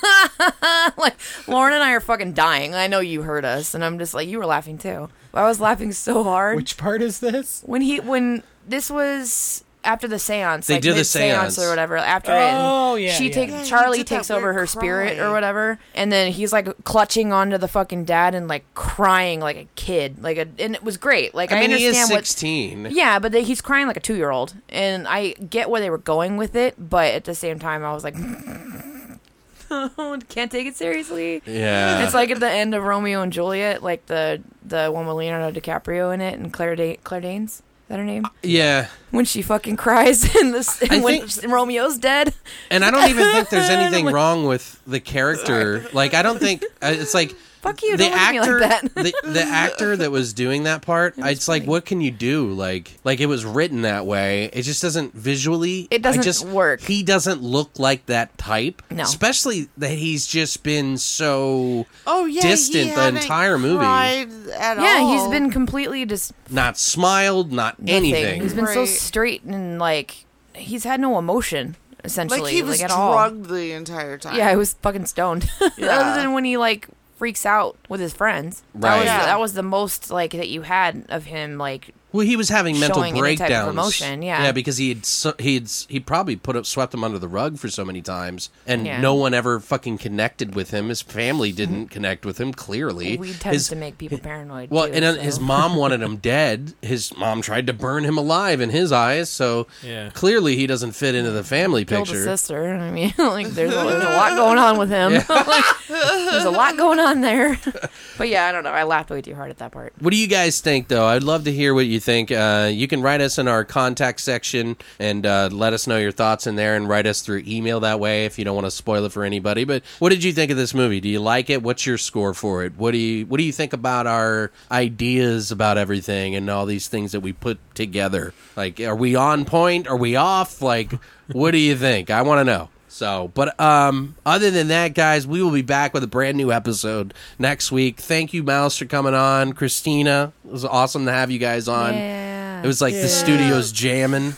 S4: like Lauren and I are fucking dying. I know you heard us, and I'm just like, you were laughing too. I was laughing so hard
S5: Which part is this?
S4: when he when this was after the seance.
S2: They
S4: like,
S2: do the
S4: mid-seance
S2: seance.
S4: or whatever after
S5: Oh,
S4: it. and
S5: yeah,
S4: she
S5: yeah.
S4: takes
S5: Yeah,
S6: he
S4: Charlie
S6: did that
S4: takes over
S6: weird
S4: her spirit
S6: cry.
S4: or whatever, and then he's like clutching onto the fucking dad and like crying like a kid, like a and it was great. Like I,
S2: I mean, he
S4: understand
S2: is
S4: what
S2: 16.
S4: yeah, but they, he's crying like a two year old, and I get where they were going with it, but at the same time, I was like, can't take it seriously.
S2: Yeah.
S4: It's like at the end of Romeo and Juliet, like the the one with Leonardo DiCaprio in it, and Claire da- Claire Danes. Is that her name?
S2: yeah.
S4: When she fucking cries and this
S2: I
S4: and when
S2: think-
S4: Romeo's dead.
S2: And I don't even think there's anything wrong with the character. Like, I don't think uh, it's like.
S4: Fuck you,
S2: the
S4: don't look at me like
S2: actor,
S4: that.
S2: the, the actor that was doing that part, it's like, what can you do? Like, like it was written that way. It just doesn't visually.
S4: It
S2: I
S4: doesn't
S2: just,
S4: work.
S2: He doesn't look like that type.
S4: No.
S2: especially that he's just been so
S6: oh yeah,
S2: distant
S6: he
S2: the
S6: hadn't
S2: entire movie.
S6: cried At
S4: Yeah, he's
S6: all.
S4: been completely just
S2: not smiled, not
S4: nothing.
S2: anything.
S4: He's been so
S6: Right.
S4: straight and like he's had no emotion essentially,
S6: like he was
S4: at all.
S6: drugged the entire time.
S4: Yeah, I was fucking stoned. Other
S6: Yeah.
S4: than when he like freaks out with his friends. That was
S2: Right.
S6: Yeah.
S4: that was the most like that you had of him like
S2: well, he was having mental
S4: showing any type of
S2: breakdowns.
S4: emotion, yeah.
S2: yeah, because he had so, he had s- he probably put up swept him under the rug for so many times, and
S4: Yeah.
S2: no one ever fucking connected with him. His family didn't connect with him. Clearly,
S4: weed tends
S2: His-
S4: to make people paranoid.
S2: Well,
S4: too,
S2: and then
S4: so.
S2: his mom wanted him dead. His mom tried to burn him alive in his eyes. So
S5: Yeah.
S2: clearly, he doesn't fit into the family
S4: killed his
S2: picture.
S4: sister. I mean, like there's a, there's a lot going on with him. Like, there's a lot going on there. But yeah, I don't know. I laughed way too hard at that part.
S2: What do you guys think, though? I'd love to hear what you think. Uh, you can write us in our contact section and uh, let us know your thoughts in there and write us through email that way if you don't want to spoil it for anybody. But what did you think of this movie? Do you like it? What's your score for it? What do you What do you think about our ideas about everything and all these things that we put together? Like, are we on point? Are we off? Like, what do you think? I want to know. So, but um, other than that, guys, we will be back with a brand new episode next week. Thank you, Mouse, for coming on. Christina, it was awesome to have you guys on.
S4: Yeah.
S2: It was like the studio's jamming.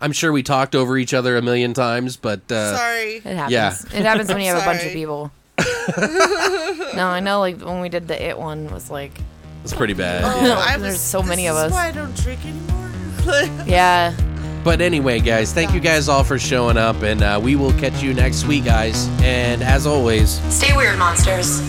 S2: I'm sure we talked over each other a million times, but uh,
S6: Sorry.
S4: It happens.
S2: Yeah.
S4: It happens when you have a bunch of
S6: Sorry.
S4: people. no, I know. Like when we did the it one was like,
S2: it's pretty bad.
S6: Oh,
S2: yeah.
S6: I
S4: There's
S6: was-
S4: so
S6: this
S4: many of
S6: is
S4: us.
S6: Why I don't drink anymore.
S4: yeah.
S2: But anyway, guys, thank you guys all for showing up, and uh, we will catch you next week, guys. And as always,
S3: Stay weird, monsters.